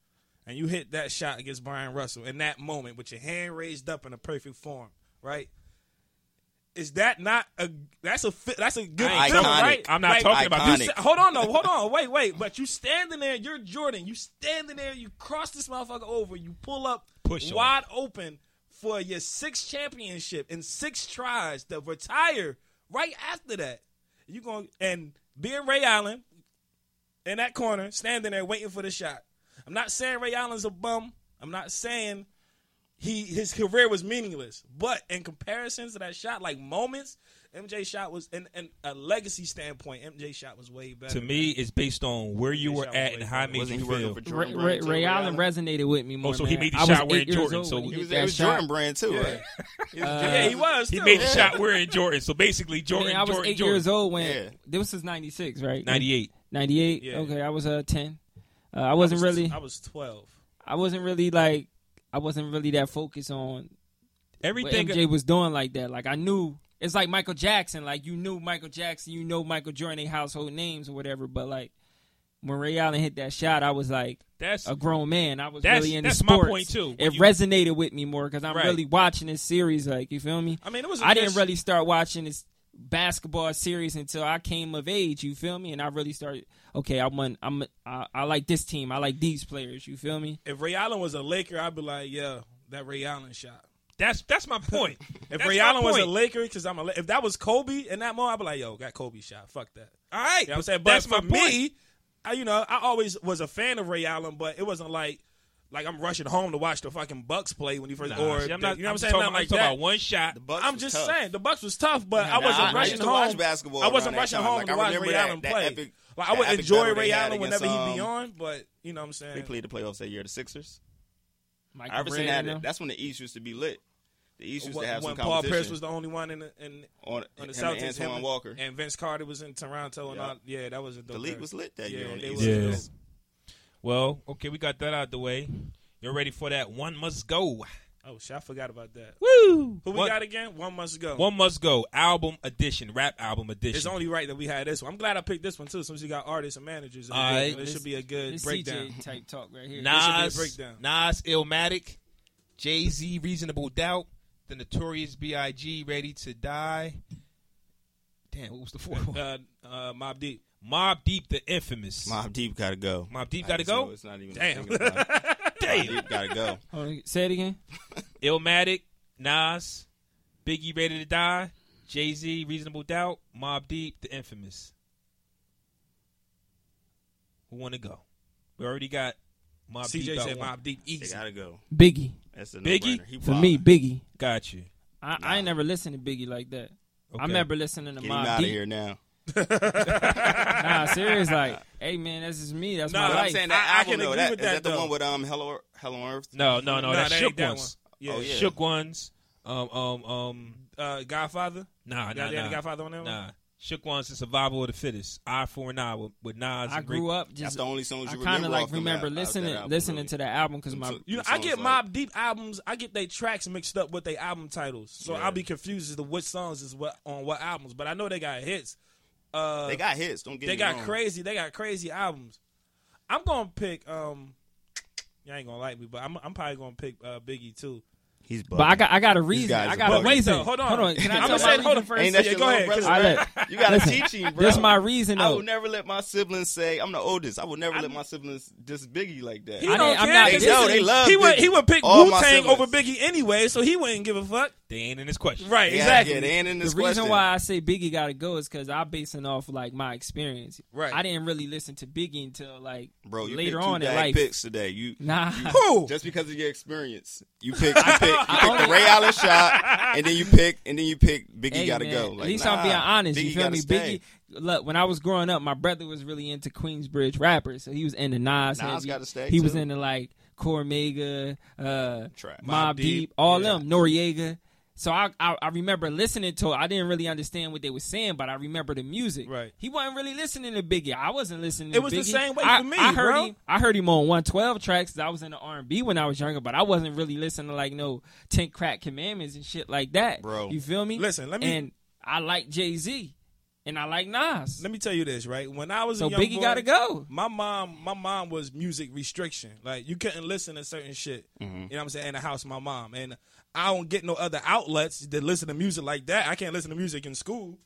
[SPEAKER 5] and you hit that shot against Brian Russell in that moment with your hand raised up in a perfect form, right? Is that not a that's a fi- that's a good
[SPEAKER 4] Iconic.
[SPEAKER 5] feeling, right?
[SPEAKER 1] I'm not
[SPEAKER 5] Like,
[SPEAKER 1] talking about
[SPEAKER 5] you
[SPEAKER 4] Iconic.
[SPEAKER 5] sa- hold on, though. Hold on. Wait, wait. But you standing there. You're Jordan. You standing there. You cross this motherfucker over. You pull up
[SPEAKER 1] Push him.
[SPEAKER 5] wide open for your sixth championship in six tries to retire right after that. You going and being Ray Allen in that corner, standing there waiting for the shot. I'm not saying Ray Allen's a bum. I'm not saying he his career was meaningless. But in comparison to that shot, like moments, MJ shot was in, in a legacy standpoint. MJ shot was way better.
[SPEAKER 1] To me, it's based on where you were
[SPEAKER 5] Shot was
[SPEAKER 1] at and
[SPEAKER 5] way
[SPEAKER 1] how it
[SPEAKER 5] better.
[SPEAKER 1] made
[SPEAKER 4] Wasn't
[SPEAKER 1] you
[SPEAKER 4] he working
[SPEAKER 1] feel.
[SPEAKER 4] for
[SPEAKER 6] Ray,
[SPEAKER 4] Jordan
[SPEAKER 6] Ray,
[SPEAKER 4] Brand? too, Ray
[SPEAKER 6] Allen resonated with me more.
[SPEAKER 1] so he
[SPEAKER 6] man.
[SPEAKER 1] made the
[SPEAKER 6] I was
[SPEAKER 1] shot wearing
[SPEAKER 6] eight years
[SPEAKER 1] Jordan,
[SPEAKER 6] old
[SPEAKER 1] so
[SPEAKER 6] when
[SPEAKER 4] He
[SPEAKER 6] hit
[SPEAKER 4] was,
[SPEAKER 6] that
[SPEAKER 4] it was
[SPEAKER 6] shot.
[SPEAKER 4] Jordan Brand too, right? He was Jordan-
[SPEAKER 5] yeah, Uh, he was.
[SPEAKER 1] He
[SPEAKER 5] too.
[SPEAKER 1] made the shot wearing Jordan. So basically, Jordan,
[SPEAKER 6] I mean, I was
[SPEAKER 1] Jordan,
[SPEAKER 6] eight
[SPEAKER 1] Jordan.
[SPEAKER 6] years old when
[SPEAKER 4] Yeah.
[SPEAKER 6] this was ninety six, right?
[SPEAKER 1] 98.
[SPEAKER 6] 98
[SPEAKER 5] Yeah.
[SPEAKER 6] okay i was uh 10 uh, i wasn't
[SPEAKER 5] I was-
[SPEAKER 6] really
[SPEAKER 5] I was 12.
[SPEAKER 6] i wasn't really like i wasn't really that focused on what
[SPEAKER 1] Everything.
[SPEAKER 6] mj was doing like that like i knew it's like michael jackson like you knew michael jackson you know michael jordan they household names or whatever but like when ray allen hit that shot i was like
[SPEAKER 1] That's
[SPEAKER 6] a grown man i was
[SPEAKER 1] That's-
[SPEAKER 6] really into
[SPEAKER 1] that's my
[SPEAKER 6] sports
[SPEAKER 1] point, too.
[SPEAKER 6] it
[SPEAKER 1] You-
[SPEAKER 6] resonated with me more because i'm
[SPEAKER 1] Right.
[SPEAKER 6] really watching this series like you feel me
[SPEAKER 5] I mean, it was. I
[SPEAKER 6] I didn't really start watching this basketball series until I came of age. You feel me? And I really started. Okay, I want. I'm. I, I like this team. I like these players. You feel me?
[SPEAKER 5] If Ray Allen was a Laker, I'd be like, yeah, that Ray Allen shot.
[SPEAKER 1] that's that's my point.
[SPEAKER 5] If
[SPEAKER 1] That's
[SPEAKER 5] Ray
[SPEAKER 1] my
[SPEAKER 5] Allen was a
[SPEAKER 1] point.
[SPEAKER 5] Laker, because I'm a. La- If that was Kobe in that moment, I'd be like, yo, got Kobe shot. Fuck that.
[SPEAKER 1] all right,
[SPEAKER 5] You know what I'm saying? But
[SPEAKER 1] that's my
[SPEAKER 5] for
[SPEAKER 1] point.
[SPEAKER 5] me, I, you know, I always was a fan of Ray Allen, but it wasn't like like I'm rushing home to watch the fucking Bucks play when he first.
[SPEAKER 1] Nah,
[SPEAKER 5] or
[SPEAKER 1] see, I'm
[SPEAKER 5] the-
[SPEAKER 1] not,
[SPEAKER 5] you know what I'm
[SPEAKER 1] just
[SPEAKER 5] saying?
[SPEAKER 1] Talking,
[SPEAKER 5] Nothing
[SPEAKER 1] I'm
[SPEAKER 5] like
[SPEAKER 1] talking
[SPEAKER 5] that.
[SPEAKER 1] about one shot.
[SPEAKER 4] The Bucks
[SPEAKER 5] I'm
[SPEAKER 4] was
[SPEAKER 5] just
[SPEAKER 4] tough.
[SPEAKER 5] saying the Bucks was tough, but
[SPEAKER 4] Nah,
[SPEAKER 5] I wasn't
[SPEAKER 4] I- I
[SPEAKER 5] rushing
[SPEAKER 4] used to
[SPEAKER 5] home.
[SPEAKER 4] watch basketball
[SPEAKER 5] I
[SPEAKER 4] around
[SPEAKER 5] wasn't
[SPEAKER 4] that
[SPEAKER 5] rushing
[SPEAKER 4] time.
[SPEAKER 5] home
[SPEAKER 4] Like,
[SPEAKER 5] to
[SPEAKER 4] I
[SPEAKER 5] watch
[SPEAKER 4] remember
[SPEAKER 5] Ray
[SPEAKER 4] that-
[SPEAKER 5] Allen
[SPEAKER 4] that
[SPEAKER 5] play.
[SPEAKER 4] epic-
[SPEAKER 5] like I
[SPEAKER 4] that
[SPEAKER 5] would
[SPEAKER 4] epic
[SPEAKER 5] enjoy
[SPEAKER 4] battle they
[SPEAKER 5] Ray
[SPEAKER 4] had
[SPEAKER 5] Allen
[SPEAKER 4] against,
[SPEAKER 5] whenever he be
[SPEAKER 4] um,
[SPEAKER 5] on, but you know what I'm
[SPEAKER 4] We
[SPEAKER 5] saying.
[SPEAKER 4] played the playoffs that year, the Sixers.
[SPEAKER 6] Michael
[SPEAKER 4] Iverson
[SPEAKER 6] Red
[SPEAKER 4] had
[SPEAKER 6] and
[SPEAKER 4] it.
[SPEAKER 6] them.
[SPEAKER 4] That's when the East used to be lit. The East used
[SPEAKER 5] When-
[SPEAKER 4] to have
[SPEAKER 5] when
[SPEAKER 4] some
[SPEAKER 5] Paul
[SPEAKER 4] competition.
[SPEAKER 5] Pierce was the only one in the, in,
[SPEAKER 4] on,
[SPEAKER 5] on the
[SPEAKER 4] him and
[SPEAKER 5] Celtics,
[SPEAKER 4] Antoine
[SPEAKER 5] him and-
[SPEAKER 4] Walker.
[SPEAKER 5] and Vince Carter was in Toronto, and
[SPEAKER 4] Yeah.
[SPEAKER 5] all, yeah, that was a dope
[SPEAKER 4] the league
[SPEAKER 5] era.
[SPEAKER 4] was lit that
[SPEAKER 5] Yeah,
[SPEAKER 4] year on
[SPEAKER 5] they
[SPEAKER 4] the East.
[SPEAKER 5] was
[SPEAKER 1] Yeah.
[SPEAKER 5] dope.
[SPEAKER 1] Well, okay, we got that out the way. You're ready for that one must go.
[SPEAKER 5] Oh shit, I forgot about that.
[SPEAKER 1] Woo!
[SPEAKER 5] Who we
[SPEAKER 1] one,
[SPEAKER 5] got again? One must go.
[SPEAKER 1] One must go. Album edition. Rap album edition.
[SPEAKER 5] Oh. It's only right that we had this one. I'm glad I picked this one too, since you got artists and managers. in
[SPEAKER 1] All
[SPEAKER 5] there.
[SPEAKER 1] right.
[SPEAKER 5] This should be a good
[SPEAKER 6] This
[SPEAKER 5] breakdown.
[SPEAKER 6] CJ type talk right here.
[SPEAKER 5] be a
[SPEAKER 1] Nas,
[SPEAKER 5] breakdown.
[SPEAKER 1] Nas, Illmatic, Jay Z, Reasonable Doubt, The Notorious B.I.G., Ready to Die. Damn, what was the fourth one?
[SPEAKER 5] Uh, uh, Mob Deep.
[SPEAKER 1] Mob Deep, The Infamous.
[SPEAKER 4] Mob Deep gotta go.
[SPEAKER 1] Mobb Deep
[SPEAKER 4] I
[SPEAKER 1] gotta
[SPEAKER 4] just
[SPEAKER 1] go?
[SPEAKER 4] know It's not even
[SPEAKER 5] Damn.
[SPEAKER 4] thinking about it. Mobb
[SPEAKER 1] Damn.
[SPEAKER 4] Deep gotta go.
[SPEAKER 6] Hold on, say it again.
[SPEAKER 1] Illmatic, Nas, Biggie, Ready to Die, Jay Z, Reasonable Doubt, Mob Deep, The Infamous. Who want to go? We already got Mob Deep.
[SPEAKER 5] CJ
[SPEAKER 1] out
[SPEAKER 5] said
[SPEAKER 1] one.
[SPEAKER 5] Mob Deep
[SPEAKER 4] They
[SPEAKER 5] easy.
[SPEAKER 4] gotta go.
[SPEAKER 6] Biggie
[SPEAKER 4] That's a
[SPEAKER 1] Biggie?
[SPEAKER 4] no-brainer. He
[SPEAKER 6] for me. Biggie.
[SPEAKER 1] Got you.
[SPEAKER 6] I, I ain't never listened to Biggie like that.
[SPEAKER 1] Okay.
[SPEAKER 6] I remember listening to
[SPEAKER 4] Get him
[SPEAKER 6] Mobb
[SPEAKER 4] out of
[SPEAKER 6] Deep.
[SPEAKER 4] here now.
[SPEAKER 6] Nah, serious. Like, hey man, that's just me. That's
[SPEAKER 5] Nah,
[SPEAKER 6] my
[SPEAKER 5] but
[SPEAKER 4] But
[SPEAKER 6] life.
[SPEAKER 4] I'm saying
[SPEAKER 5] I- I
[SPEAKER 4] that
[SPEAKER 5] can
[SPEAKER 4] album though.
[SPEAKER 5] agree
[SPEAKER 4] That,
[SPEAKER 5] with
[SPEAKER 4] is
[SPEAKER 5] that,
[SPEAKER 4] that the
[SPEAKER 5] though.
[SPEAKER 4] one with um Hello Hello on Earth?
[SPEAKER 1] No, no, no.
[SPEAKER 5] Nah,
[SPEAKER 1] that's
[SPEAKER 5] that
[SPEAKER 1] shook
[SPEAKER 5] ain't that
[SPEAKER 1] ones.
[SPEAKER 5] Yeah.
[SPEAKER 4] Oh, yeah.
[SPEAKER 1] Shook ones. Um, um, um.
[SPEAKER 5] Uh, Godfather.
[SPEAKER 1] Nah,
[SPEAKER 5] Got
[SPEAKER 1] nah,
[SPEAKER 5] the other
[SPEAKER 1] nah.
[SPEAKER 5] Godfather on that one?
[SPEAKER 1] Nah. Shook ones the survival of the fittest. Eye for an eye with, with Nas.
[SPEAKER 6] I
[SPEAKER 1] and Rick.
[SPEAKER 6] grew up
[SPEAKER 4] That's
[SPEAKER 6] just.
[SPEAKER 4] the only songs
[SPEAKER 6] I
[SPEAKER 4] you
[SPEAKER 6] kind
[SPEAKER 4] remember.
[SPEAKER 6] of
[SPEAKER 4] off
[SPEAKER 6] like
[SPEAKER 4] them
[SPEAKER 6] remember
[SPEAKER 4] out- out
[SPEAKER 6] listening
[SPEAKER 4] that album,
[SPEAKER 6] listening
[SPEAKER 4] really.
[SPEAKER 6] to the album because my
[SPEAKER 5] You know, I get Mob Deep albums. I get they tracks mixed up with their album titles, so I'll be confused as to which songs is what on what albums. But I know they got hits. Uh,
[SPEAKER 4] They got hits. Don't get
[SPEAKER 5] they
[SPEAKER 4] me
[SPEAKER 5] got
[SPEAKER 4] wrong.
[SPEAKER 5] crazy. They got crazy albums. I'm gonna pick. Um, you ain't gonna like me, but I'm, I'm probably gonna pick uh, Biggie too.
[SPEAKER 4] He's
[SPEAKER 6] but I got I got a reason.
[SPEAKER 4] guys
[SPEAKER 6] I
[SPEAKER 4] are
[SPEAKER 6] got a
[SPEAKER 4] bugging.
[SPEAKER 6] reason.
[SPEAKER 5] No, hold on.
[SPEAKER 6] hold on. Can I
[SPEAKER 5] I'm
[SPEAKER 6] tell
[SPEAKER 5] gonna
[SPEAKER 6] my
[SPEAKER 5] say,
[SPEAKER 6] reason
[SPEAKER 5] hold on.
[SPEAKER 6] first?
[SPEAKER 4] Ain't that
[SPEAKER 5] Yeah,
[SPEAKER 4] your
[SPEAKER 5] go
[SPEAKER 4] little brother,
[SPEAKER 5] ahead,
[SPEAKER 4] man?
[SPEAKER 5] Chris.
[SPEAKER 6] I let-
[SPEAKER 4] you gotta
[SPEAKER 6] listen,
[SPEAKER 4] teach him, bro.
[SPEAKER 6] That's my reason
[SPEAKER 4] I
[SPEAKER 6] though.
[SPEAKER 4] will never let my siblings say I'm the oldest. I will never let my siblings diss Biggie like that.
[SPEAKER 5] He
[SPEAKER 6] I
[SPEAKER 5] don't
[SPEAKER 6] didn't- I'm
[SPEAKER 5] care
[SPEAKER 6] not-
[SPEAKER 5] because
[SPEAKER 6] They know,
[SPEAKER 4] they love
[SPEAKER 5] he would
[SPEAKER 4] Biggie.
[SPEAKER 5] he would pick
[SPEAKER 4] All
[SPEAKER 5] Wu
[SPEAKER 4] my
[SPEAKER 5] Tang
[SPEAKER 4] siblings.
[SPEAKER 5] over Biggie anyway, so he wouldn't give a fuck.
[SPEAKER 1] They ain't in this question.
[SPEAKER 5] Right,
[SPEAKER 4] Yeah,
[SPEAKER 5] exactly.
[SPEAKER 4] Yeah, they ain't in
[SPEAKER 6] the
[SPEAKER 4] this
[SPEAKER 6] reason
[SPEAKER 4] question.
[SPEAKER 6] why I say Biggie got to go is because I'm basing off like my experience.
[SPEAKER 5] Right.
[SPEAKER 6] I didn't really listen to Biggie until like
[SPEAKER 4] Bro, you
[SPEAKER 6] later
[SPEAKER 4] picked two
[SPEAKER 6] on in
[SPEAKER 4] bad
[SPEAKER 6] life.
[SPEAKER 4] picks today. You
[SPEAKER 6] Nah.
[SPEAKER 5] Who?
[SPEAKER 4] just because of your experience, you pick, you pick, you pick the Ray Allen shot, and then you pick, and then you pick Biggie
[SPEAKER 6] Hey,
[SPEAKER 4] gotta
[SPEAKER 6] man,
[SPEAKER 4] go. Like,
[SPEAKER 6] at least
[SPEAKER 4] nah,
[SPEAKER 6] I'm being honest.
[SPEAKER 4] Biggie
[SPEAKER 6] you feel
[SPEAKER 4] gotta
[SPEAKER 6] me?
[SPEAKER 4] stay.
[SPEAKER 6] Biggie. Look, when I was growing up, my brother was really into Queensbridge rappers, so he was into Nas.
[SPEAKER 4] Nas
[SPEAKER 6] heavy.
[SPEAKER 4] gotta stay,
[SPEAKER 6] He was
[SPEAKER 4] too.
[SPEAKER 6] into like Cormega, uh,
[SPEAKER 4] Trap. Mobb
[SPEAKER 6] Mob Deep,
[SPEAKER 4] Deep,
[SPEAKER 6] all
[SPEAKER 4] yeah.
[SPEAKER 6] them, Noriega. So I, I I remember listening to. it. I didn't really understand what they were saying, but I remember the music.
[SPEAKER 5] Right.
[SPEAKER 6] He wasn't really listening to Biggie. I wasn't listening.
[SPEAKER 5] It
[SPEAKER 6] to
[SPEAKER 5] was the
[SPEAKER 6] Biggie.
[SPEAKER 5] same way
[SPEAKER 6] I,
[SPEAKER 5] for me,
[SPEAKER 6] I heard
[SPEAKER 5] bro.
[SPEAKER 6] him. I heard him on 112 tracks. 'cause I was into R&B when I was younger, but I wasn't really listening to like no Ten Crack Commandments and shit like that.
[SPEAKER 4] Bro.
[SPEAKER 6] you feel me?
[SPEAKER 5] Listen, let me-
[SPEAKER 6] And I like Jay Z, and I like Nas.
[SPEAKER 5] Let me tell you this, right? When I was
[SPEAKER 6] so
[SPEAKER 5] a young
[SPEAKER 6] Biggie
[SPEAKER 5] boy,
[SPEAKER 6] got to go.
[SPEAKER 5] My mom, my mom was music restriction. Like you couldn't listen to certain shit.
[SPEAKER 6] Mm-hmm.
[SPEAKER 5] You know what I'm saying? In the house, of my mom and I don't get no other outlets that listen to music like that. I can't listen to music in school.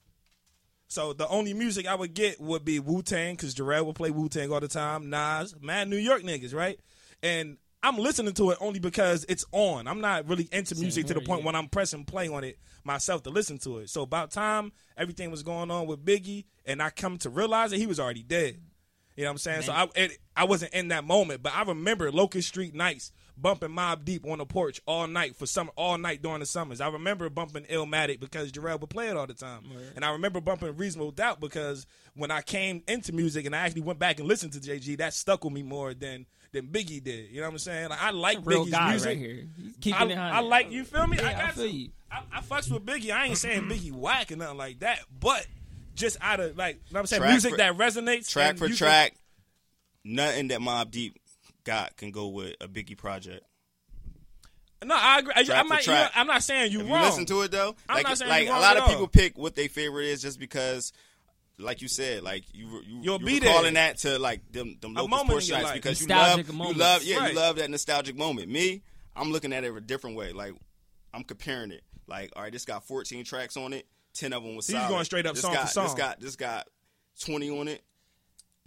[SPEAKER 5] So the only music I would get would be Wu Tang because Jarrell would play Wu Tang all the time. Nas, mad New York niggas, right? And I'm listening to it only because it's on. I'm not really into music to the
[SPEAKER 6] here,
[SPEAKER 5] point
[SPEAKER 6] yeah.
[SPEAKER 5] when I'm pressing play on it myself to listen to it. So about time everything was going on with Biggie, and I come to realize that he was already dead. You know what I'm saying? So I it, I wasn't in that moment, but I remember Locust Street nights bumping Mob Deep on the porch all night for summer, all night during the summers. I remember bumping Illmatic because Jarrell would play it all the time, and I remember bumping Reasonable Doubt because when I came into music and I actually went back and listened to JG, that stuck with me more than than Biggie did. You know what I'm saying? Like, I like
[SPEAKER 6] Real
[SPEAKER 5] Biggie's
[SPEAKER 6] guy
[SPEAKER 5] music.
[SPEAKER 6] Oh, right here. He's keeping
[SPEAKER 5] I,
[SPEAKER 6] it
[SPEAKER 5] I
[SPEAKER 6] hundred.
[SPEAKER 5] like you. Feel me? I
[SPEAKER 6] Yeah, I
[SPEAKER 5] got
[SPEAKER 6] feel
[SPEAKER 5] to.
[SPEAKER 6] you.
[SPEAKER 5] I, I fucks with Biggie. I ain't saying Biggie whack or nothing like that, but just out of like, you know what I'm saying,
[SPEAKER 4] Track
[SPEAKER 5] music
[SPEAKER 4] for-
[SPEAKER 5] that resonates.
[SPEAKER 4] track
[SPEAKER 5] and
[SPEAKER 4] for
[SPEAKER 5] you can-
[SPEAKER 4] track, nothing that Mob Deep got can go with a Biggie project.
[SPEAKER 5] No, I agree. I,
[SPEAKER 4] Track
[SPEAKER 5] am
[SPEAKER 4] for
[SPEAKER 5] not, you
[SPEAKER 4] track.
[SPEAKER 5] know, I'm not saying you
[SPEAKER 4] If
[SPEAKER 5] wrong.
[SPEAKER 4] you listen to it though,
[SPEAKER 5] I'm
[SPEAKER 4] like,
[SPEAKER 5] not saying
[SPEAKER 4] like
[SPEAKER 5] you're wrong
[SPEAKER 4] a lot
[SPEAKER 5] at
[SPEAKER 4] of
[SPEAKER 5] all.
[SPEAKER 4] people pick what their favorite is just because, like you said, like you were- you
[SPEAKER 5] You'll
[SPEAKER 4] you
[SPEAKER 5] be
[SPEAKER 4] were
[SPEAKER 5] there.
[SPEAKER 4] calling that to like them them local
[SPEAKER 5] moment
[SPEAKER 4] sports
[SPEAKER 5] in your
[SPEAKER 4] nights
[SPEAKER 5] life.
[SPEAKER 4] because you
[SPEAKER 6] Nostalgic
[SPEAKER 4] love
[SPEAKER 6] moments.
[SPEAKER 4] you love yeah
[SPEAKER 5] Right.
[SPEAKER 4] you love that nostalgic moment. Me, I'm looking at it a different way. Like I'm comparing it. Like all right, this got 14 tracks on it. Ten of them was
[SPEAKER 5] So you
[SPEAKER 4] solid.
[SPEAKER 5] going straight up
[SPEAKER 4] this
[SPEAKER 5] song for
[SPEAKER 4] got, This
[SPEAKER 5] song.
[SPEAKER 4] got this got 20 on it.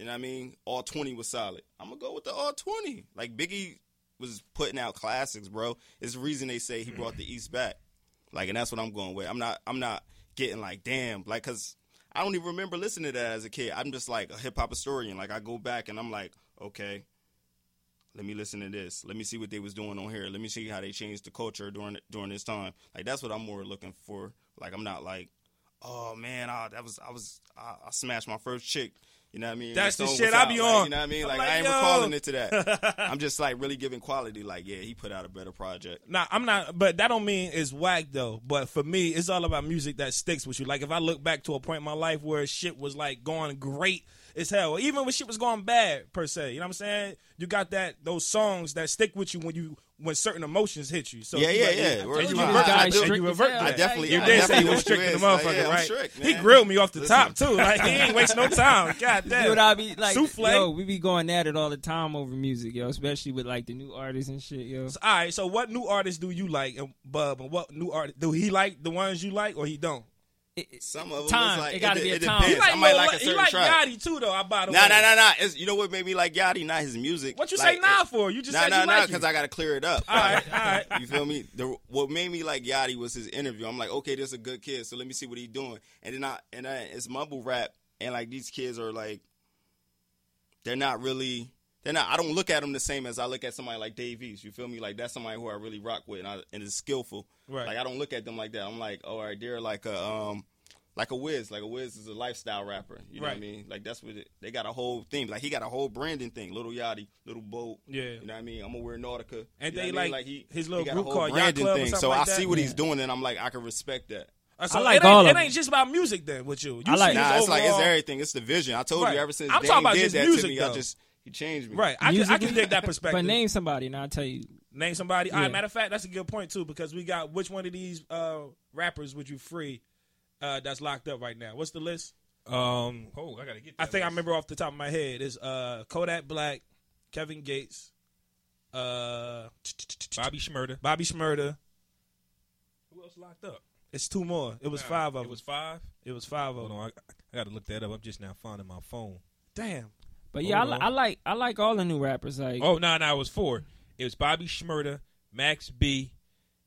[SPEAKER 4] You know what I mean? All 20 was solid. I'm going to go with the all 20. Like, Biggie was putting out classics, bro. It's the reason they say he brought the East back. Like, and that's what I'm going with. I'm not, I'm not getting like, damn, like, cause I don't even remember listening to that as a kid. I'm just like a hip hop historian. Like, I go back and I'm like, okay, let me listen to this. Let me see what they was doing on here. Let me see how they changed the culture during during this time. Like, that's what I'm more looking for. Like, I'm not like, oh man, ah, that was I was I, I smashed my first chick. You know what I mean?
[SPEAKER 5] That's
[SPEAKER 4] That
[SPEAKER 5] the
[SPEAKER 4] song
[SPEAKER 5] shit
[SPEAKER 4] was
[SPEAKER 5] I
[SPEAKER 4] out,
[SPEAKER 5] be
[SPEAKER 4] like,
[SPEAKER 5] on.
[SPEAKER 4] You know what I mean?
[SPEAKER 5] I'm
[SPEAKER 4] Like,
[SPEAKER 5] like,
[SPEAKER 4] I ain't
[SPEAKER 5] yo.
[SPEAKER 4] recalling it to that. I'm just like really giving quality. Like, yeah, he put out a better project.
[SPEAKER 5] Nah, I'm not, but that don't mean it's whack though. But for me, it's all about music that sticks with you. Like if I look back to a point in my life where shit was like going great as hell, even when shit was going bad per se, you know what I'm saying? You got that those songs that stick with you when you when certain emotions hit you. So
[SPEAKER 4] Yeah,
[SPEAKER 5] you
[SPEAKER 4] yeah,
[SPEAKER 5] like-
[SPEAKER 4] yeah.
[SPEAKER 5] I
[SPEAKER 4] Where you
[SPEAKER 5] told you
[SPEAKER 4] my-
[SPEAKER 5] this
[SPEAKER 4] I
[SPEAKER 5] guy
[SPEAKER 4] do.
[SPEAKER 5] strict, you
[SPEAKER 6] Strict as
[SPEAKER 5] revert
[SPEAKER 6] hell.
[SPEAKER 5] to
[SPEAKER 4] I
[SPEAKER 5] that.
[SPEAKER 4] definitely,
[SPEAKER 5] You
[SPEAKER 4] I
[SPEAKER 5] did say
[SPEAKER 4] definitely
[SPEAKER 5] he was
[SPEAKER 4] know what
[SPEAKER 5] strict
[SPEAKER 4] you
[SPEAKER 5] to the
[SPEAKER 4] is. Like,
[SPEAKER 5] motherfucker,
[SPEAKER 4] yeah, I'm
[SPEAKER 5] right?
[SPEAKER 4] strict,
[SPEAKER 5] he
[SPEAKER 4] man.
[SPEAKER 5] grilled me off the top too. Like he ain't waste no time. God
[SPEAKER 6] You know
[SPEAKER 5] damn.
[SPEAKER 6] what I be like?
[SPEAKER 5] Souffle.
[SPEAKER 6] Yo, we be going at it all the time over music, yo. Especially with like the new artists and shit, yo.
[SPEAKER 5] So, all right. So what new artists do you like, and Bub, and what new artist do he like? The ones you like, or he don't?
[SPEAKER 4] Some of them
[SPEAKER 6] Time.
[SPEAKER 4] It's like,
[SPEAKER 6] It gotta be a
[SPEAKER 4] de-
[SPEAKER 6] time.
[SPEAKER 4] depends.
[SPEAKER 6] He like
[SPEAKER 4] I might
[SPEAKER 5] Lil-
[SPEAKER 4] like a
[SPEAKER 5] he
[SPEAKER 4] certain
[SPEAKER 5] like
[SPEAKER 4] track.
[SPEAKER 5] Yachty too, though. I by the
[SPEAKER 4] Nah,
[SPEAKER 5] way.
[SPEAKER 4] nah, nah, nah. It's, you know what made me like Yachty? Not his music.
[SPEAKER 5] What you
[SPEAKER 4] like,
[SPEAKER 5] say nah
[SPEAKER 4] it's-
[SPEAKER 5] for? You just
[SPEAKER 4] Nah,
[SPEAKER 5] said
[SPEAKER 4] nah,
[SPEAKER 5] you
[SPEAKER 4] nah.
[SPEAKER 5] like
[SPEAKER 4] Because
[SPEAKER 5] it.
[SPEAKER 4] I got to clear it up.
[SPEAKER 5] All right, all right.
[SPEAKER 4] You feel me? The, what made me like Yachty was his interview. I'm like, okay, this is a good kid, so let me see what he doing. And then I and I, it's mumble rap, and like these kids are like, they're not really, they're not. I don't look at them the same as I look at somebody like Dave East. You feel me? Like that's somebody who I really rock with, and, I, and is skillful.
[SPEAKER 5] Right.
[SPEAKER 4] Like I don't look at them like that. I'm like, all right, they're like a um, like a Wiz. Like a Wiz is a lifestyle rapper. You know what I
[SPEAKER 5] Right.
[SPEAKER 4] mean? Like that's what it, they got a whole thing. Like he got a whole branding thing. Little Yachty, little boat.
[SPEAKER 5] Yeah.
[SPEAKER 4] You know what I mean? I'm gonna wear Nautica.
[SPEAKER 5] And
[SPEAKER 4] You know
[SPEAKER 5] they
[SPEAKER 4] what I mean?
[SPEAKER 5] like his little
[SPEAKER 4] got a
[SPEAKER 5] group
[SPEAKER 4] whole
[SPEAKER 5] called Yacht
[SPEAKER 4] branding
[SPEAKER 5] Club or something
[SPEAKER 4] So
[SPEAKER 5] like
[SPEAKER 4] I
[SPEAKER 5] that?
[SPEAKER 4] see what
[SPEAKER 6] Yeah.
[SPEAKER 4] he's doing, and I'm like, I can respect that.
[SPEAKER 5] Uh, so
[SPEAKER 6] I like
[SPEAKER 5] it ain't,
[SPEAKER 6] all of
[SPEAKER 5] It
[SPEAKER 6] them.
[SPEAKER 5] ain't just about music then with you. you
[SPEAKER 6] I like-
[SPEAKER 5] see his
[SPEAKER 4] Nah, it's like it's
[SPEAKER 5] overall-
[SPEAKER 4] everything. It's the vision. I told
[SPEAKER 5] Right.
[SPEAKER 4] you ever since
[SPEAKER 5] I'm
[SPEAKER 4] Dame
[SPEAKER 5] talking about
[SPEAKER 4] did
[SPEAKER 5] just
[SPEAKER 4] that
[SPEAKER 5] music,
[SPEAKER 4] to me,
[SPEAKER 5] though.
[SPEAKER 4] I just he changed me.
[SPEAKER 5] Right, I can, I
[SPEAKER 6] Music-
[SPEAKER 5] can dig that perspective.
[SPEAKER 6] But name somebody, and I'll tell you.
[SPEAKER 5] Name somebody. All right,
[SPEAKER 6] Yeah.
[SPEAKER 5] matter of fact, that's a good point too because we got which one of these uh, rappers would you free uh, that's locked up right now? What's the list?
[SPEAKER 1] Um, oh, I gotta get. That
[SPEAKER 5] I think I
[SPEAKER 1] list.
[SPEAKER 5] remember off the top of my head is uh, Kodak Black, Kevin Gates, uh,
[SPEAKER 1] Bobby Schmurda.
[SPEAKER 5] Bobby Schmurda.
[SPEAKER 1] Who else locked up?
[SPEAKER 5] It's two more. It was five
[SPEAKER 1] It
[SPEAKER 5] of them.
[SPEAKER 1] was five.
[SPEAKER 5] It was five of
[SPEAKER 1] Hold
[SPEAKER 5] them.
[SPEAKER 1] on, I, I gotta look that up. I'm just now finding my phone.
[SPEAKER 5] Damn.
[SPEAKER 6] But yeah, I,
[SPEAKER 1] Hold
[SPEAKER 6] li-
[SPEAKER 1] on.
[SPEAKER 6] I like I like all the new rappers. Like
[SPEAKER 1] Oh no, no, it was four. It was Bobby Schmurda, Max B,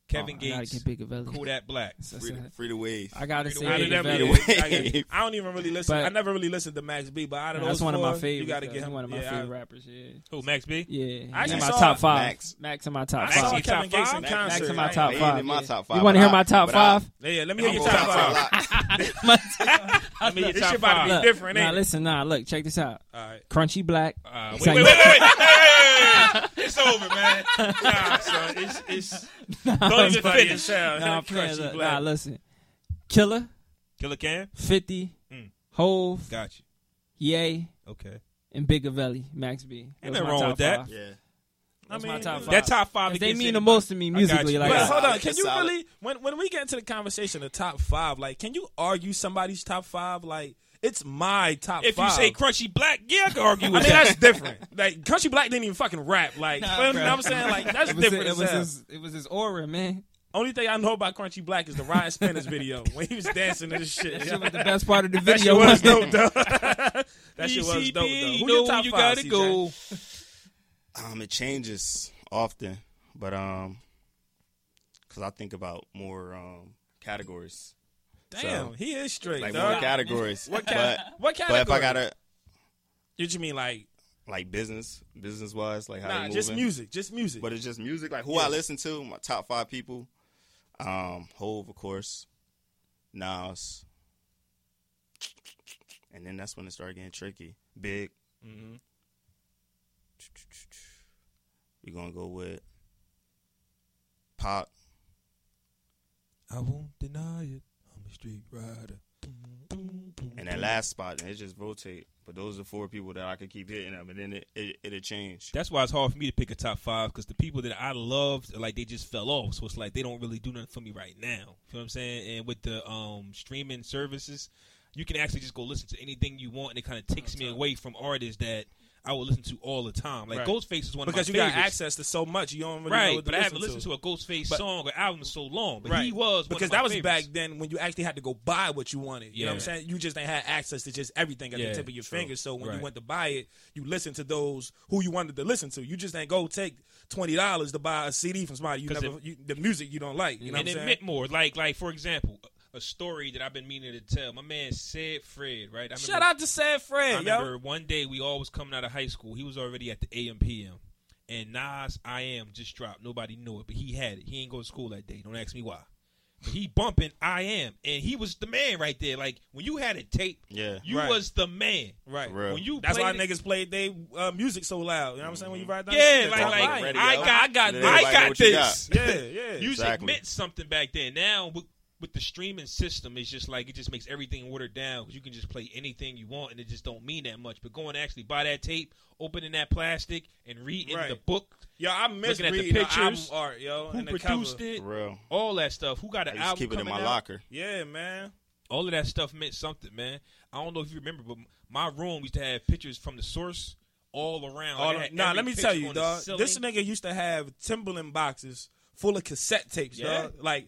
[SPEAKER 1] Kevin
[SPEAKER 6] Oh, I gotta
[SPEAKER 1] Gates,
[SPEAKER 6] get bigger belly.
[SPEAKER 1] Kodak Black.
[SPEAKER 6] That's
[SPEAKER 4] Free
[SPEAKER 6] a-
[SPEAKER 4] the, free the wave.
[SPEAKER 6] I gotta say,
[SPEAKER 5] Out of
[SPEAKER 6] Bigger
[SPEAKER 5] them,
[SPEAKER 6] Belly.
[SPEAKER 5] yeah, I guess. I don't even really listen.
[SPEAKER 6] But-
[SPEAKER 5] I never really listened to Max B, but out of
[SPEAKER 6] Nah,
[SPEAKER 5] those
[SPEAKER 6] that's one of my
[SPEAKER 5] four,
[SPEAKER 6] favorites.
[SPEAKER 5] You got to
[SPEAKER 6] though.
[SPEAKER 5] get
[SPEAKER 6] That's
[SPEAKER 5] him.
[SPEAKER 6] one of my
[SPEAKER 5] yeah,
[SPEAKER 6] favorite rappers. Yeah,
[SPEAKER 1] Who Max B?
[SPEAKER 6] yeah.
[SPEAKER 5] I
[SPEAKER 6] He's
[SPEAKER 5] actually
[SPEAKER 6] in my
[SPEAKER 5] saw
[SPEAKER 6] top five.
[SPEAKER 4] Max.
[SPEAKER 6] Max in my top
[SPEAKER 5] I, I saw
[SPEAKER 6] five.
[SPEAKER 1] your top
[SPEAKER 5] Kevin Gates in
[SPEAKER 1] five?
[SPEAKER 5] concert.
[SPEAKER 6] Max in
[SPEAKER 5] I
[SPEAKER 6] my
[SPEAKER 5] ain't-
[SPEAKER 6] top
[SPEAKER 4] He ain't
[SPEAKER 6] five.
[SPEAKER 4] in my
[SPEAKER 6] yeah.
[SPEAKER 4] top
[SPEAKER 6] You
[SPEAKER 4] five,
[SPEAKER 6] want
[SPEAKER 4] but
[SPEAKER 6] to hear
[SPEAKER 4] I-
[SPEAKER 6] my top
[SPEAKER 4] but I-
[SPEAKER 6] five?
[SPEAKER 5] Yeah, yeah, let me hear
[SPEAKER 4] I'm
[SPEAKER 5] your
[SPEAKER 4] on
[SPEAKER 5] top
[SPEAKER 4] top
[SPEAKER 5] five.
[SPEAKER 4] five.
[SPEAKER 1] I mean,
[SPEAKER 5] This shit about to be
[SPEAKER 6] Look,
[SPEAKER 5] different,
[SPEAKER 6] Nah,
[SPEAKER 5] ain't it?
[SPEAKER 6] listen, nah, look, check this out.
[SPEAKER 5] All right.
[SPEAKER 6] Crunchy Black.
[SPEAKER 1] Uh,
[SPEAKER 6] It's
[SPEAKER 1] wait, wait,
[SPEAKER 6] like-
[SPEAKER 1] wait, wait, wait. Hey, it's over, man. Nah, son, it's, it's don't even
[SPEAKER 5] funny
[SPEAKER 1] finish.
[SPEAKER 5] as hell.
[SPEAKER 6] Nah, I'm playing, look, nah, listen. Killer,
[SPEAKER 1] Killer Cam,
[SPEAKER 6] 50,
[SPEAKER 1] Mm.
[SPEAKER 6] Hove,
[SPEAKER 1] got you.
[SPEAKER 6] Yay,
[SPEAKER 1] Okay,
[SPEAKER 6] and Bigavelli, Max B.
[SPEAKER 1] Ain't
[SPEAKER 6] Those
[SPEAKER 1] nothing
[SPEAKER 6] my
[SPEAKER 1] wrong
[SPEAKER 6] top
[SPEAKER 1] with that.
[SPEAKER 6] five.
[SPEAKER 4] Yeah.
[SPEAKER 6] Those
[SPEAKER 5] I
[SPEAKER 6] my
[SPEAKER 5] mean,
[SPEAKER 6] top
[SPEAKER 5] that
[SPEAKER 6] five.
[SPEAKER 1] that top five.
[SPEAKER 6] If they
[SPEAKER 1] against
[SPEAKER 6] mean the
[SPEAKER 1] anybody.
[SPEAKER 6] most to me
[SPEAKER 1] got
[SPEAKER 6] musically.
[SPEAKER 1] you.
[SPEAKER 6] Like,
[SPEAKER 5] But
[SPEAKER 4] Yeah.
[SPEAKER 5] hold on, can
[SPEAKER 4] That's
[SPEAKER 5] you
[SPEAKER 4] solid.
[SPEAKER 5] really when when we get into the conversation of top five, like can you argue somebody's top five? Like it's my top
[SPEAKER 1] If
[SPEAKER 5] five.
[SPEAKER 1] you say Crunchy Black, yeah, I can argue
[SPEAKER 5] I
[SPEAKER 1] with
[SPEAKER 5] mean
[SPEAKER 1] that.
[SPEAKER 5] that's different. Like Country Black didn't even fucking rap. Like
[SPEAKER 6] Nah,
[SPEAKER 5] you know what I'm
[SPEAKER 6] bruh.
[SPEAKER 5] saying? Like that's
[SPEAKER 6] it was,
[SPEAKER 5] different.
[SPEAKER 6] it,
[SPEAKER 5] as
[SPEAKER 6] was
[SPEAKER 5] hell.
[SPEAKER 6] his, it was his aura, man.
[SPEAKER 5] Only thing I know about Crunchy Black is the Ryan Spanish video when he was dancing to this shit.
[SPEAKER 6] That shit was the best part of the
[SPEAKER 5] That shit
[SPEAKER 6] video.
[SPEAKER 5] was
[SPEAKER 6] wasn't
[SPEAKER 5] dope,
[SPEAKER 6] it?
[SPEAKER 5] though. that shit was dope, though.
[SPEAKER 1] PCP,
[SPEAKER 5] Who
[SPEAKER 1] know
[SPEAKER 5] your top
[SPEAKER 1] you
[SPEAKER 5] five,
[SPEAKER 1] gotta
[SPEAKER 5] CJ?
[SPEAKER 1] go.
[SPEAKER 4] Um, it changes often, but um, because I think about more um categories,
[SPEAKER 5] Damn,
[SPEAKER 4] So,
[SPEAKER 5] he is straight,
[SPEAKER 4] like
[SPEAKER 5] dog.
[SPEAKER 4] more categories.
[SPEAKER 5] What
[SPEAKER 4] but,
[SPEAKER 5] cat- what
[SPEAKER 4] but if I
[SPEAKER 5] category?
[SPEAKER 4] gotta
[SPEAKER 5] Did you mean like
[SPEAKER 4] like business, business wise, like how
[SPEAKER 5] nah?
[SPEAKER 4] they
[SPEAKER 5] Just
[SPEAKER 4] moving.
[SPEAKER 5] music, just music.
[SPEAKER 4] But it's just music, like who I listen to, my top five people. Um, Hove, of course, Nas. And then that's when it started getting tricky. Big.
[SPEAKER 1] Mm-hmm.
[SPEAKER 4] We're gonna go with Pop.
[SPEAKER 1] I won't deny it. I'm a street rider.
[SPEAKER 4] And that last spot, and it just rotate. But those are four people that I could keep hitting up, and then it it it'll change.
[SPEAKER 1] That's why it's hard for me to pick a top five because the people that I loved, like they just fell off. So it's like they don't really do nothing for me right now. You know what I'm saying? And with the um, streaming services, you can actually just go listen to anything you want, and it kind of takes me away from artists that I will listen to all the time. Like
[SPEAKER 5] Right.
[SPEAKER 1] Ghostface is one
[SPEAKER 5] because
[SPEAKER 1] of
[SPEAKER 5] you
[SPEAKER 1] my favorites.
[SPEAKER 5] got access to so much, you don't really know
[SPEAKER 1] right?
[SPEAKER 5] what
[SPEAKER 1] But
[SPEAKER 5] to
[SPEAKER 1] I haven't
[SPEAKER 5] listen
[SPEAKER 1] listened to, a Ghostface
[SPEAKER 5] But-
[SPEAKER 1] song or album in so long. But
[SPEAKER 5] right.
[SPEAKER 1] he was one
[SPEAKER 5] because
[SPEAKER 1] of my
[SPEAKER 5] that was
[SPEAKER 1] favorites.
[SPEAKER 5] back then when you actually had to go buy what you wanted. You know what I'm
[SPEAKER 1] Yeah.
[SPEAKER 5] saying? You just ain't had access to just everything at
[SPEAKER 1] Yeah,
[SPEAKER 5] the tip of your
[SPEAKER 1] true.
[SPEAKER 5] fingers. So when
[SPEAKER 1] Right.
[SPEAKER 5] you went to buy it, you listened to those who you wanted to listen to. You just ain't go take twenty dollars to buy a CD from somebody you
[SPEAKER 1] 'Cause
[SPEAKER 5] never you, the music you don't like. You
[SPEAKER 1] and
[SPEAKER 5] know what I'm
[SPEAKER 1] it
[SPEAKER 5] saying?
[SPEAKER 1] meant more. Like like for example, a story that I've been meaning to tell. My man said Fred, right? I
[SPEAKER 5] Shout out to
[SPEAKER 1] I
[SPEAKER 5] Sad Fred, yo.
[SPEAKER 1] remember one day we all was coming out of high school. He was already at the AM PM. And Nas I Am just dropped. Nobody knew it, but he had it. He ain't go to school that day. Don't ask me why. But he bumping I Am. And he was the man right there. Like when you had a tape,
[SPEAKER 4] Yeah.
[SPEAKER 1] you
[SPEAKER 5] Right.
[SPEAKER 1] was the man.
[SPEAKER 5] Right.
[SPEAKER 4] Real.
[SPEAKER 1] When you
[SPEAKER 5] That's why
[SPEAKER 1] played it- Mm-hmm.
[SPEAKER 5] niggas played they uh, music so loud. You know what I'm saying? When you ride down,
[SPEAKER 1] Yeah,
[SPEAKER 5] the
[SPEAKER 1] like,
[SPEAKER 5] street,
[SPEAKER 1] like,
[SPEAKER 5] they
[SPEAKER 4] radio.
[SPEAKER 1] I got I got
[SPEAKER 4] Let everybody know what you
[SPEAKER 1] this.
[SPEAKER 5] talk loud. yeah, yeah.
[SPEAKER 1] Music
[SPEAKER 4] Exactly.
[SPEAKER 1] meant something back then. Now with, with the streaming system, it's just like it just makes everything watered down because you can just play anything you want and it just don't mean that much. But going to actually buy that tape, opening that plastic, and reading the
[SPEAKER 5] Right.
[SPEAKER 1] book,
[SPEAKER 5] Yo, I miss
[SPEAKER 1] Looking at the
[SPEAKER 5] reading the album
[SPEAKER 1] pictures,
[SPEAKER 5] art, yo,
[SPEAKER 1] who
[SPEAKER 5] and the cover.
[SPEAKER 1] produced it,
[SPEAKER 4] Real.
[SPEAKER 1] all that stuff, who got
[SPEAKER 4] I
[SPEAKER 1] an
[SPEAKER 4] used to
[SPEAKER 1] album
[SPEAKER 4] keep it in
[SPEAKER 1] coming
[SPEAKER 4] my
[SPEAKER 1] out?
[SPEAKER 4] locker.
[SPEAKER 5] Yeah, man.
[SPEAKER 1] all of that stuff meant something, man. I don't know if you remember, but my room used to have pictures from the source all around.
[SPEAKER 5] All
[SPEAKER 1] It
[SPEAKER 5] the-
[SPEAKER 1] had
[SPEAKER 5] nah,
[SPEAKER 1] every
[SPEAKER 5] let me
[SPEAKER 1] picture
[SPEAKER 5] tell you,
[SPEAKER 1] on the
[SPEAKER 5] dog.
[SPEAKER 1] ceiling.
[SPEAKER 5] This nigga used to have Timberland boxes full of cassette tapes,
[SPEAKER 1] Yeah.
[SPEAKER 5] dog. Like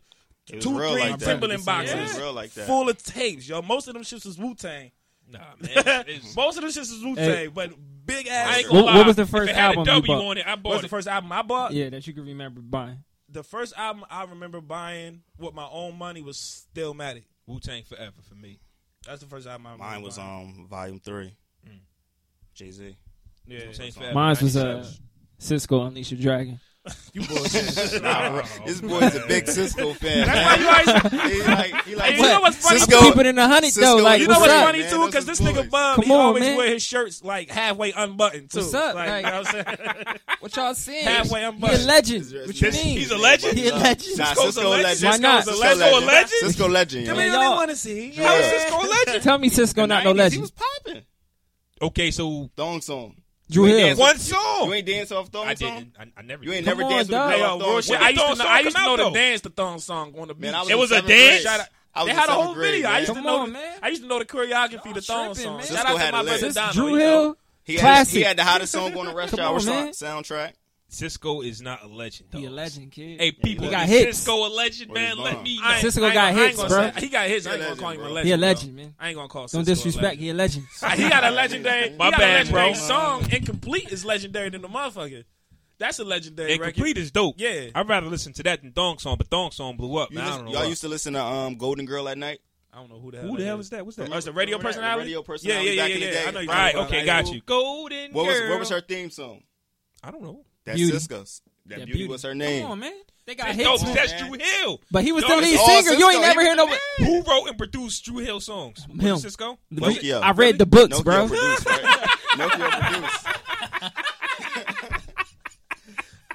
[SPEAKER 4] It was
[SPEAKER 5] two,
[SPEAKER 4] real
[SPEAKER 5] three
[SPEAKER 4] like that.
[SPEAKER 5] Timberland boxes
[SPEAKER 4] It was real like that.
[SPEAKER 5] full of tapes, yo. Most of them shits was Wu Tang.
[SPEAKER 1] nah, man. it's-
[SPEAKER 5] Most of them shits was Wu Tang,
[SPEAKER 6] Hey.
[SPEAKER 5] but big ass.
[SPEAKER 1] I ain't
[SPEAKER 6] What-
[SPEAKER 1] gonna
[SPEAKER 6] what
[SPEAKER 1] lie,
[SPEAKER 6] was the
[SPEAKER 1] if
[SPEAKER 6] first
[SPEAKER 1] it had
[SPEAKER 6] album
[SPEAKER 1] a
[SPEAKER 6] you
[SPEAKER 1] W
[SPEAKER 6] bought?
[SPEAKER 1] on it. I
[SPEAKER 5] What was
[SPEAKER 1] bought
[SPEAKER 5] the
[SPEAKER 1] it.
[SPEAKER 5] first album I bought?
[SPEAKER 6] Yeah, that you can remember buying.
[SPEAKER 5] The first album I remember buying with my own money was Stillmatic.
[SPEAKER 1] Wu Tang forever for me.
[SPEAKER 5] That's the first album I remember.
[SPEAKER 4] Mine was
[SPEAKER 5] buying.
[SPEAKER 4] um volume three.
[SPEAKER 1] Mm.
[SPEAKER 4] Jay Z.
[SPEAKER 5] Yeah,
[SPEAKER 1] Wu Tang
[SPEAKER 5] yeah.
[SPEAKER 1] forever.
[SPEAKER 6] Mine was uh,
[SPEAKER 1] 97.
[SPEAKER 6] Cisco Unleash Your Dragon.
[SPEAKER 5] you bullshit.
[SPEAKER 4] This boy's a big Cisco fan.
[SPEAKER 5] That's
[SPEAKER 4] man.
[SPEAKER 5] why you always.
[SPEAKER 4] he like, he like,
[SPEAKER 5] you know what's funny?
[SPEAKER 4] Cisco-
[SPEAKER 6] Keep it in the hundred
[SPEAKER 4] Cisco
[SPEAKER 6] though. Like,
[SPEAKER 5] You
[SPEAKER 4] You
[SPEAKER 5] know
[SPEAKER 6] what's
[SPEAKER 5] what's
[SPEAKER 4] up?
[SPEAKER 5] funny
[SPEAKER 4] Man,
[SPEAKER 5] too,
[SPEAKER 4] those
[SPEAKER 5] because
[SPEAKER 4] is
[SPEAKER 5] this
[SPEAKER 4] boys.
[SPEAKER 5] nigga Bub, he
[SPEAKER 6] Come on,
[SPEAKER 5] always
[SPEAKER 6] man.
[SPEAKER 5] wear his shirts like halfway unbuttoned too.
[SPEAKER 6] What's up?
[SPEAKER 5] Like,
[SPEAKER 6] Like-
[SPEAKER 5] you know what I'm saying?
[SPEAKER 6] up? What y'all saying?
[SPEAKER 5] Halfway
[SPEAKER 6] he a
[SPEAKER 5] unbuttoned.
[SPEAKER 6] legend.
[SPEAKER 4] He's-
[SPEAKER 6] What you mean?
[SPEAKER 1] He's a legend.
[SPEAKER 6] He a legend.
[SPEAKER 4] Nah,
[SPEAKER 5] Cisco's a
[SPEAKER 4] Cisco
[SPEAKER 5] legend.
[SPEAKER 4] legend.
[SPEAKER 6] Why not?
[SPEAKER 4] Cisco's
[SPEAKER 5] Cisco's a legend?
[SPEAKER 4] Cisco legend.
[SPEAKER 5] Tell
[SPEAKER 4] yo.
[SPEAKER 5] me
[SPEAKER 6] Man,
[SPEAKER 5] what they
[SPEAKER 6] y'all-
[SPEAKER 5] want to see.
[SPEAKER 4] Yeah.
[SPEAKER 5] How is Cisco a legend?
[SPEAKER 6] Tell me Cisco not no
[SPEAKER 4] 90s, He
[SPEAKER 6] legend.
[SPEAKER 4] was popping.
[SPEAKER 1] Okay, so
[SPEAKER 4] Thong song.
[SPEAKER 6] Drew
[SPEAKER 4] You ain't
[SPEAKER 6] Hill.
[SPEAKER 4] dance-
[SPEAKER 1] One song.
[SPEAKER 4] You ain't dance off thong
[SPEAKER 1] I
[SPEAKER 4] song.
[SPEAKER 1] didn't. I, I never.
[SPEAKER 4] You ain't
[SPEAKER 1] did.
[SPEAKER 4] never
[SPEAKER 6] Come
[SPEAKER 4] danced with
[SPEAKER 6] on, dog.
[SPEAKER 4] a
[SPEAKER 5] Hey,
[SPEAKER 4] girl
[SPEAKER 5] yo,
[SPEAKER 4] off
[SPEAKER 5] real
[SPEAKER 4] thong
[SPEAKER 5] shit.
[SPEAKER 4] song.
[SPEAKER 5] I used
[SPEAKER 1] Thong
[SPEAKER 5] to know,
[SPEAKER 1] song
[SPEAKER 5] I used to
[SPEAKER 1] come
[SPEAKER 5] know
[SPEAKER 1] out,
[SPEAKER 5] the
[SPEAKER 1] though.
[SPEAKER 5] dance the thong song on the beach.
[SPEAKER 4] Man, I was
[SPEAKER 1] It
[SPEAKER 4] in
[SPEAKER 1] was a
[SPEAKER 4] seventh
[SPEAKER 1] dance.
[SPEAKER 4] grade.
[SPEAKER 5] Shout out.
[SPEAKER 4] I was
[SPEAKER 5] They
[SPEAKER 4] in
[SPEAKER 5] had a
[SPEAKER 4] seventh
[SPEAKER 5] whole
[SPEAKER 4] grade,
[SPEAKER 5] video. I
[SPEAKER 4] man.
[SPEAKER 5] used to
[SPEAKER 6] Come
[SPEAKER 5] know.
[SPEAKER 6] on,
[SPEAKER 5] the-
[SPEAKER 6] man.
[SPEAKER 5] I used to know the choreography, the thong
[SPEAKER 6] tripping,
[SPEAKER 5] song.
[SPEAKER 6] man.
[SPEAKER 5] Shout
[SPEAKER 4] Cisco
[SPEAKER 5] out to
[SPEAKER 4] had
[SPEAKER 5] my
[SPEAKER 4] a
[SPEAKER 5] brother
[SPEAKER 4] leg.
[SPEAKER 6] This
[SPEAKER 5] Dono.
[SPEAKER 6] Drew
[SPEAKER 5] yo.
[SPEAKER 6] Hill.
[SPEAKER 4] He had,
[SPEAKER 6] Classic.
[SPEAKER 4] he had the hottest song on the Rush
[SPEAKER 6] Come
[SPEAKER 4] Hour
[SPEAKER 6] on,
[SPEAKER 4] song-
[SPEAKER 6] man.
[SPEAKER 4] soundtrack.
[SPEAKER 1] Cisco is not a legend. Though.
[SPEAKER 6] He a legend, kid.
[SPEAKER 1] Hey, people,
[SPEAKER 4] he
[SPEAKER 6] got
[SPEAKER 1] is
[SPEAKER 6] hits.
[SPEAKER 1] Cisco a legend,
[SPEAKER 4] Well, he's
[SPEAKER 1] man. Let
[SPEAKER 4] gone.
[SPEAKER 1] me.
[SPEAKER 5] I ain't-
[SPEAKER 6] Cisco
[SPEAKER 5] I ain't
[SPEAKER 6] got
[SPEAKER 5] gonna- I ain't
[SPEAKER 6] hits,
[SPEAKER 5] gonna
[SPEAKER 6] bro.
[SPEAKER 5] say- He got hits. I ain't gonna
[SPEAKER 4] legend,
[SPEAKER 5] call him a
[SPEAKER 4] bro.
[SPEAKER 5] legend.
[SPEAKER 6] He a
[SPEAKER 5] bro.
[SPEAKER 6] legend, man.
[SPEAKER 5] I ain't gonna call Cisco.
[SPEAKER 6] Don't
[SPEAKER 5] a
[SPEAKER 6] disrespect.
[SPEAKER 5] legend.
[SPEAKER 6] He a legend.
[SPEAKER 5] Like, he got a
[SPEAKER 1] My
[SPEAKER 5] legendary. he got a
[SPEAKER 1] bad,
[SPEAKER 5] legendary
[SPEAKER 1] bro.
[SPEAKER 5] Song incomplete is legendary than the motherfucker. That's a legendary
[SPEAKER 1] Incomplete
[SPEAKER 5] record.
[SPEAKER 1] is dope.
[SPEAKER 5] Yeah.
[SPEAKER 1] I'd rather listen to that than Thong Song, but Thong Song blew up.
[SPEAKER 4] You
[SPEAKER 1] Man, I
[SPEAKER 4] listen-
[SPEAKER 1] don't know.
[SPEAKER 4] y'all
[SPEAKER 1] why.
[SPEAKER 4] used to listen to um, Golden Girl at night.
[SPEAKER 5] I don't know who the hell.
[SPEAKER 1] Who the hell is that? What's that?
[SPEAKER 5] That's a radio
[SPEAKER 4] Remember that? The
[SPEAKER 5] personality.
[SPEAKER 4] radio
[SPEAKER 5] Yeah,
[SPEAKER 4] personality
[SPEAKER 5] yeah,
[SPEAKER 4] back
[SPEAKER 5] yeah,
[SPEAKER 4] in the
[SPEAKER 5] yeah.
[SPEAKER 4] day.
[SPEAKER 5] I know you
[SPEAKER 1] Right.
[SPEAKER 5] talking
[SPEAKER 1] Okay,
[SPEAKER 5] about.
[SPEAKER 1] got you. Golden
[SPEAKER 4] What was
[SPEAKER 1] girl.
[SPEAKER 4] what was her theme song?
[SPEAKER 1] I don't know.
[SPEAKER 4] That's
[SPEAKER 6] Beauty.
[SPEAKER 4] Cisco's. That
[SPEAKER 6] Yeah,
[SPEAKER 4] beauty, was her name.
[SPEAKER 6] Come on, man. They got
[SPEAKER 1] That's
[SPEAKER 6] hits.
[SPEAKER 1] dope.
[SPEAKER 6] man.
[SPEAKER 1] That's
[SPEAKER 4] man.
[SPEAKER 1] Drew Hill.
[SPEAKER 6] But he was
[SPEAKER 1] No,
[SPEAKER 6] the
[SPEAKER 1] it's
[SPEAKER 6] lead
[SPEAKER 4] all
[SPEAKER 6] singer. You
[SPEAKER 4] Cisco.
[SPEAKER 6] ain't never hear no.
[SPEAKER 1] Who wrote and produced Drew Hill songs?
[SPEAKER 6] Him.
[SPEAKER 1] Cisco.
[SPEAKER 4] Nokia.
[SPEAKER 6] I read the books,
[SPEAKER 4] Nokia
[SPEAKER 6] bro.
[SPEAKER 4] produced, right? Nokia produced.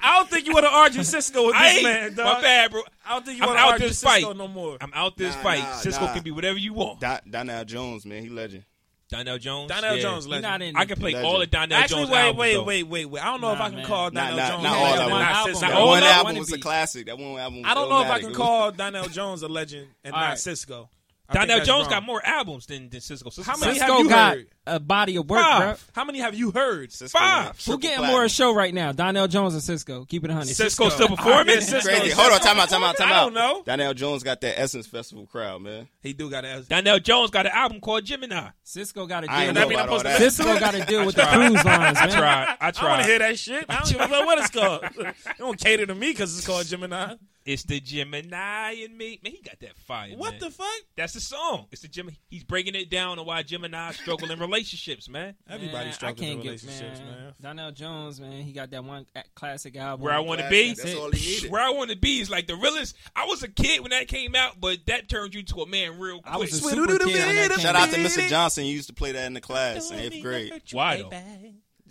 [SPEAKER 5] I don't think you would have argued Cisco with
[SPEAKER 1] I
[SPEAKER 5] this
[SPEAKER 1] ain't,
[SPEAKER 5] man, dog.
[SPEAKER 1] my bad, bro.
[SPEAKER 5] I don't think you
[SPEAKER 1] I'm
[SPEAKER 5] want to
[SPEAKER 1] out
[SPEAKER 5] argue
[SPEAKER 1] this
[SPEAKER 5] Cisco
[SPEAKER 1] fight.
[SPEAKER 5] no more.
[SPEAKER 1] I'm out this
[SPEAKER 4] Nah,
[SPEAKER 1] fight.
[SPEAKER 4] nah,
[SPEAKER 1] Cisco
[SPEAKER 4] nah.
[SPEAKER 1] can be whatever you want.
[SPEAKER 4] Don- Donnell Jones, man, he legend.
[SPEAKER 1] Donnell Jones.
[SPEAKER 5] Donnell
[SPEAKER 1] yeah.
[SPEAKER 5] Jones, legend.
[SPEAKER 6] not in
[SPEAKER 1] I can play
[SPEAKER 4] Legend.
[SPEAKER 1] all of Donnell
[SPEAKER 5] Actually,
[SPEAKER 1] Jones.
[SPEAKER 5] wait,
[SPEAKER 1] albums,
[SPEAKER 5] wait,
[SPEAKER 1] though.
[SPEAKER 5] wait, wait, wait. I don't know if
[SPEAKER 6] Nah,
[SPEAKER 5] I can
[SPEAKER 6] man.
[SPEAKER 5] call
[SPEAKER 4] Nah,
[SPEAKER 5] Donnell
[SPEAKER 4] nah,
[SPEAKER 5] Jones.
[SPEAKER 4] not
[SPEAKER 5] a
[SPEAKER 4] all
[SPEAKER 5] legend,
[SPEAKER 4] that
[SPEAKER 5] not
[SPEAKER 4] one.
[SPEAKER 5] Cisco.
[SPEAKER 6] Not
[SPEAKER 4] That
[SPEAKER 6] all
[SPEAKER 4] one
[SPEAKER 6] that
[SPEAKER 4] album
[SPEAKER 6] wanna
[SPEAKER 4] was a
[SPEAKER 6] be.
[SPEAKER 4] classic. That one album. Was
[SPEAKER 5] I don't know if I
[SPEAKER 4] automatic.
[SPEAKER 5] can
[SPEAKER 4] It was-
[SPEAKER 5] call Donnell Jones a legend and
[SPEAKER 6] All
[SPEAKER 5] not
[SPEAKER 6] right.
[SPEAKER 5] Cisco. I think
[SPEAKER 1] Donnell
[SPEAKER 5] that's
[SPEAKER 1] Jones
[SPEAKER 5] wrong.
[SPEAKER 1] got more albums than, than Cisco. Cisco
[SPEAKER 5] How many have
[SPEAKER 6] Cisco
[SPEAKER 5] you
[SPEAKER 6] got
[SPEAKER 5] heard?
[SPEAKER 6] a body of work, bro.
[SPEAKER 5] Five. How many have you heard?
[SPEAKER 4] Cisco
[SPEAKER 1] Five.
[SPEAKER 4] went
[SPEAKER 6] Who
[SPEAKER 4] triple
[SPEAKER 6] getting
[SPEAKER 4] platinum.
[SPEAKER 6] more a show right now? Donnell Jones or Cisco? Keep it a hundred.
[SPEAKER 1] Cisco still performing?
[SPEAKER 5] Yeah, Cisco.
[SPEAKER 4] Crazy. Hold on, time out, time out, time out.
[SPEAKER 5] I don't know.
[SPEAKER 4] Donnell Jones got that Essence Festival crowd, man.
[SPEAKER 5] He do got to
[SPEAKER 1] Donnell Jones got an album called Gemini.
[SPEAKER 6] Cisco got to
[SPEAKER 4] I
[SPEAKER 6] deal.
[SPEAKER 4] ain't
[SPEAKER 5] that
[SPEAKER 4] know
[SPEAKER 5] mean
[SPEAKER 6] With,
[SPEAKER 4] about
[SPEAKER 5] I'm
[SPEAKER 4] all
[SPEAKER 5] supposed
[SPEAKER 4] that.
[SPEAKER 5] to-
[SPEAKER 6] Cisco got to deal with the cruise lines,
[SPEAKER 1] I
[SPEAKER 6] man.
[SPEAKER 1] tried. I
[SPEAKER 5] I want
[SPEAKER 1] tried.
[SPEAKER 5] to hear that shit. I don't give a fuck what it's called. It don't cater to me because it's called Gemini.
[SPEAKER 1] It's the Gemini in me. Man, he got that fire.
[SPEAKER 5] What
[SPEAKER 1] man.
[SPEAKER 5] the fuck?
[SPEAKER 1] That's the song. It's the Gemini. He's breaking it down on why Gemini struggle in relationships, man.
[SPEAKER 5] Everybody
[SPEAKER 6] Man,
[SPEAKER 5] struggles
[SPEAKER 6] I can't
[SPEAKER 5] in
[SPEAKER 6] get-
[SPEAKER 5] relationships, man.
[SPEAKER 6] Donnell Jones, man, he got that one a- classic album.
[SPEAKER 1] Where I want to be.
[SPEAKER 4] That's all he needed.
[SPEAKER 1] Where I want to be is like the realest. I was a kid when that came out, but that turned you to a man real quick.
[SPEAKER 6] I was a super kid. when that came
[SPEAKER 4] Shout out to
[SPEAKER 6] out.
[SPEAKER 4] Mr. Johnson. He used to play that in the class in eighth grade.
[SPEAKER 1] Why though?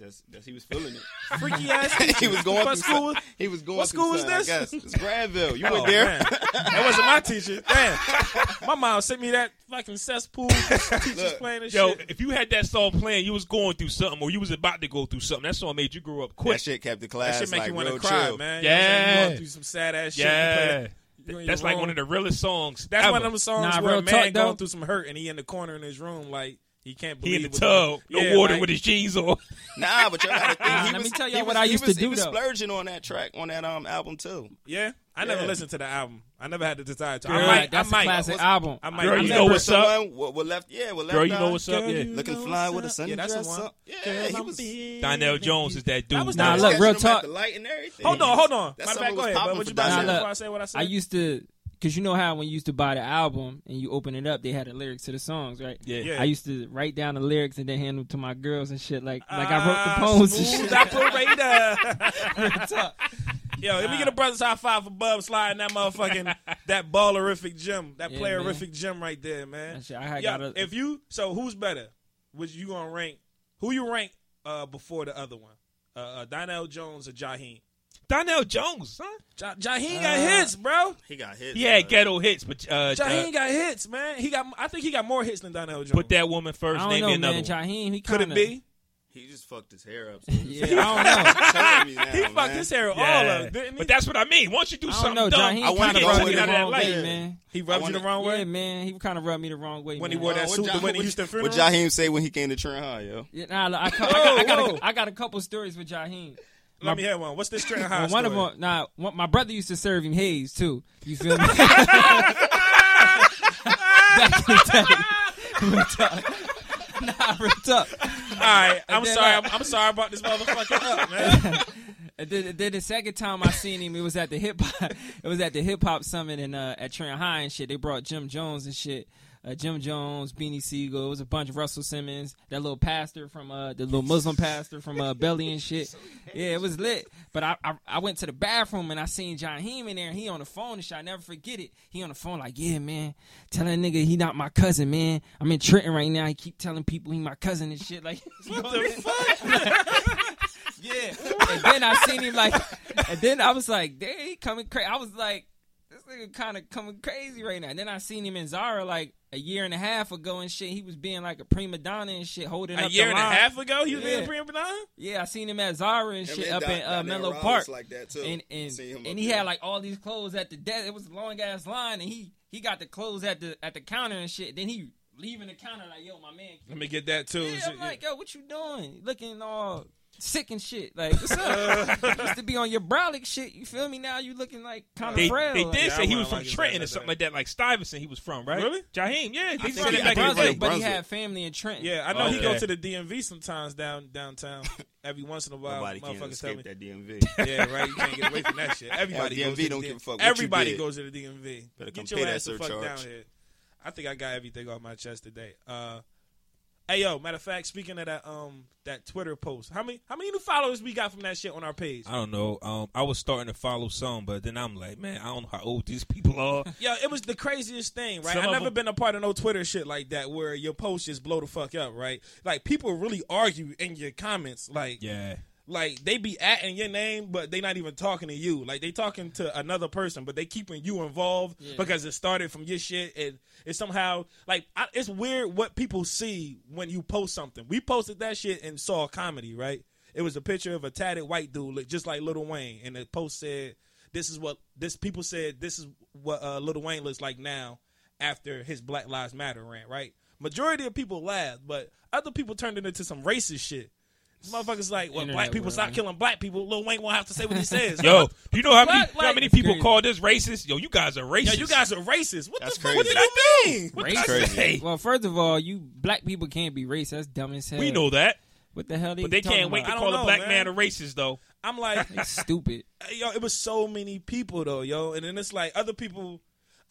[SPEAKER 4] That's, that's, he was feeling it.
[SPEAKER 5] Freaky ass.
[SPEAKER 4] he was going
[SPEAKER 5] What
[SPEAKER 4] through
[SPEAKER 5] school?
[SPEAKER 4] some- He was going
[SPEAKER 5] what
[SPEAKER 4] through
[SPEAKER 5] school is
[SPEAKER 4] something,
[SPEAKER 5] this?
[SPEAKER 4] I guess. It's Granville. You
[SPEAKER 5] Oh,
[SPEAKER 4] went there?
[SPEAKER 5] man. That wasn't my teacher. Damn. My mom sent me that fucking cesspool teachers
[SPEAKER 4] Look,
[SPEAKER 5] playing and
[SPEAKER 1] Yo,
[SPEAKER 5] shit.
[SPEAKER 1] if you had that song playing, you was going through something, or you was about to go through something. That song made you grow up quick.
[SPEAKER 4] That shit kept the
[SPEAKER 5] That
[SPEAKER 4] class
[SPEAKER 5] shit make
[SPEAKER 4] like
[SPEAKER 5] you want to
[SPEAKER 4] real
[SPEAKER 5] cry,
[SPEAKER 4] chill.
[SPEAKER 5] man. You know what I'm saying? You
[SPEAKER 1] Yeah.
[SPEAKER 5] going through some sad ass shit.
[SPEAKER 1] yeah,
[SPEAKER 5] You play- you
[SPEAKER 1] that's
[SPEAKER 5] in your
[SPEAKER 1] like one
[SPEAKER 5] room.
[SPEAKER 1] of the realest songs.
[SPEAKER 5] That's
[SPEAKER 1] ever.
[SPEAKER 5] one of them songs
[SPEAKER 6] Nah,
[SPEAKER 5] where a
[SPEAKER 6] real
[SPEAKER 5] man going
[SPEAKER 6] talk, though.
[SPEAKER 5] through some hurt and he in the corner in his room like he can't
[SPEAKER 1] He
[SPEAKER 5] believe
[SPEAKER 1] in the
[SPEAKER 5] what
[SPEAKER 1] tub, no
[SPEAKER 5] Yeah,
[SPEAKER 1] water
[SPEAKER 5] like-
[SPEAKER 1] with his jeans on.
[SPEAKER 4] Nah, but y'all gotta think.
[SPEAKER 6] Nah,
[SPEAKER 4] Ah, he
[SPEAKER 6] let
[SPEAKER 4] was,
[SPEAKER 6] me tell
[SPEAKER 4] he
[SPEAKER 6] y'all what
[SPEAKER 4] was-
[SPEAKER 6] I
[SPEAKER 4] he
[SPEAKER 6] used to
[SPEAKER 4] was-
[SPEAKER 6] do,
[SPEAKER 4] He was
[SPEAKER 6] though.
[SPEAKER 4] splurging on that track on that um album too.
[SPEAKER 5] Yeah, I never
[SPEAKER 4] Yeah.
[SPEAKER 5] listened to the album. I never had the desire to. I
[SPEAKER 6] Girl,
[SPEAKER 5] might.
[SPEAKER 6] that's
[SPEAKER 5] I might.
[SPEAKER 6] a classic
[SPEAKER 4] What's-
[SPEAKER 6] album.
[SPEAKER 5] I might.
[SPEAKER 1] Girl,
[SPEAKER 5] I
[SPEAKER 1] you
[SPEAKER 5] might-
[SPEAKER 1] know what's up?
[SPEAKER 4] Someone- What, what left? Yeah, what left?
[SPEAKER 1] Girl, you
[SPEAKER 4] eye.
[SPEAKER 1] know what's up?
[SPEAKER 5] Girl,
[SPEAKER 1] Yeah.
[SPEAKER 5] you
[SPEAKER 4] Looking
[SPEAKER 5] know
[SPEAKER 4] fly
[SPEAKER 5] what's
[SPEAKER 4] with a
[SPEAKER 5] up.
[SPEAKER 4] sun
[SPEAKER 5] Yeah, that's the
[SPEAKER 4] dress
[SPEAKER 5] one.
[SPEAKER 4] up. Yeah,
[SPEAKER 5] Girl,
[SPEAKER 4] he
[SPEAKER 5] I'm
[SPEAKER 4] was.
[SPEAKER 5] big.
[SPEAKER 1] Donnell Jones is that dude.
[SPEAKER 5] That was
[SPEAKER 6] Nah,
[SPEAKER 5] not-
[SPEAKER 4] was
[SPEAKER 6] look,
[SPEAKER 4] catching
[SPEAKER 6] real
[SPEAKER 4] him at
[SPEAKER 6] talk.
[SPEAKER 4] The light and everything.
[SPEAKER 5] Hold on, hold on.
[SPEAKER 4] That
[SPEAKER 5] My
[SPEAKER 4] summer
[SPEAKER 5] bad. Go
[SPEAKER 4] was
[SPEAKER 5] ahead. But
[SPEAKER 4] popping
[SPEAKER 5] what you
[SPEAKER 4] for
[SPEAKER 5] about to say
[SPEAKER 6] Donnell.
[SPEAKER 5] before I say what I said?
[SPEAKER 6] I used to, cause you know how when you used to buy the album and you open it up, they had the lyrics to the songs, right?
[SPEAKER 1] Yeah.
[SPEAKER 5] Yeah.
[SPEAKER 6] I used to write down the lyrics and then hand them to my girls and shit, like like
[SPEAKER 5] Ah,
[SPEAKER 6] I wrote the poems and
[SPEAKER 5] smooth
[SPEAKER 6] shit.
[SPEAKER 5] operator. Yo, if we get a brother's high five for Bub sliding that motherfucking that ballerific gym, that
[SPEAKER 6] Yeah,
[SPEAKER 5] playerific gym right there, man.
[SPEAKER 6] That shit, I had
[SPEAKER 5] Yo,
[SPEAKER 6] gotta-
[SPEAKER 5] if you so who's better? Which you gonna rank? Who you rank uh, before the other one? Uh, uh, Donnell Jones or Jaheim?
[SPEAKER 1] Donnell Jones, son.
[SPEAKER 5] Ja- Jaheim
[SPEAKER 6] Uh,
[SPEAKER 5] got hits, bro.
[SPEAKER 4] He got hit.
[SPEAKER 1] He had ghetto hits, but uh,
[SPEAKER 5] Jaheim
[SPEAKER 1] uh,
[SPEAKER 5] got hits, man. He got. I think he got more hits than Donnell Jones.
[SPEAKER 1] put that woman
[SPEAKER 6] I
[SPEAKER 1] first.
[SPEAKER 6] don't
[SPEAKER 1] Name me
[SPEAKER 6] know,
[SPEAKER 1] another.
[SPEAKER 6] man.
[SPEAKER 1] one.
[SPEAKER 6] Jaheim, he
[SPEAKER 5] could it
[SPEAKER 6] kinda-
[SPEAKER 5] be?
[SPEAKER 4] He just fucked his hair up.
[SPEAKER 6] Yeah, I don't know.
[SPEAKER 4] he
[SPEAKER 5] He fucked his hair all
[SPEAKER 1] Yeah.
[SPEAKER 5] up, didn't he?
[SPEAKER 1] But that's what I mean. Once you do
[SPEAKER 6] I don't
[SPEAKER 1] something
[SPEAKER 6] know.
[SPEAKER 1] dumb,
[SPEAKER 6] Jaheim
[SPEAKER 1] I want
[SPEAKER 6] kind
[SPEAKER 1] to
[SPEAKER 6] of
[SPEAKER 1] get
[SPEAKER 6] rubbed
[SPEAKER 1] taken
[SPEAKER 6] me
[SPEAKER 1] out
[SPEAKER 6] the
[SPEAKER 1] of that
[SPEAKER 6] wrong
[SPEAKER 1] light.
[SPEAKER 6] way, man.
[SPEAKER 5] he rubbed you
[SPEAKER 4] wanna-
[SPEAKER 5] the wrong way.
[SPEAKER 6] Yeah, man, he kind of rubbed me the wrong way
[SPEAKER 5] When he
[SPEAKER 4] Uh,
[SPEAKER 6] man.
[SPEAKER 5] wore that suit, the one in Houston
[SPEAKER 4] What
[SPEAKER 5] funeral.
[SPEAKER 4] Jaheim say when he came to Trent High, yo?
[SPEAKER 6] Yeah, nah, look, I, ca- I, got, I,
[SPEAKER 5] Whoa,
[SPEAKER 6] got
[SPEAKER 5] whoa.
[SPEAKER 6] a, I got a couple stories with Jaheim.
[SPEAKER 5] Let me have one. What's this Trent High
[SPEAKER 6] And one of
[SPEAKER 5] story?
[SPEAKER 6] them, nah, one, my brother used to serve him haze too. You feel me? Back in the day. Real talk. Nah, real talk.
[SPEAKER 5] All right, I'm
[SPEAKER 6] And then,
[SPEAKER 5] sorry.
[SPEAKER 6] uh,
[SPEAKER 5] I'm, I'm sorry about this motherfucker up, man.
[SPEAKER 6] And then, then the second time I seen him, it was at the hip hop. It was at the hip hop summit and uh, at Trent High and shit. They brought Jim Jones and shit. Uh, Jim Jones, Beanie Siegel, it was a bunch of Russell Simmons, that little pastor from uh, the little Muslim pastor from uh, Belly and shit. Yeah, it was lit. But I, I I went to the bathroom and I seen John Heem in there and he on the phone and shit. I never forget it. He on the phone like, yeah, man, tell that nigga he not my cousin, man. I'm in Trenton right now. He keep telling people he my cousin and shit. Like,
[SPEAKER 5] What the fuck?
[SPEAKER 6] yeah. And then I seen him like, and then I was like, dang, he coming crazy. I was like, this nigga kind of coming crazy right now. And then I seen him in Zara like a year and a half ago and shit. He was being like a prima donna and shit, holding
[SPEAKER 5] A
[SPEAKER 6] up
[SPEAKER 5] year
[SPEAKER 6] the
[SPEAKER 5] and a
[SPEAKER 6] line.
[SPEAKER 5] half ago, he was being
[SPEAKER 6] Yeah.
[SPEAKER 5] being benign.
[SPEAKER 6] Yeah, I seen him at Zara and shit up in uh, Menlo Park.
[SPEAKER 4] Like that too.
[SPEAKER 6] and and,
[SPEAKER 4] Seen him up
[SPEAKER 6] and he
[SPEAKER 4] there.
[SPEAKER 6] had like all these clothes at the desk. It was a long ass line, and he he got the clothes at the at the counter and shit. Then he leaving the counter like, yo, my man.
[SPEAKER 5] Let me get that too.
[SPEAKER 6] Yeah, I'm like, yo, what you doing? Looking all sick and shit. Like, what's up? You used to be on your brolic shit. You feel me? Now you looking like kind of
[SPEAKER 1] They,
[SPEAKER 6] frail.
[SPEAKER 1] they
[SPEAKER 6] like-
[SPEAKER 1] did
[SPEAKER 5] Yeah, I
[SPEAKER 1] say he
[SPEAKER 5] wouldn't
[SPEAKER 1] was from
[SPEAKER 5] like it
[SPEAKER 1] Trenton
[SPEAKER 5] like
[SPEAKER 1] or
[SPEAKER 5] that.
[SPEAKER 1] something like that, like Stuyvesant. He was from right?
[SPEAKER 5] Really?
[SPEAKER 1] Jaheim? Yeah, they
[SPEAKER 4] think
[SPEAKER 1] said
[SPEAKER 4] he-
[SPEAKER 1] it back in the
[SPEAKER 4] I think he
[SPEAKER 1] day.
[SPEAKER 6] Brunswick,
[SPEAKER 4] Brunswick.
[SPEAKER 6] but he had family in Trenton.
[SPEAKER 5] Yeah, I know
[SPEAKER 4] Oh,
[SPEAKER 5] he
[SPEAKER 1] Okay.
[SPEAKER 5] go to the DMV sometimes down downtown. Every once in a while,
[SPEAKER 4] Nobody can
[SPEAKER 5] motherfuckers tell
[SPEAKER 4] escape
[SPEAKER 5] me.
[SPEAKER 4] that DMV.
[SPEAKER 5] Yeah, right. You can't get away from that shit. Everybody
[SPEAKER 4] Yeah,
[SPEAKER 5] goes
[SPEAKER 4] DMV
[SPEAKER 5] to
[SPEAKER 4] don't
[SPEAKER 5] the
[SPEAKER 4] give a fuck what you
[SPEAKER 5] Everybody
[SPEAKER 4] did.
[SPEAKER 5] goes to the DMV.
[SPEAKER 4] Better come
[SPEAKER 5] get
[SPEAKER 4] pay
[SPEAKER 5] your
[SPEAKER 4] that
[SPEAKER 5] ass the fuck
[SPEAKER 4] surcharge.
[SPEAKER 5] down here. I think I got everything off my chest today. Uh, hey yo, matter of fact, speaking of that um that Twitter post, how many how many new followers we got from that shit on our page?
[SPEAKER 1] I don't know. Um, I was starting to follow some, but then I'm like, man, I don't know how old these people are.
[SPEAKER 5] Yo, it was the craziest thing, right?
[SPEAKER 1] Some
[SPEAKER 5] I've
[SPEAKER 1] of
[SPEAKER 5] never
[SPEAKER 1] them-
[SPEAKER 5] been a part of no Twitter shit like that where your posts just blow the fuck up, right? Like people really argue in your comments, like
[SPEAKER 1] Yeah,
[SPEAKER 5] like they be at in your name, but they not even talking to you. Like they talking to another person, but they keeping you involved because it started from your shit, and it somehow like I, it's weird what people see when you post something. We posted that shit and saw comedy, right? It was a picture of a tatted white dude, look just like Little Wayne, and the post said, "This is what this people said. This is what uh, Little Wayne looks like now after his Black Lives Matter rant." Right? Majority of people laughed, but other people turned it into some racist shit. Motherfuckers like, well,
[SPEAKER 6] Internet
[SPEAKER 5] black people
[SPEAKER 6] world,
[SPEAKER 5] stop
[SPEAKER 6] man.
[SPEAKER 5] killing black people. Lil Wayne won't have to say what he says.
[SPEAKER 1] yo, you know how many
[SPEAKER 5] What? Like,
[SPEAKER 1] how many
[SPEAKER 6] it's
[SPEAKER 1] people
[SPEAKER 6] crazy.
[SPEAKER 1] call this racist? Yo, you guys are racist.
[SPEAKER 5] yo, you guys are racist. What
[SPEAKER 4] That's
[SPEAKER 5] the fuck? What
[SPEAKER 4] crazy.
[SPEAKER 5] did I mean?
[SPEAKER 1] what
[SPEAKER 6] Racist.
[SPEAKER 1] did I say?
[SPEAKER 6] Well, first of all, you black people can't be racist. That's dumb as hell.
[SPEAKER 1] We know that,
[SPEAKER 6] What the hell? They
[SPEAKER 1] but they
[SPEAKER 6] talking
[SPEAKER 1] can't wait to
[SPEAKER 6] about?
[SPEAKER 5] I
[SPEAKER 1] call
[SPEAKER 5] don't
[SPEAKER 1] a
[SPEAKER 5] know,
[SPEAKER 1] black
[SPEAKER 5] man.
[SPEAKER 1] man a racist though.
[SPEAKER 5] I'm like,
[SPEAKER 6] They stupid.
[SPEAKER 5] yo, it was so many people though, yo, and then it's like other people,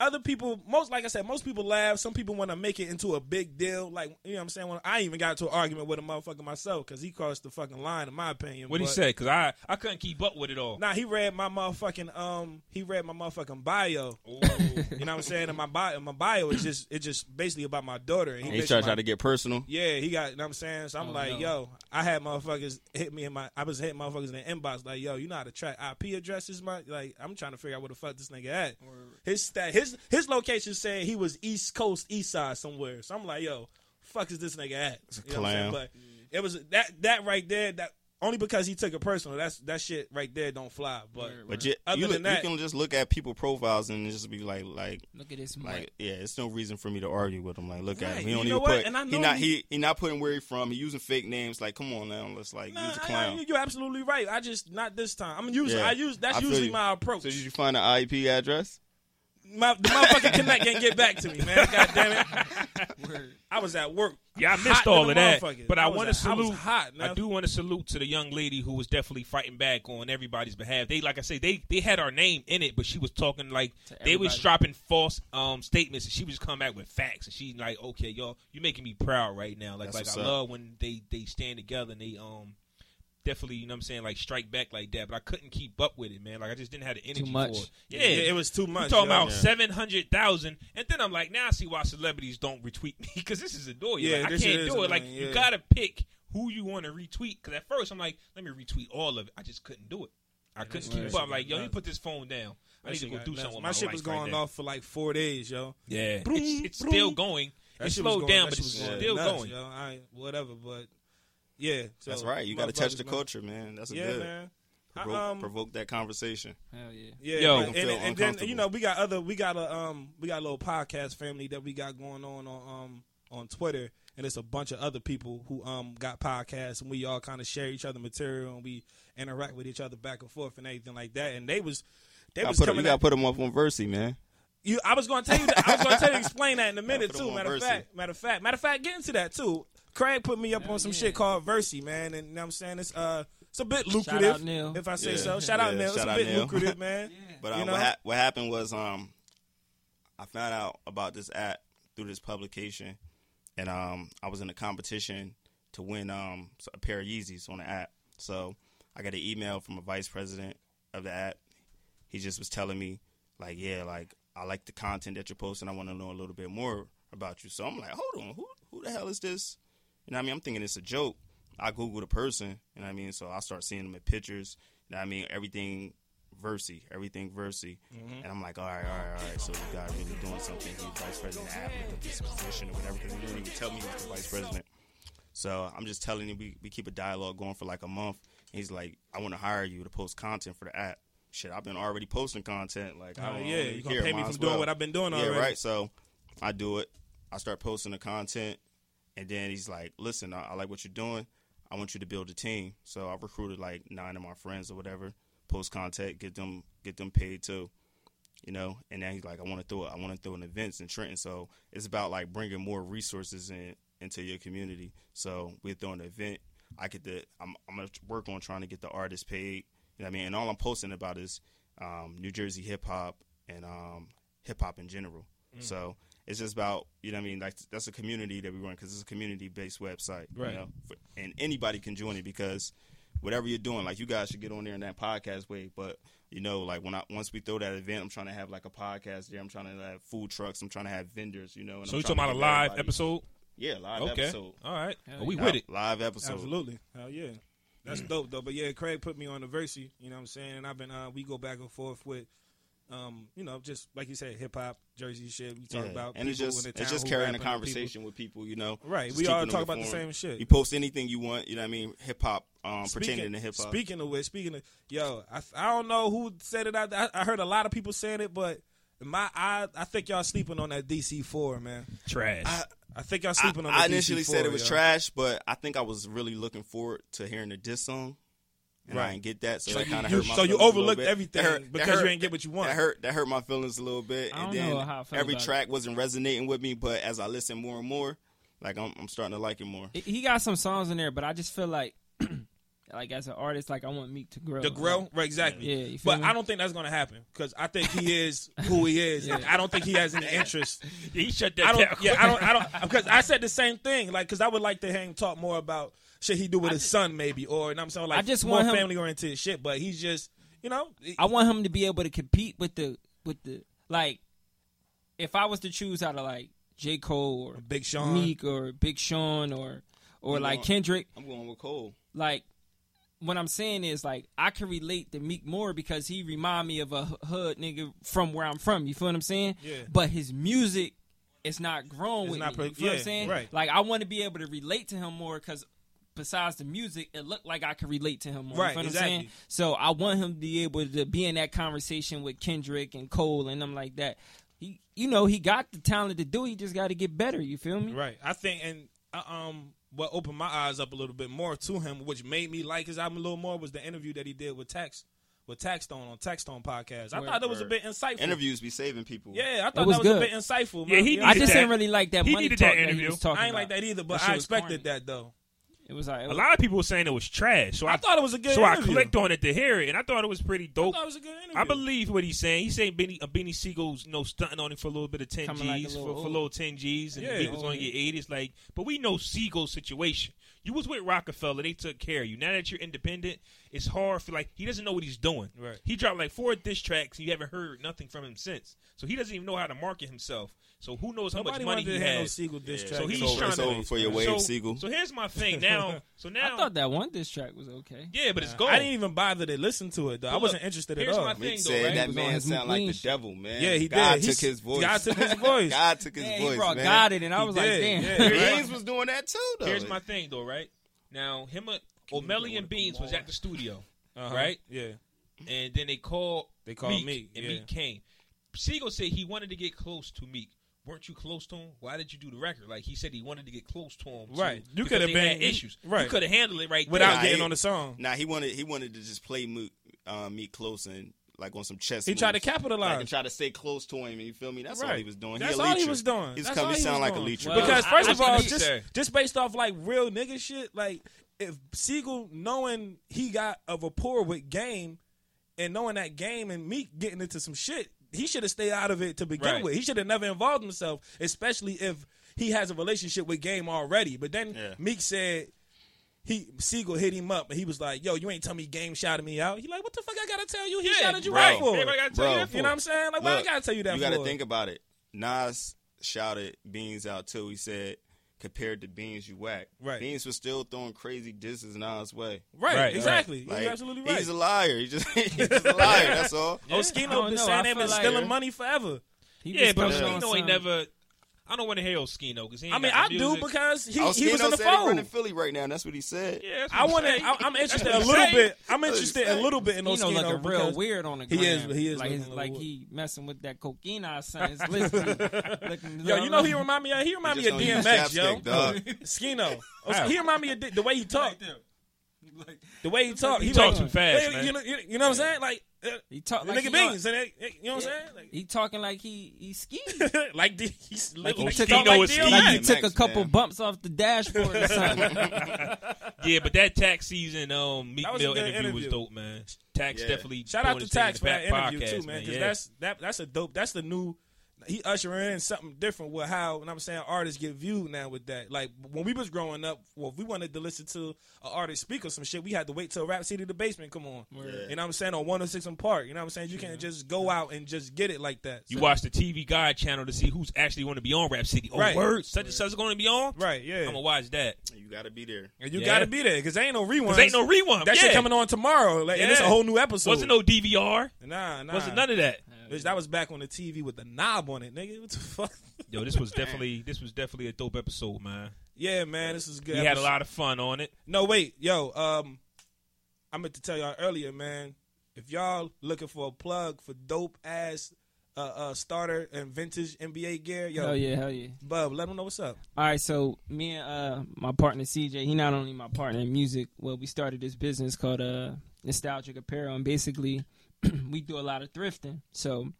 [SPEAKER 5] other people. Most like I said, most people laugh. Some people want to make it into a big deal. Like you know, what I'm saying, when I even got into an argument with a motherfucker myself because he crossed the fucking line, in my opinion.
[SPEAKER 1] What he
[SPEAKER 5] but-
[SPEAKER 1] said? Because I I couldn't keep up with it all.
[SPEAKER 5] Nah, he read my motherfucking um, he read my motherfucking bio. You know what I'm saying? And my bio, my bio is just it's just basically about my daughter. And he
[SPEAKER 4] And he
[SPEAKER 5] bitched
[SPEAKER 4] tried
[SPEAKER 5] my-
[SPEAKER 4] to get personal.
[SPEAKER 5] Yeah, he got. You know what I'm saying, so I'm
[SPEAKER 6] Oh,
[SPEAKER 5] like,
[SPEAKER 6] no.
[SPEAKER 5] yo, I had motherfuckers hit me in my. I was hitting motherfuckers in the inbox, like, yo, you know how to track IP addresses, my like. I'm trying to figure out where the fuck this nigga at. His stat, his his location said he was East Coast, East Side somewhere. So I'm like, yo, fuck is this nigga at? You know what I'm
[SPEAKER 4] clown.
[SPEAKER 5] saying? But it was that that right there. That only because he took it personal. That's that shit right there. Don't fly, but.
[SPEAKER 4] But you,
[SPEAKER 5] Other
[SPEAKER 4] you,
[SPEAKER 5] than
[SPEAKER 4] look-
[SPEAKER 5] that-
[SPEAKER 4] you can just look at people profiles and just be like, like,
[SPEAKER 6] Look at this.
[SPEAKER 4] like,
[SPEAKER 6] mic.
[SPEAKER 4] yeah, it's no reason for me to argue with him. Like, look at
[SPEAKER 5] Right,
[SPEAKER 4] him. He don't
[SPEAKER 5] you know
[SPEAKER 4] even
[SPEAKER 5] what?
[SPEAKER 4] put.
[SPEAKER 5] And I
[SPEAKER 4] he
[SPEAKER 5] know
[SPEAKER 4] not
[SPEAKER 5] you-
[SPEAKER 4] he, he not putting where he from. He using fake names. Like, come on now, let's like
[SPEAKER 5] Nah,
[SPEAKER 4] use a
[SPEAKER 5] I- I-
[SPEAKER 4] clown.
[SPEAKER 5] you- you're absolutely right. I just not this time. I'm usually
[SPEAKER 4] Yeah.
[SPEAKER 5] I use that's
[SPEAKER 4] I feel
[SPEAKER 5] usually
[SPEAKER 4] you.
[SPEAKER 5] my approach.
[SPEAKER 4] so did you find an IP address?
[SPEAKER 5] my, the motherfucking connect can't get back to me, man. God damn it.
[SPEAKER 6] Word.
[SPEAKER 5] I was at work.
[SPEAKER 1] Yeah, I
[SPEAKER 5] Hot
[SPEAKER 1] missed all of
[SPEAKER 5] than a
[SPEAKER 1] that.
[SPEAKER 5] motherfucker.
[SPEAKER 1] But I,
[SPEAKER 5] I was
[SPEAKER 1] want to
[SPEAKER 5] hot- I was
[SPEAKER 1] salute.
[SPEAKER 5] hot,
[SPEAKER 1] I
[SPEAKER 5] man.
[SPEAKER 1] do want to salute to the young lady who was definitely fighting back on everybody's behalf. They, like I say, they they had our name in it, but she was talking like they was
[SPEAKER 6] everybody.
[SPEAKER 1] dropping false um statements, and she was coming back with facts. And she like, okay, y'all, you making me proud right now. Like,
[SPEAKER 4] That's
[SPEAKER 1] like
[SPEAKER 4] what's
[SPEAKER 1] I
[SPEAKER 4] up.
[SPEAKER 1] love when they they stand together and they um. Definitely, you know what I'm saying, like strike back like that. But I couldn't keep up with it, man. Like I just didn't have the energy
[SPEAKER 6] much.
[SPEAKER 1] for it.
[SPEAKER 5] Yeah, it was too
[SPEAKER 1] You
[SPEAKER 5] much.
[SPEAKER 1] talking
[SPEAKER 5] yo.
[SPEAKER 1] about
[SPEAKER 4] Yeah.
[SPEAKER 1] seven hundred thousand, and then I'm like, now I see why celebrities don't retweet me because this is annoying.
[SPEAKER 5] Yeah,
[SPEAKER 1] Yeah, I
[SPEAKER 5] this
[SPEAKER 1] can't
[SPEAKER 5] is
[SPEAKER 1] do it. Like
[SPEAKER 5] annoying, yeah.
[SPEAKER 1] you gotta pick who you want to retweet. Because at first I'm like, let me retweet all of it. I just couldn't do it. I couldn't keep up. Like, yo, you put this phone down. I need to go do something. with
[SPEAKER 5] My, shit
[SPEAKER 1] life
[SPEAKER 5] was
[SPEAKER 1] right
[SPEAKER 5] going
[SPEAKER 1] now.
[SPEAKER 5] off for like four days, yo.
[SPEAKER 1] Yeah,
[SPEAKER 5] Broom,
[SPEAKER 1] it's, it's
[SPEAKER 5] broom.
[SPEAKER 1] still going.
[SPEAKER 5] That
[SPEAKER 1] it
[SPEAKER 5] shit was
[SPEAKER 1] slowed
[SPEAKER 5] going-
[SPEAKER 1] down,
[SPEAKER 5] that
[SPEAKER 1] but
[SPEAKER 5] shit
[SPEAKER 1] it's
[SPEAKER 5] was going
[SPEAKER 1] still
[SPEAKER 5] nuts,
[SPEAKER 1] going.
[SPEAKER 5] Yo. I ain't- whatever, but yeah. so
[SPEAKER 4] That's right. You got to touch the
[SPEAKER 5] motherfuckers, man.
[SPEAKER 4] culture, man. That's a
[SPEAKER 5] Yeah,
[SPEAKER 4] good.
[SPEAKER 5] man. I,
[SPEAKER 4] Provoke,
[SPEAKER 5] um,
[SPEAKER 4] provoke that conversation.
[SPEAKER 6] Hell yeah.
[SPEAKER 5] Yeah,
[SPEAKER 1] Yo.
[SPEAKER 5] but-
[SPEAKER 4] Make 'em
[SPEAKER 5] and,
[SPEAKER 4] feel
[SPEAKER 5] and then you
[SPEAKER 4] uncomfortable.
[SPEAKER 5] know we got other we got a um we got a little podcast family that we got going on on um on Twitter, and it's a bunch of other people who um got podcasts, and we all kind of share each other material, and we interact with each other back and forth and everything like that. And they was they
[SPEAKER 4] I
[SPEAKER 5] was
[SPEAKER 4] put 'em-
[SPEAKER 5] coming
[SPEAKER 4] you got to
[SPEAKER 5] at-
[SPEAKER 4] put them up on Versi, man.
[SPEAKER 5] you, I was going to tell you. That, I was going to tell you explain that in a minute
[SPEAKER 4] put 'em
[SPEAKER 5] too.
[SPEAKER 4] on
[SPEAKER 5] Matter of
[SPEAKER 4] Versi.
[SPEAKER 5] fact, matter of fact, matter of fact, get into that too. Craig put me up on some shit called Versi, man, and you know what I'm saying it's uh it's a bit lucrative.
[SPEAKER 6] out Neil.
[SPEAKER 5] If I say
[SPEAKER 4] Yeah.
[SPEAKER 5] so, shout out
[SPEAKER 4] Yeah,
[SPEAKER 5] Neil. It's
[SPEAKER 4] shout
[SPEAKER 5] a
[SPEAKER 4] out
[SPEAKER 5] bit
[SPEAKER 4] Neil.
[SPEAKER 5] lucrative, man.
[SPEAKER 4] But uh,
[SPEAKER 5] You know?
[SPEAKER 4] what, hap what happened was um, I found out about this app through this publication, and um, I was in a competition to win um, a pair of Yeezys on the app. So I got an email from a vice president of the app. He just was telling me, like, yeah, like I like the content that you're posting. I want to know a little bit more about you. So I'm like, hold on, who who the hell is this? You know what I mean? I'm thinking it's a joke. I Google the person, you know what I mean? So I start seeing them in pictures, you know what I mean? Everything Versi, everything Versi.
[SPEAKER 5] Mm-hmm.
[SPEAKER 4] And I'm like, all right, all right, all right. So you got really doing something. He's vice president of Apple, took this position or whatever, because he didn't even tell me he was the vice president. So I'm just telling you, we, we keep a dialogue going for like a month. He's like, I want to hire you to post content for the app. Shit, I've been already posting content. Like, I
[SPEAKER 5] Oh,
[SPEAKER 4] don't
[SPEAKER 5] yeah,
[SPEAKER 4] really
[SPEAKER 5] you gonna
[SPEAKER 4] care,
[SPEAKER 5] pay me
[SPEAKER 4] might
[SPEAKER 5] from
[SPEAKER 4] as
[SPEAKER 5] doing
[SPEAKER 4] well.
[SPEAKER 5] what I've been doing
[SPEAKER 4] yeah,
[SPEAKER 5] already.
[SPEAKER 4] right. So I do it. I start posting the content, and then he's like, "Listen, I, I like what you're doing. I want you to build a team." So I recruited like nine of my friends or whatever. Post contact, get them, get them paid too, you know. And now he's like, "I want to throw, I want to throw an events in Trenton." So it's about like bringing more resources in into your community. So we're throwing an event. I get the, I'm, I'm gonna work on trying to get the artist paid. You know what I mean? And all I'm posting about is um, New Jersey hip hop and um, hip hop in general.
[SPEAKER 1] Mm.
[SPEAKER 4] So it's just about you know what I mean like that's a community that we run because it's a community based website,
[SPEAKER 5] Right.
[SPEAKER 4] You know? For- and anybody can join it because whatever you're doing, like you guys should get on there in that podcast way. But you know, like when I once we throw that event, I'm trying to have like a podcast there. I'm trying to have food trucks. I'm trying to have vendors. You know, and
[SPEAKER 1] So
[SPEAKER 4] I'm
[SPEAKER 1] you talking
[SPEAKER 4] trying
[SPEAKER 1] about a
[SPEAKER 4] to get
[SPEAKER 1] live
[SPEAKER 4] everybody-
[SPEAKER 1] episode?
[SPEAKER 4] Yeah, live
[SPEAKER 1] Okay,
[SPEAKER 4] episode.
[SPEAKER 1] all right,
[SPEAKER 6] Hell
[SPEAKER 1] Well, we
[SPEAKER 6] yeah.
[SPEAKER 1] with it.
[SPEAKER 4] Live episode.
[SPEAKER 5] Absolutely. Hell yeah.
[SPEAKER 4] Mm.
[SPEAKER 5] That's dope though. But yeah, Craig put me on the Versi, you know what I'm saying? And I've been uh we go back and forth with um, you know, just like you said, hip hop, Jersey shit. We talk
[SPEAKER 4] Yeah.
[SPEAKER 5] about
[SPEAKER 4] and it's
[SPEAKER 5] people
[SPEAKER 4] just
[SPEAKER 5] in the
[SPEAKER 4] it's
[SPEAKER 5] town
[SPEAKER 4] just
[SPEAKER 5] who
[SPEAKER 4] carrying a
[SPEAKER 5] rapping and people-
[SPEAKER 4] conversation with people, you know.
[SPEAKER 5] Right,
[SPEAKER 4] just
[SPEAKER 5] we all
[SPEAKER 4] keeping
[SPEAKER 5] talk
[SPEAKER 4] them
[SPEAKER 5] about the
[SPEAKER 4] informed.
[SPEAKER 5] same shit.
[SPEAKER 4] You post anything you want, you know what I mean? Hip hop, um, pertaining to hip hop.
[SPEAKER 5] Speaking of which, speaking of yo, I, I don't know who said it. out there. I, I heard a lot of people saying it, but in my I I think y'all sleeping on that DC four man.
[SPEAKER 1] Trash.
[SPEAKER 5] I think y'all
[SPEAKER 4] I,
[SPEAKER 5] sleeping on.
[SPEAKER 4] I
[SPEAKER 5] that
[SPEAKER 4] initially
[SPEAKER 5] DC4,
[SPEAKER 4] said it was
[SPEAKER 5] yo.
[SPEAKER 4] trash, but I think I was really looking forward to hearing the diss song. And I
[SPEAKER 5] Right.
[SPEAKER 4] didn't get that, so,
[SPEAKER 5] So
[SPEAKER 4] that
[SPEAKER 5] you-
[SPEAKER 4] kind of
[SPEAKER 5] you-
[SPEAKER 4] hurt my
[SPEAKER 5] so you
[SPEAKER 4] feelings a little
[SPEAKER 5] overlooked
[SPEAKER 4] bit.
[SPEAKER 5] everything
[SPEAKER 4] That hurt- that
[SPEAKER 5] because
[SPEAKER 4] hurt-
[SPEAKER 5] you didn't get what you want.
[SPEAKER 4] That hurt. That hurt my feelings a little bit,
[SPEAKER 6] I
[SPEAKER 4] and
[SPEAKER 6] don't
[SPEAKER 4] then
[SPEAKER 6] know how I feel
[SPEAKER 4] every
[SPEAKER 6] about it.
[SPEAKER 4] track wasn't resonating with me. But as I listen more and more, like I'm, I'm starting to like it more.
[SPEAKER 6] He- He got some songs in there, but I just feel like, like as an artist, like I want Meek to grow.
[SPEAKER 5] The grow, right? Exactly.
[SPEAKER 6] Yeah, you feel
[SPEAKER 5] but
[SPEAKER 6] me?
[SPEAKER 5] I don't think that's gonna happen because I think he is who he is. Like, I don't think he has any interest.
[SPEAKER 1] he shut that
[SPEAKER 5] I
[SPEAKER 1] down.
[SPEAKER 5] don't. Yeah, I don't. I don't. Because I said the same thing. Like, because I would like to hear him talk more about shit he do with his son, maybe, or and I'm saying like
[SPEAKER 6] I just
[SPEAKER 5] more
[SPEAKER 6] want him-
[SPEAKER 5] family oriented shit. But he's just, you know,
[SPEAKER 6] I want him to be able to compete with the with the like. If I was to choose out of like J Cole or
[SPEAKER 5] Big Sean.
[SPEAKER 6] Meek or Big Sean or or
[SPEAKER 4] You
[SPEAKER 6] like
[SPEAKER 4] know,
[SPEAKER 6] Kendrick,
[SPEAKER 4] I'm going with Cole.
[SPEAKER 6] like what I'm saying is like I can relate to Meek more because he remind me of a h- hood nigga from where I'm from. You feel what I'm saying?
[SPEAKER 5] Yeah.
[SPEAKER 6] But his music is not grown
[SPEAKER 5] It's
[SPEAKER 6] with
[SPEAKER 5] not
[SPEAKER 6] me.
[SPEAKER 5] pro-
[SPEAKER 6] you feel what
[SPEAKER 5] yeah,
[SPEAKER 6] I'm saying?
[SPEAKER 5] right.
[SPEAKER 6] Like I want to be able to relate to him more because besides the music, it looked like I could relate to him more.
[SPEAKER 5] Right,
[SPEAKER 6] You feel what
[SPEAKER 5] exactly.
[SPEAKER 6] I'm saying? So I want him to be able to be in that conversation with Kendrick and Cole and them like that. He, you know, he got the talent to do. it. He just got to get better. You feel me?
[SPEAKER 5] Right. I think and uh, um what opened my eyes up a little bit more to him, which made me like his album a little more, was the interview that he did with Tax with Taxstone on Taxstone podcast. I
[SPEAKER 6] Word,
[SPEAKER 5] thought that was a
[SPEAKER 4] word.
[SPEAKER 5] bit insightful.
[SPEAKER 4] Interviews be saving people.
[SPEAKER 5] Yeah, I thought
[SPEAKER 6] was
[SPEAKER 5] that was a
[SPEAKER 6] good.
[SPEAKER 5] bit insightful. Man.
[SPEAKER 1] Yeah, he
[SPEAKER 5] You know,
[SPEAKER 6] I
[SPEAKER 1] needed
[SPEAKER 6] just
[SPEAKER 1] that.
[SPEAKER 6] didn't really like that
[SPEAKER 1] He
[SPEAKER 6] money
[SPEAKER 1] needed
[SPEAKER 6] talk
[SPEAKER 1] that
[SPEAKER 6] that, he
[SPEAKER 1] interview.
[SPEAKER 6] was talking
[SPEAKER 5] I ain't like
[SPEAKER 6] about.
[SPEAKER 5] that either, but
[SPEAKER 6] That shit
[SPEAKER 5] I
[SPEAKER 6] was
[SPEAKER 5] expected
[SPEAKER 6] corny.
[SPEAKER 5] that though.
[SPEAKER 6] It was like it
[SPEAKER 1] A
[SPEAKER 6] was-
[SPEAKER 1] lot of people were saying it was trash. So I,
[SPEAKER 5] I thought it was a good
[SPEAKER 1] So
[SPEAKER 5] interview.
[SPEAKER 1] I clicked on it to hear it, and I thought it was pretty
[SPEAKER 5] I
[SPEAKER 1] dope.
[SPEAKER 5] thought it was a good interview.
[SPEAKER 1] I believe what he's saying. He's saying Benny, uh, Benny Siegel's you know stunting on him for a little bit of ten
[SPEAKER 6] Coming
[SPEAKER 1] G's,
[SPEAKER 6] like a
[SPEAKER 1] for,
[SPEAKER 6] little
[SPEAKER 1] for a
[SPEAKER 6] old.
[SPEAKER 1] little ten G's, and
[SPEAKER 5] Yeah.
[SPEAKER 1] he was going to get eight. It's like, but we know Siegel's situation. You was with Rockefeller; they took care of you. Now that you're independent, it's hard for like he doesn't know what he's doing.
[SPEAKER 5] Right.
[SPEAKER 1] He dropped like four diss tracks. and You haven't heard nothing from him since. So he doesn't even know how to market himself. So who knows how much
[SPEAKER 5] Nobody
[SPEAKER 1] money
[SPEAKER 5] wanted
[SPEAKER 1] he
[SPEAKER 5] to have no
[SPEAKER 1] has?
[SPEAKER 5] Siegel diss
[SPEAKER 4] Yeah.
[SPEAKER 5] track.
[SPEAKER 1] so he's
[SPEAKER 4] over-
[SPEAKER 1] trying
[SPEAKER 4] it's
[SPEAKER 1] to.
[SPEAKER 4] over for your wave,
[SPEAKER 1] so,
[SPEAKER 4] Siegel.
[SPEAKER 1] So here's my thing now. So now
[SPEAKER 6] I thought that one diss track was okay.
[SPEAKER 1] yeah, but it's gold.
[SPEAKER 5] I didn't even bother to listen to it though. I
[SPEAKER 1] Look,
[SPEAKER 5] wasn't interested at
[SPEAKER 1] here's
[SPEAKER 5] all.
[SPEAKER 1] my
[SPEAKER 4] Mick
[SPEAKER 1] thing, though,
[SPEAKER 4] said
[SPEAKER 1] right?
[SPEAKER 4] that
[SPEAKER 6] He was on
[SPEAKER 4] man
[SPEAKER 6] his
[SPEAKER 4] sound like
[SPEAKER 6] mean
[SPEAKER 4] the
[SPEAKER 6] shit.
[SPEAKER 4] devil, man.
[SPEAKER 5] Yeah, he did.
[SPEAKER 4] God
[SPEAKER 5] He
[SPEAKER 4] took
[SPEAKER 5] s-
[SPEAKER 4] his voice.
[SPEAKER 5] God took his voice.
[SPEAKER 4] God took his
[SPEAKER 6] Man,
[SPEAKER 4] voice,
[SPEAKER 6] he brought
[SPEAKER 4] man.
[SPEAKER 6] God in, and I
[SPEAKER 5] He
[SPEAKER 6] was like,
[SPEAKER 5] did,
[SPEAKER 6] damn.
[SPEAKER 5] yeah.
[SPEAKER 4] Beans was doing that too, though.
[SPEAKER 1] Here's my thing though, right? Now him, uh, O'Malley and Beans was at the studio,
[SPEAKER 5] Uh-huh.
[SPEAKER 1] right?
[SPEAKER 5] Yeah.
[SPEAKER 1] And then they called.
[SPEAKER 5] They called
[SPEAKER 1] Meek,
[SPEAKER 5] Meek,
[SPEAKER 1] and
[SPEAKER 5] yeah.
[SPEAKER 1] Meek came. Siegel said he wanted to get close to Meek. Weren't you close to him? Why did you do the record? Like he said, he wanted to get close to him. too,
[SPEAKER 5] Right. You
[SPEAKER 1] because
[SPEAKER 5] coulda
[SPEAKER 1] they had
[SPEAKER 5] been-
[SPEAKER 1] issues.
[SPEAKER 5] right.
[SPEAKER 1] You could have handled it right
[SPEAKER 5] Without
[SPEAKER 4] Nah,
[SPEAKER 1] there.
[SPEAKER 5] getting
[SPEAKER 4] he-
[SPEAKER 5] on the song.
[SPEAKER 4] Nah, he wanted he wanted to just play me, uh, me close and like on some chess.
[SPEAKER 5] He tried to
[SPEAKER 4] moves.
[SPEAKER 5] capitalize.
[SPEAKER 4] like, and try to stay close to him. You feel me? That's all
[SPEAKER 5] Right.
[SPEAKER 4] he was doing.
[SPEAKER 5] That's
[SPEAKER 4] he a
[SPEAKER 5] all he
[SPEAKER 4] leecher.
[SPEAKER 5] was doing.
[SPEAKER 4] He's
[SPEAKER 5] That's
[SPEAKER 4] coming.
[SPEAKER 5] all
[SPEAKER 4] He
[SPEAKER 5] he
[SPEAKER 4] sound
[SPEAKER 5] was
[SPEAKER 4] like a
[SPEAKER 5] doing.
[SPEAKER 4] leecher.
[SPEAKER 1] Well,
[SPEAKER 5] because
[SPEAKER 1] I-
[SPEAKER 5] first
[SPEAKER 1] I
[SPEAKER 5] of
[SPEAKER 1] think
[SPEAKER 5] all,
[SPEAKER 1] that's
[SPEAKER 5] just
[SPEAKER 1] fair.
[SPEAKER 5] just based off like real nigga shit, like if Siegel knowing he got a rapport with Game, and knowing that Game and Meek getting into some shit, he should have stayed out of it to begin
[SPEAKER 1] Right.
[SPEAKER 5] with. He should have never involved himself, especially if he has a relationship with Game already. But then
[SPEAKER 4] Yeah.
[SPEAKER 5] Meek said. He Siegel hit him up and he was like, "Yo, you ain't tell me Game shouted me out." He like, "What the fuck? I gotta tell you? He
[SPEAKER 1] Yeah,
[SPEAKER 5] shouted you
[SPEAKER 4] bro.
[SPEAKER 5] out for."
[SPEAKER 1] Everybody gotta tell you
[SPEAKER 4] Bro.
[SPEAKER 1] that for.
[SPEAKER 5] You know what I'm saying? Like, why I
[SPEAKER 4] Look,
[SPEAKER 5] gotta tell you that?
[SPEAKER 4] You gotta
[SPEAKER 5] for?
[SPEAKER 4] think about it. Nas shouted Beans out too. He said, "Compared to Beans, you whack."
[SPEAKER 5] Right.
[SPEAKER 4] Beans was still throwing crazy disses Nas way.
[SPEAKER 5] right?
[SPEAKER 1] Right,
[SPEAKER 5] exactly.
[SPEAKER 4] Like,
[SPEAKER 5] You're absolutely right.
[SPEAKER 4] He's a liar. He just, he's just a liar. That's all.
[SPEAKER 5] Oh,
[SPEAKER 6] I don't
[SPEAKER 5] Oskino been
[SPEAKER 6] know. I
[SPEAKER 5] saying they've
[SPEAKER 6] feel
[SPEAKER 5] been
[SPEAKER 6] like-
[SPEAKER 5] stealing money forever.
[SPEAKER 6] He
[SPEAKER 1] Yeah,
[SPEAKER 6] was
[SPEAKER 1] but
[SPEAKER 6] coming on
[SPEAKER 1] Skino ain't
[SPEAKER 6] some-
[SPEAKER 1] never. I don't want to hear Skino because
[SPEAKER 5] I mean, I do because he,
[SPEAKER 4] Oh,
[SPEAKER 5] he was
[SPEAKER 4] Skino
[SPEAKER 5] in the
[SPEAKER 4] said he
[SPEAKER 5] fold.
[SPEAKER 4] running Philly right now. and That's what he said.
[SPEAKER 1] Yeah, that's what
[SPEAKER 5] I
[SPEAKER 1] I'm
[SPEAKER 5] want to.
[SPEAKER 1] saying.
[SPEAKER 5] I'm interested
[SPEAKER 1] That's
[SPEAKER 5] a
[SPEAKER 1] what I'm
[SPEAKER 5] little
[SPEAKER 1] saying.
[SPEAKER 5] bit. I'm interested a little bit in
[SPEAKER 6] He know
[SPEAKER 5] Oskino
[SPEAKER 6] look a real
[SPEAKER 5] because-
[SPEAKER 6] weird on the
[SPEAKER 5] He
[SPEAKER 6] gram.
[SPEAKER 5] is- he is
[SPEAKER 6] like,
[SPEAKER 5] looking
[SPEAKER 6] his-
[SPEAKER 5] a little
[SPEAKER 6] like
[SPEAKER 5] weird.
[SPEAKER 6] he messing with that cocaine eye sign. His lips be looking-
[SPEAKER 5] Yo, you know he remind me. of He remind
[SPEAKER 4] He
[SPEAKER 5] me
[SPEAKER 4] just
[SPEAKER 5] of
[SPEAKER 4] don't use
[SPEAKER 5] DMX, yo.
[SPEAKER 4] chapstick, dog.
[SPEAKER 5] Skino. Os- He remind me of D- the way he talked. The way he talked.
[SPEAKER 1] He talk
[SPEAKER 5] like-
[SPEAKER 1] too fast,
[SPEAKER 5] Hey,
[SPEAKER 1] man.
[SPEAKER 5] You know, you you know what I'm saying? Like, uh,
[SPEAKER 6] He talk like
[SPEAKER 5] nigga
[SPEAKER 6] he
[SPEAKER 5] beans. and it- it- You know what I'm
[SPEAKER 6] Yeah.
[SPEAKER 5] saying? Like-
[SPEAKER 6] He talking like he he skied.
[SPEAKER 5] Like, D- he's
[SPEAKER 6] Like he
[SPEAKER 5] like
[SPEAKER 6] took
[SPEAKER 5] talk
[SPEAKER 6] a-
[SPEAKER 5] like
[SPEAKER 1] is
[SPEAKER 5] DMX.
[SPEAKER 6] Like he
[SPEAKER 4] DMX,
[SPEAKER 6] took a couple
[SPEAKER 4] man.
[SPEAKER 6] bumps off the dashboard or something.
[SPEAKER 1] Yeah, but that tax season um Meek
[SPEAKER 5] That was a
[SPEAKER 1] Mill
[SPEAKER 5] good
[SPEAKER 1] interview, was
[SPEAKER 5] interview.
[SPEAKER 1] dope, man. Tax
[SPEAKER 4] Yeah.
[SPEAKER 1] definitely
[SPEAKER 5] Shout out
[SPEAKER 1] throwing
[SPEAKER 5] to
[SPEAKER 1] his thing in the
[SPEAKER 5] Tax for that
[SPEAKER 1] back
[SPEAKER 5] interview
[SPEAKER 1] podcast,
[SPEAKER 5] too, man. Because
[SPEAKER 1] Yeah.
[SPEAKER 5] that's that that's a dope. That's the new. He ushering in something different with how, and I'm saying artists get viewed now with that. Like when we was growing up, well, if we wanted to listen to an artist speak or some shit, we had to wait till Rap City the Basement come on. You know what I'm saying? On 106 and Park. You know what I'm saying? You can't just go out and just get it like that.
[SPEAKER 1] you
[SPEAKER 5] So-
[SPEAKER 1] watch the TV Guide channel to see who's actually going to be on Rap City. Oh,
[SPEAKER 5] Right.
[SPEAKER 1] word, such and such is going to be on.
[SPEAKER 5] Right, yeah.
[SPEAKER 1] I'm gonna watch that.
[SPEAKER 4] You got to be there.
[SPEAKER 5] and you
[SPEAKER 1] Yeah.
[SPEAKER 5] gotta be there because ain't no rewind.
[SPEAKER 1] 'Cause ain't no rewind.
[SPEAKER 5] That shit
[SPEAKER 1] Yeah.
[SPEAKER 5] coming on tomorrow. Like, And it's a
[SPEAKER 1] Yeah.
[SPEAKER 5] whole new episode.
[SPEAKER 1] Wasn't no DVR.
[SPEAKER 5] Nah, nah.
[SPEAKER 1] Wasn't none of that.
[SPEAKER 5] Bitch, that was back on the TV with the knob on it, nigga. What the fuck?
[SPEAKER 1] Yo, this was definitely this was definitely a dope episode, man.
[SPEAKER 5] yeah, man, this is good.
[SPEAKER 1] We had a
[SPEAKER 5] episode.
[SPEAKER 1] lot of fun on it.
[SPEAKER 5] No, wait, yo. Um, I meant to tell y'all earlier, man. If y'all looking for a plug for dope ass uh, uh, starter and vintage NBA gear, yo,
[SPEAKER 6] hell Oh, yeah, hell yeah.
[SPEAKER 5] Bub, let them know what's up.
[SPEAKER 6] All right, so me and uh, my partner CJ, he not only my partner in music. Well, we started this business called uh, Nostalgic Apparel, and basically we do a lot of thrifting. So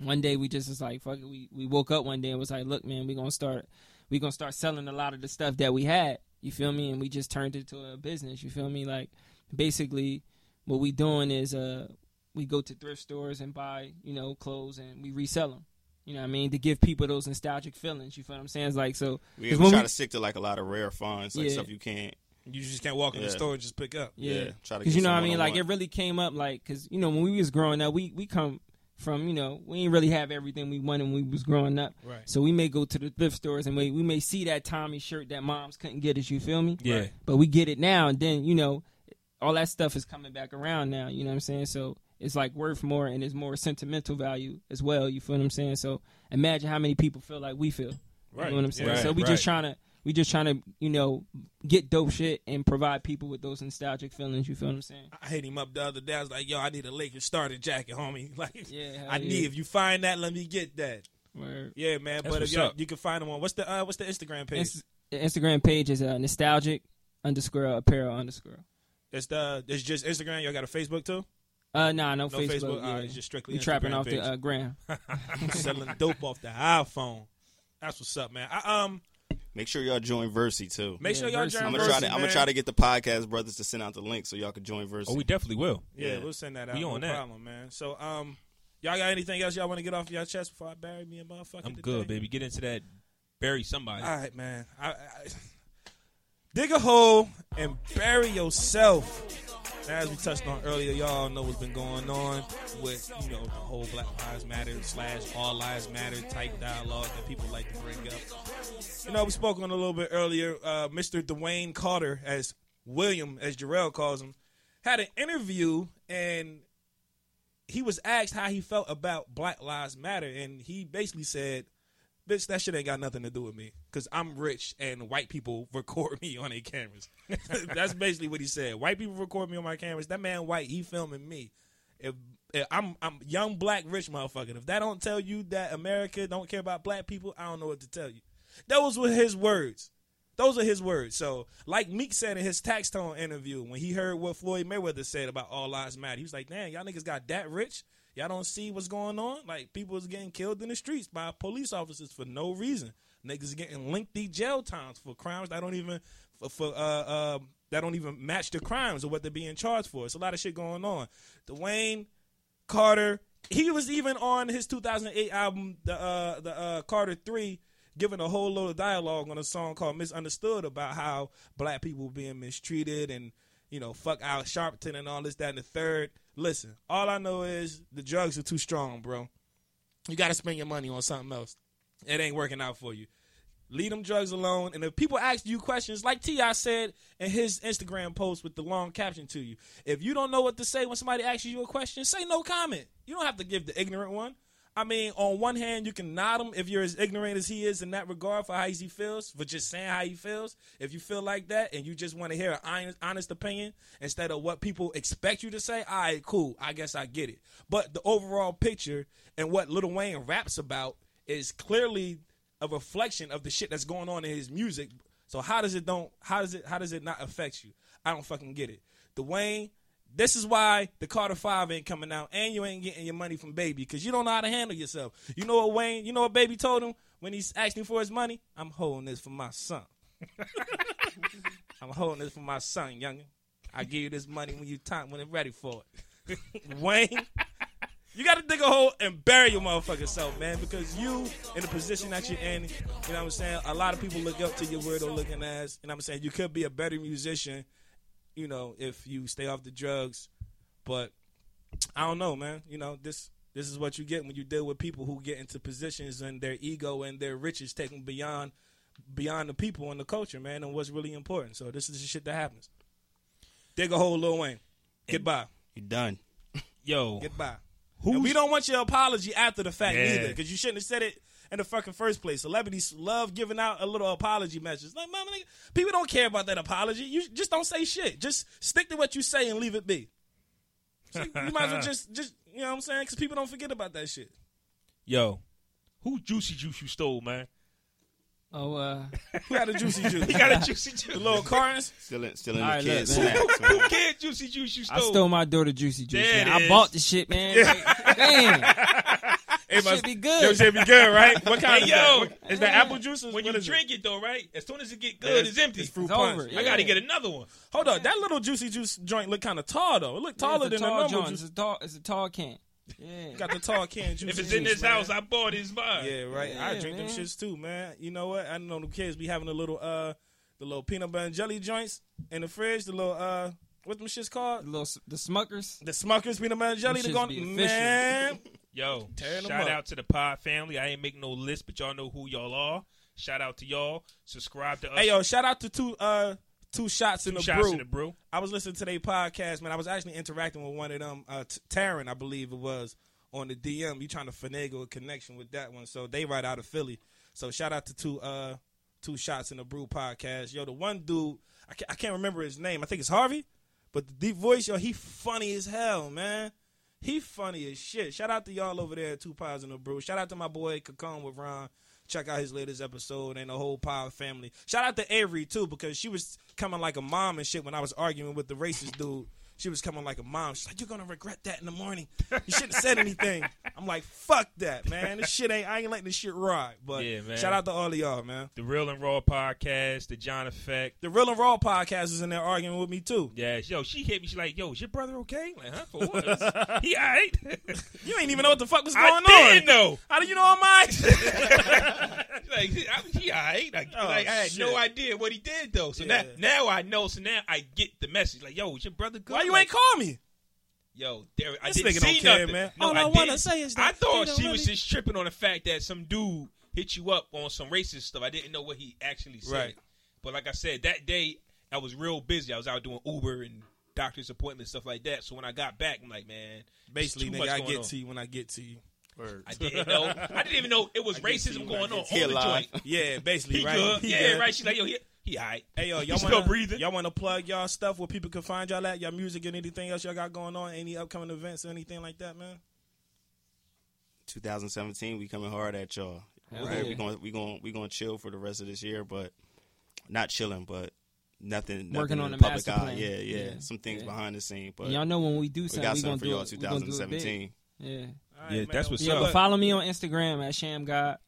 [SPEAKER 6] one day we just was like, fuck it. We we woke up one day and was like, look, man, we gonna start we gonna start selling a lot of the stuff that we had. You feel me? And we just turned it to a business. You feel me? Like basically, what we doing is uh, we go to thrift stores and buy you know clothes and we resell them. You know what I mean? To give people those nostalgic feelings. You feel what I'm saying? It's like so.
[SPEAKER 4] We,
[SPEAKER 6] 'cause
[SPEAKER 4] we
[SPEAKER 6] when
[SPEAKER 4] try to
[SPEAKER 6] we-
[SPEAKER 4] stick to like a lot of rare finds, like
[SPEAKER 6] Yeah.
[SPEAKER 4] stuff you can't.
[SPEAKER 5] You just can't walk in the
[SPEAKER 4] Yeah.
[SPEAKER 5] store and just pick up.
[SPEAKER 6] Yeah.
[SPEAKER 4] Yeah, try to
[SPEAKER 6] Cause
[SPEAKER 4] get
[SPEAKER 6] you know
[SPEAKER 4] some
[SPEAKER 6] what I mean? Like it
[SPEAKER 4] one-on-one.
[SPEAKER 6] really came up like cause you know when we was growing up, we we come from you know we ain't really have everything we wanted when we was growing up.
[SPEAKER 5] Right.
[SPEAKER 6] So we may go to the thrift stores and we we may see that Tommy shirt that moms couldn't get us. You feel me?
[SPEAKER 1] Yeah. Right.
[SPEAKER 6] But we get it now and then you know all that stuff is coming back around now. You know what I'm saying? So it's like worth more and it's more sentimental value as well. You feel what I'm saying? So imagine how many people feel like we feel. You know what I'm saying?
[SPEAKER 1] Right,
[SPEAKER 6] so we just
[SPEAKER 1] right.
[SPEAKER 6] trying to we just trying to you know get dope shit and provide people with those nostalgic feelings. You feel what I'm saying?
[SPEAKER 5] I hit him up the other day. I was like, "Yo, I need a Lakers starter jacket, homie. Like,
[SPEAKER 6] Yeah, hell
[SPEAKER 5] I
[SPEAKER 6] yeah.
[SPEAKER 5] need. If you find that, let me get that.
[SPEAKER 6] Word.
[SPEAKER 5] Yeah, man. but if
[SPEAKER 1] what's
[SPEAKER 5] y'all,
[SPEAKER 1] up.
[SPEAKER 5] you can find them on what's the uh, what's the Instagram page? It's,
[SPEAKER 6] Inst- the Instagram page is uh, nostalgic underscore apparel underscore.
[SPEAKER 5] the it's just Instagram. Y'all got a Facebook too?
[SPEAKER 6] Uh, nah, no,
[SPEAKER 5] No
[SPEAKER 6] Facebook.
[SPEAKER 5] Facebook?
[SPEAKER 6] yeah.
[SPEAKER 5] Alright, it's just strictly
[SPEAKER 6] we trapping
[SPEAKER 5] Instagram
[SPEAKER 6] off
[SPEAKER 5] page.
[SPEAKER 6] the uh, gram.
[SPEAKER 5] Selling dope off the iPhone. That's what's up, man. I, um,
[SPEAKER 4] Make sure y'all join Versi too.
[SPEAKER 5] Make
[SPEAKER 6] Yeah,
[SPEAKER 5] sure y'all
[SPEAKER 6] Versus.
[SPEAKER 5] join.
[SPEAKER 4] I'm gonna
[SPEAKER 5] Versus,
[SPEAKER 4] try to I'm gonna
[SPEAKER 5] man.
[SPEAKER 4] try to get the podcast brothers to send out the link so y'all can join Versi.
[SPEAKER 1] Oh, we definitely will.
[SPEAKER 5] Yeah,
[SPEAKER 4] Yeah.
[SPEAKER 5] we'll send that out.
[SPEAKER 1] We
[SPEAKER 5] no
[SPEAKER 1] on that.
[SPEAKER 5] problem, man. So, um, y'all got anything else y'all want to get off your chest before I bury me in motherfucker?
[SPEAKER 1] I'm
[SPEAKER 5] today?
[SPEAKER 1] good, baby. Get into that. Bury somebody.
[SPEAKER 5] All right, man. I, I, dig a hole and bury yourself. as we touched on earlier, y'all know what's been going on with you know the whole Black Lives Matter slash All Lives Matter type dialogue that people like to bring up. You know, we spoke on a little bit earlier. Uh, Mr. Dwayne Carter, as William, as Jarrell calls him, had an interview and he was asked how he felt about Black Lives Matter, and he basically said, "Bitch, that shit ain't got nothing to do with me, cause I'm rich and white people record me on their cameras." That's basically what he said. White people record me on my cameras. That man white, he filming me. If, if I'm I'm young black rich motherfucker, if that don't tell you that America don't care about black people, I don't know what to tell you. Those were his words. Those are his words. So, like Meek said in his Tax Tone interview, when he heard what Floyd Mayweather said about All Lives Matter, he was like, "Damn, y'all niggas got that rich. Y'all don't see what's going on. Like people is getting killed in the streets by police officers for no reason. Niggas getting lengthy jail times for crimes that don't even for, for uh, uh, that don't even match the crimes or what they're being charged for. It's a lot of shit going on. Dwayne Carter. He was even on his 2008 album, the uh, the uh, Carter Three, giving a whole load of dialogue on a song called "Misunderstood" about how black people being mistreated and you know fuck Al Sharpton and all this that and the third. Listen, all I know is the drugs are too strong, bro. You got to spend your money on something else. It ain't working out for you. Leave them drugs alone. And if people ask you questions, like T.I. said in his Instagram post with the long caption to you, if you don't know what to say when somebody asks you a question, say no comment. You don't have to give the ignorant one. I mean, on one hand, you can nod him if you're as ignorant as he is in that regard for how he feels, for just saying how he feels. If you feel like that and you just want to hear an honest, honest opinion instead of what people expect you to say, all right, cool. I guess I get it. But the overall picture and what Lil Wayne raps about is clearly a reflection of the shit that's going on in his music. So how does it don't how does it how does it not affect you? I don't fucking get it. Dwayne, this is why the Carter Five ain't coming out, and you ain't getting your money from Baby because you don't know how to handle yourself. You know what Wayne? You know what Baby told him when he's asking for his money? I'm holding this for my son. I'm holding this for my son, youngin. I give you this money when you time when it's ready for it. Wayne, you got to dig a hole and bury your motherfucking self, man, because you in the position that you're in, you know what I'm saying? A lot of people look up to your weirdo looking ass, and I'm saying you could be a better musician, you know, if you stay off the drugs. But I don't know, man. You know, this this is what you get when you deal with people who get into positions and their ego and their riches taken beyond beyond the people and the culture, man, and what's really important. So this is the shit that happens. Dig a hole, Lil Wayne. Goodbye.
[SPEAKER 4] You done?
[SPEAKER 1] Yo,
[SPEAKER 5] Goodbye. And we don't want your apology after the fact either, because you shouldn't have said it in the fucking first place. Celebrities love giving out a little apology message. Like, mama, nigga, people don't care about that apology. You just don't say shit. Just stick to what you say and leave it be. So you might as well just, just you know what I'm saying? Because people don't forget about that shit.
[SPEAKER 1] yo, who Juicy Juice you stole, man?
[SPEAKER 6] Oh, uh,
[SPEAKER 5] Who had a juicy juice?
[SPEAKER 1] You got a Juicy Juice.
[SPEAKER 5] the little Carnes.
[SPEAKER 4] Still in, still in
[SPEAKER 6] All
[SPEAKER 4] the
[SPEAKER 6] right,
[SPEAKER 4] kids'
[SPEAKER 6] look, man.
[SPEAKER 4] snacks.
[SPEAKER 1] who
[SPEAKER 4] man.
[SPEAKER 1] cares Juicy Juice you
[SPEAKER 6] I
[SPEAKER 1] stole?
[SPEAKER 6] stole my daughter juicy juice.
[SPEAKER 1] There it
[SPEAKER 6] man. I
[SPEAKER 1] is.
[SPEAKER 6] bought the shit, man. Like, damn,
[SPEAKER 5] It
[SPEAKER 6] should be
[SPEAKER 5] It
[SPEAKER 6] good.
[SPEAKER 5] should be good, right? What
[SPEAKER 1] Hey,
[SPEAKER 5] kind is
[SPEAKER 1] yo.
[SPEAKER 5] that? What- Is that apple juice? or
[SPEAKER 1] when
[SPEAKER 5] what
[SPEAKER 1] you
[SPEAKER 5] is it?
[SPEAKER 1] drink it though, right? As soon as it get
[SPEAKER 5] Yeah,
[SPEAKER 1] good, it's empty.
[SPEAKER 5] It's fruit
[SPEAKER 6] It's
[SPEAKER 5] punch.
[SPEAKER 6] over,
[SPEAKER 1] I
[SPEAKER 6] yeah.
[SPEAKER 1] gotta get another one.
[SPEAKER 5] Hold up, that little juicy juice joint look kind of tall though. It look taller
[SPEAKER 6] It's a
[SPEAKER 5] than the
[SPEAKER 6] tall
[SPEAKER 5] normal
[SPEAKER 6] joint.
[SPEAKER 5] juice.
[SPEAKER 6] It's a tall. It's a tall can. Yeah.
[SPEAKER 5] Got the tall can juice.
[SPEAKER 1] If it's in this house, I bought it. It's mine.
[SPEAKER 5] yeah, right. I
[SPEAKER 6] Yeah,
[SPEAKER 5] drink them
[SPEAKER 6] man.
[SPEAKER 5] shits too, man. You know what? I know the kids be having the little uh, the little peanut butter and jelly joints in the fridge. The little uh, what them shits
[SPEAKER 6] The
[SPEAKER 5] called?
[SPEAKER 6] little s- the Smuckers.
[SPEAKER 5] The Smuckers peanut butter and jelly. They
[SPEAKER 6] shits
[SPEAKER 5] going
[SPEAKER 6] be official.
[SPEAKER 5] man.
[SPEAKER 1] Yo,
[SPEAKER 5] Tearing 'em
[SPEAKER 1] shout
[SPEAKER 5] up.
[SPEAKER 1] out to the Pod family. I ain't make no list, but y'all know who y'all are. Shout out to y'all. Subscribe to us.
[SPEAKER 5] hey yo, shout out to two uh, two shots in
[SPEAKER 1] Two
[SPEAKER 5] the
[SPEAKER 1] shots
[SPEAKER 5] brew.
[SPEAKER 1] in the brew.
[SPEAKER 5] I was listening to their podcast, man. I was actually interacting with one of them, uh, T- Taryn, I believe it was, on the DM. You trying to finagle a connection with that one? So they right out of Philly. So shout out to two, uh, two shots in the brew podcast. Yo, the one dude, I can't, I can't remember his name. I think it's Harvey, but the deep voice, yo, he funny as hell, man. He funny as shit. Shout out to y'all over there at Two Pies in the Brew. Shout out to my boy Kakon with Ron. Check out his latest episode and the whole Pod family. Shout out to Avery too because she was coming like a mom and shit when I was arguing with the racist dude. She was coming like a mom. She's like, "You're gonna regret that in the morning. You shouldn't have said anything." I'm like, "Fuck that, man. This shit ain't. I ain't letting this shit ride." But
[SPEAKER 1] Yeah, man.
[SPEAKER 5] shout out to all of y'all, man.
[SPEAKER 1] The Real and Raw podcast. The John Effect.
[SPEAKER 5] The Real and Raw podcast is in there arguing with me too.
[SPEAKER 1] Yeah, yo, she hit me. She like, yo, is your brother okay? Like, huh? For what? he all right?
[SPEAKER 5] You ain't even know what the fuck was going
[SPEAKER 1] I didn't
[SPEAKER 5] on.
[SPEAKER 1] know.
[SPEAKER 5] How do you know I'm mine?
[SPEAKER 1] like, I, he, all right. Like,
[SPEAKER 5] Oh,
[SPEAKER 1] like, I had
[SPEAKER 5] shit.
[SPEAKER 1] no idea what he did though. So
[SPEAKER 5] Yeah.
[SPEAKER 1] now, now I know. So now I get the message. Like, yo, is your brother good?
[SPEAKER 5] Why you
[SPEAKER 1] Like,
[SPEAKER 5] ain't call me?
[SPEAKER 1] Yo, there, I
[SPEAKER 5] This
[SPEAKER 1] didn't
[SPEAKER 5] nigga
[SPEAKER 1] see
[SPEAKER 5] don't care,
[SPEAKER 1] nothing.
[SPEAKER 5] man.
[SPEAKER 1] No,
[SPEAKER 5] All I
[SPEAKER 1] I,
[SPEAKER 5] wanna
[SPEAKER 1] didn't.
[SPEAKER 5] say is
[SPEAKER 1] I
[SPEAKER 5] that he
[SPEAKER 1] thought
[SPEAKER 5] don't
[SPEAKER 1] she was
[SPEAKER 5] really-
[SPEAKER 1] just tripping on the fact that some dude hit you up on some racist stuff. I didn't know what he actually said.
[SPEAKER 5] Right.
[SPEAKER 1] But like I said, that day I was real busy. I was out doing Uber and doctor's appointments, stuff like that. So when I got back, I'm like, man, there's
[SPEAKER 5] Basically,
[SPEAKER 1] too much
[SPEAKER 5] nigga, I
[SPEAKER 1] going
[SPEAKER 5] get
[SPEAKER 1] on.
[SPEAKER 5] to you when I get to you.
[SPEAKER 1] I didn't know. I didn't even know it was racism going on on
[SPEAKER 4] He
[SPEAKER 1] the
[SPEAKER 4] alive.
[SPEAKER 1] joint.
[SPEAKER 5] Yeah, basically,
[SPEAKER 1] He
[SPEAKER 5] right?
[SPEAKER 1] good.
[SPEAKER 5] He
[SPEAKER 1] yeah,
[SPEAKER 5] good.
[SPEAKER 1] right. She's like, yo, he, he all right.
[SPEAKER 5] Hey, yo,
[SPEAKER 1] He
[SPEAKER 5] y'all
[SPEAKER 1] still
[SPEAKER 5] wanna,
[SPEAKER 1] breathing.
[SPEAKER 5] Y'all want to plug y'all stuff where people can find y'all at, y'all music and anything else y'all got going on, any upcoming events or anything like that, man?
[SPEAKER 4] 2017, we coming hard at y'all.
[SPEAKER 6] Hell
[SPEAKER 4] Right?
[SPEAKER 6] yeah.
[SPEAKER 4] We going we going we going to chill for the rest of this year, but not chilling, but nothing. nothing
[SPEAKER 6] Working
[SPEAKER 4] in
[SPEAKER 6] on
[SPEAKER 4] the
[SPEAKER 6] the
[SPEAKER 4] public
[SPEAKER 6] master
[SPEAKER 4] eye.
[SPEAKER 6] plan.
[SPEAKER 4] Yeah, yeah,
[SPEAKER 6] Yeah,
[SPEAKER 4] Some things
[SPEAKER 6] yeah.
[SPEAKER 4] behind the scene, but
[SPEAKER 6] y'all know when we do
[SPEAKER 4] we
[SPEAKER 6] something,
[SPEAKER 4] got
[SPEAKER 6] we
[SPEAKER 4] something
[SPEAKER 6] gonna
[SPEAKER 4] for
[SPEAKER 6] do
[SPEAKER 4] y'all
[SPEAKER 6] it. we gonna do it big.
[SPEAKER 4] 2017.
[SPEAKER 6] Yeah.
[SPEAKER 5] All
[SPEAKER 1] Yeah,
[SPEAKER 5] man,
[SPEAKER 1] that's what's
[SPEAKER 5] we-
[SPEAKER 6] Yeah,
[SPEAKER 1] up.
[SPEAKER 6] but follow me on Instagram at Sham God,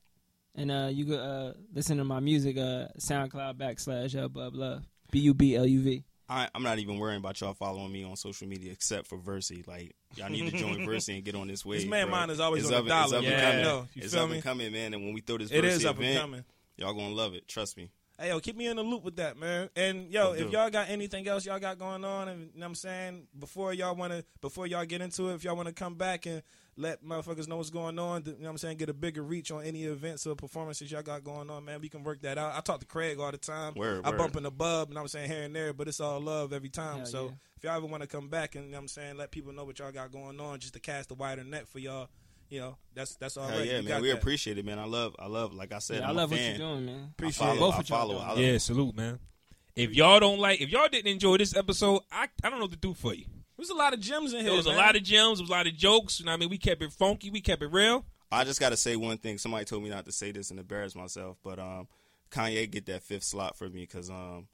[SPEAKER 6] and uh, you could uh, listen to my music uh, SoundCloud backslash uh, Bub Love B U B L U V.
[SPEAKER 4] I, I'm not even worrying about y'all following me on social media except for Versi. Like y'all need to join Versi and get on this wave.
[SPEAKER 5] This man
[SPEAKER 4] bro.
[SPEAKER 5] mine is always
[SPEAKER 4] it's
[SPEAKER 5] on
[SPEAKER 4] up,
[SPEAKER 5] the dollar,
[SPEAKER 4] It's up
[SPEAKER 5] man.
[SPEAKER 4] and
[SPEAKER 5] I
[SPEAKER 4] coming.
[SPEAKER 5] know. You
[SPEAKER 4] it's
[SPEAKER 5] feel
[SPEAKER 4] up
[SPEAKER 5] me?
[SPEAKER 4] and coming, man. And when we throw this,
[SPEAKER 5] It
[SPEAKER 4] Versi
[SPEAKER 5] is up and
[SPEAKER 4] event,
[SPEAKER 5] coming.
[SPEAKER 4] Y'all gonna love it. Trust me.
[SPEAKER 5] Hey, yo, keep me in the loop with that, man. And yo,
[SPEAKER 4] Will
[SPEAKER 5] if
[SPEAKER 4] do.
[SPEAKER 5] y'all got anything else y'all got going on, and you know what I'm saying before y'all want to, before y'all get into it, if y'all want to come back and let motherfuckers know what's going on, you know what I'm saying, get a bigger reach on any events or performances y'all got going on, man. We can work that out. I talk to Craig all the time.
[SPEAKER 4] Word,
[SPEAKER 5] I
[SPEAKER 4] word.
[SPEAKER 5] bump in the bub, and I'm saying here and there, but it's all love every time.
[SPEAKER 6] Hell
[SPEAKER 5] so
[SPEAKER 6] yeah.
[SPEAKER 5] if y'all ever want to come back and you know what I'm saying let people know what y'all got going on, just to cast a wider net for y'all, you know, that's that's all
[SPEAKER 4] Hell
[SPEAKER 5] right.
[SPEAKER 4] yeah,
[SPEAKER 5] You
[SPEAKER 4] man.
[SPEAKER 5] got
[SPEAKER 4] We
[SPEAKER 5] that.
[SPEAKER 4] appreciate it, man. I love, I love. Like I said,
[SPEAKER 6] Yeah, I
[SPEAKER 4] I'm a
[SPEAKER 6] love what
[SPEAKER 4] fan.
[SPEAKER 6] you're doing, man.
[SPEAKER 5] Appreciate
[SPEAKER 4] I
[SPEAKER 5] it.
[SPEAKER 4] follow,
[SPEAKER 6] Both
[SPEAKER 4] I
[SPEAKER 6] of y'all
[SPEAKER 4] follow.
[SPEAKER 6] doing
[SPEAKER 4] I
[SPEAKER 6] it.
[SPEAKER 4] love-
[SPEAKER 1] Yeah, salute, man. If y'all don't like, if y'all didn't enjoy this episode, I, I don't know what to do for you.
[SPEAKER 5] There's a lot of gems in here.
[SPEAKER 1] There was a
[SPEAKER 5] man.
[SPEAKER 1] lot of gems, there was a lot of jokes. You know what I mean? We kept it funky, we kept it real.
[SPEAKER 4] I just got to say one thing. Somebody told me not to say this and embarrass myself, but um, Kanye get that fifth slot for me because um,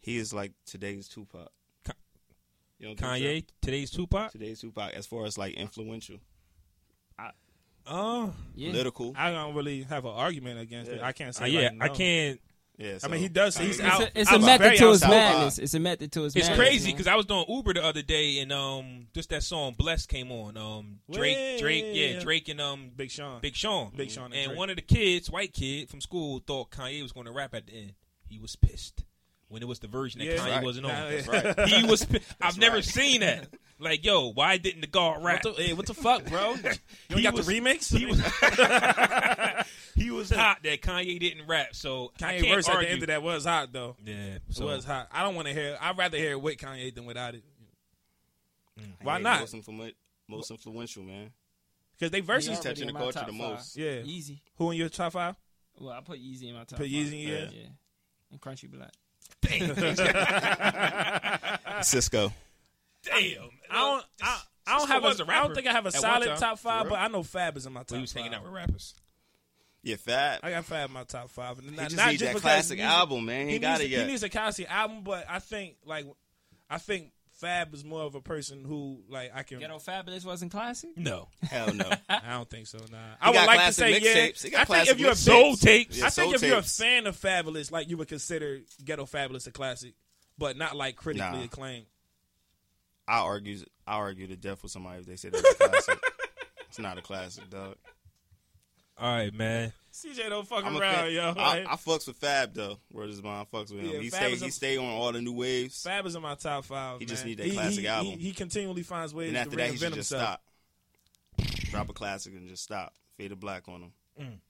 [SPEAKER 4] he is like today's Tupac.
[SPEAKER 1] Ka-
[SPEAKER 4] You don't think so?
[SPEAKER 1] Kanye, today's Tupac.
[SPEAKER 4] Today's Tupac, as far as like influential,
[SPEAKER 1] Oh,
[SPEAKER 6] Yeah.
[SPEAKER 4] political.
[SPEAKER 5] I don't really have an argument against it.
[SPEAKER 4] Yeah.
[SPEAKER 5] I can't say.
[SPEAKER 1] uh, yeah,
[SPEAKER 5] like,
[SPEAKER 1] I
[SPEAKER 5] no.
[SPEAKER 1] can't.
[SPEAKER 4] Yeah,
[SPEAKER 5] I
[SPEAKER 4] so-
[SPEAKER 5] mean, he does.
[SPEAKER 4] Kanye-
[SPEAKER 5] He's
[SPEAKER 6] It's
[SPEAKER 5] out.
[SPEAKER 6] a, it's a
[SPEAKER 5] out-
[SPEAKER 4] very
[SPEAKER 6] method to his
[SPEAKER 5] outside.
[SPEAKER 6] madness. It's a method to his
[SPEAKER 1] It's
[SPEAKER 6] madness.
[SPEAKER 1] crazy
[SPEAKER 6] man.
[SPEAKER 1] because I was doing Uber the other day and um, just that song "Blessed" came on. Um, Drake,
[SPEAKER 5] Well,
[SPEAKER 1] Drake, yeah,
[SPEAKER 5] yeah.
[SPEAKER 1] Drake and um,
[SPEAKER 5] Big Sean.
[SPEAKER 1] Big Sean,
[SPEAKER 5] Big Sean and
[SPEAKER 1] and
[SPEAKER 5] Drake.
[SPEAKER 1] one of the kids, white kid from school, thought Kanye was going to rap at the end. He was pissed when it was the version that
[SPEAKER 5] Yeah.
[SPEAKER 1] Kanye
[SPEAKER 4] Right.
[SPEAKER 1] wasn't on.
[SPEAKER 5] Nah, yeah.
[SPEAKER 4] That's right.
[SPEAKER 1] He was. pi- I've never
[SPEAKER 4] right.
[SPEAKER 1] seen that. Like, yo, why didn't the guard
[SPEAKER 5] What
[SPEAKER 1] rap?
[SPEAKER 5] the, hey, what the fuck, bro? You
[SPEAKER 1] He
[SPEAKER 5] ain't got
[SPEAKER 1] was-
[SPEAKER 5] the remix?
[SPEAKER 1] he was. he was hot that Kanye didn't rap. So I
[SPEAKER 5] Kanye
[SPEAKER 1] can't
[SPEAKER 5] verse at
[SPEAKER 1] argue.
[SPEAKER 5] the end of that was hot though.
[SPEAKER 1] Yeah,
[SPEAKER 5] it
[SPEAKER 1] so
[SPEAKER 5] was hot. I don't want to hear. I'd rather hear it with Kanye than without it.
[SPEAKER 4] Kanye
[SPEAKER 5] Why
[SPEAKER 4] is
[SPEAKER 5] not?
[SPEAKER 4] Most, influ- most influential, man.
[SPEAKER 5] Because they
[SPEAKER 6] He
[SPEAKER 5] verses.
[SPEAKER 4] He's
[SPEAKER 6] already
[SPEAKER 4] touching
[SPEAKER 6] in
[SPEAKER 4] the
[SPEAKER 6] my
[SPEAKER 4] culture
[SPEAKER 6] top
[SPEAKER 4] the
[SPEAKER 6] five.
[SPEAKER 4] most.
[SPEAKER 5] Yeah.
[SPEAKER 6] Easy.
[SPEAKER 5] Who in your top five?
[SPEAKER 6] Well, I put Yeezy in my top.
[SPEAKER 5] Put Yeezy in yours?
[SPEAKER 6] five. yeah, and Crunchy Black.
[SPEAKER 5] Ah.
[SPEAKER 4] Cisco.
[SPEAKER 1] damn.
[SPEAKER 5] I don't. I, I
[SPEAKER 1] Cisco
[SPEAKER 5] don't have
[SPEAKER 1] was a
[SPEAKER 5] a. I
[SPEAKER 1] rapper
[SPEAKER 5] don't think I have a
[SPEAKER 1] at one
[SPEAKER 5] solid
[SPEAKER 1] time.
[SPEAKER 5] top five,
[SPEAKER 4] For
[SPEAKER 5] but I know Fab is in my top.
[SPEAKER 1] We was
[SPEAKER 5] five.
[SPEAKER 1] hanging out with rappers.
[SPEAKER 4] Yeah, Fab.
[SPEAKER 5] I got Fab in my top five. And
[SPEAKER 4] He
[SPEAKER 5] not,
[SPEAKER 4] just
[SPEAKER 5] not
[SPEAKER 4] need that
[SPEAKER 5] because
[SPEAKER 4] classic
[SPEAKER 5] music-
[SPEAKER 4] album, man. He,
[SPEAKER 5] he,
[SPEAKER 4] got
[SPEAKER 5] needs,
[SPEAKER 4] it yet.
[SPEAKER 5] he needs a classic album, but I think like, I think Fab is more of a person who like I can.
[SPEAKER 6] Ghetto Fabulous wasn't classic.
[SPEAKER 1] No,
[SPEAKER 4] Hell no.
[SPEAKER 5] I don't think so. Nah, I would
[SPEAKER 4] got
[SPEAKER 5] like
[SPEAKER 4] classic
[SPEAKER 5] to say yeah.
[SPEAKER 4] mixtapes. He got
[SPEAKER 5] I think
[SPEAKER 4] classic
[SPEAKER 5] if you're a
[SPEAKER 4] mixtapes.
[SPEAKER 5] soul tapes,
[SPEAKER 4] Yeah,
[SPEAKER 5] I think
[SPEAKER 4] soul
[SPEAKER 5] if you're a
[SPEAKER 4] tapes.
[SPEAKER 5] fan of Fabulous, like you would consider Ghetto Fabulous a classic, but not like critically
[SPEAKER 4] Nah.
[SPEAKER 5] acclaimed.
[SPEAKER 4] I argue. I argue to death with somebody if they say that's a classic. it's not a classic, dog.
[SPEAKER 1] all right, man.
[SPEAKER 5] CJ don't fuck
[SPEAKER 4] I'm a
[SPEAKER 5] around,
[SPEAKER 4] fan-
[SPEAKER 5] yo.
[SPEAKER 4] I,
[SPEAKER 5] Like,
[SPEAKER 4] I fucks with Fab though. Word is mine. I fucks with him.
[SPEAKER 5] Yeah,
[SPEAKER 4] he
[SPEAKER 5] Fab
[SPEAKER 4] stay.
[SPEAKER 5] is a-
[SPEAKER 4] He stay on all the new waves.
[SPEAKER 5] Fab is in my top five.
[SPEAKER 4] He just
[SPEAKER 5] man.
[SPEAKER 4] need that classic
[SPEAKER 5] he,
[SPEAKER 4] album.
[SPEAKER 5] He, he continually finds ways
[SPEAKER 4] and after
[SPEAKER 5] to
[SPEAKER 4] that, he should
[SPEAKER 5] reinvent
[SPEAKER 4] just
[SPEAKER 5] himself.
[SPEAKER 4] stop. Drop a classic and just stop. Fade to black on him.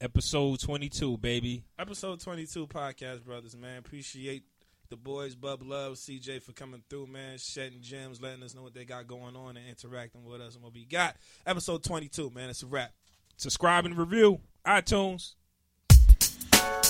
[SPEAKER 1] Episode twenty-two, baby.
[SPEAKER 5] Episode 22 Podcast Brothers, man. Appreciate the boys, Bub Love, CJ, for coming through, man. Shedding gems, letting us know what they got going on and interacting with us and what we got. Episode 22, man. It's a wrap.
[SPEAKER 1] Subscribe and review iTunes.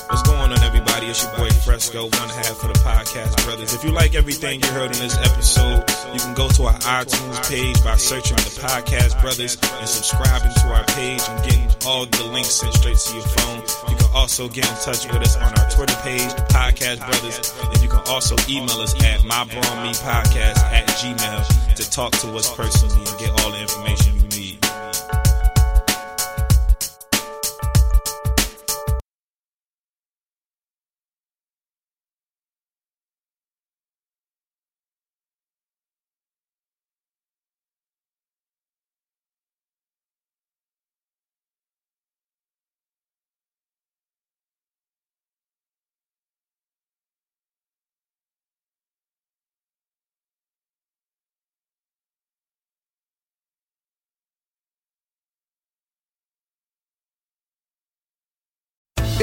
[SPEAKER 7] What's going on, everybody? It's your boy Fresco, one half of the podcast brothers. If you like everything you heard in this episode, you can go to our iTunes page by searching the podcast brothers and subscribing to our page and getting all the links sent straight to your phone. You can also get in touch with us on our Twitter page, Podcast Brothers, and you can also email us at mybrawmepodcast at gmail to talk to us personally and get all the information you need.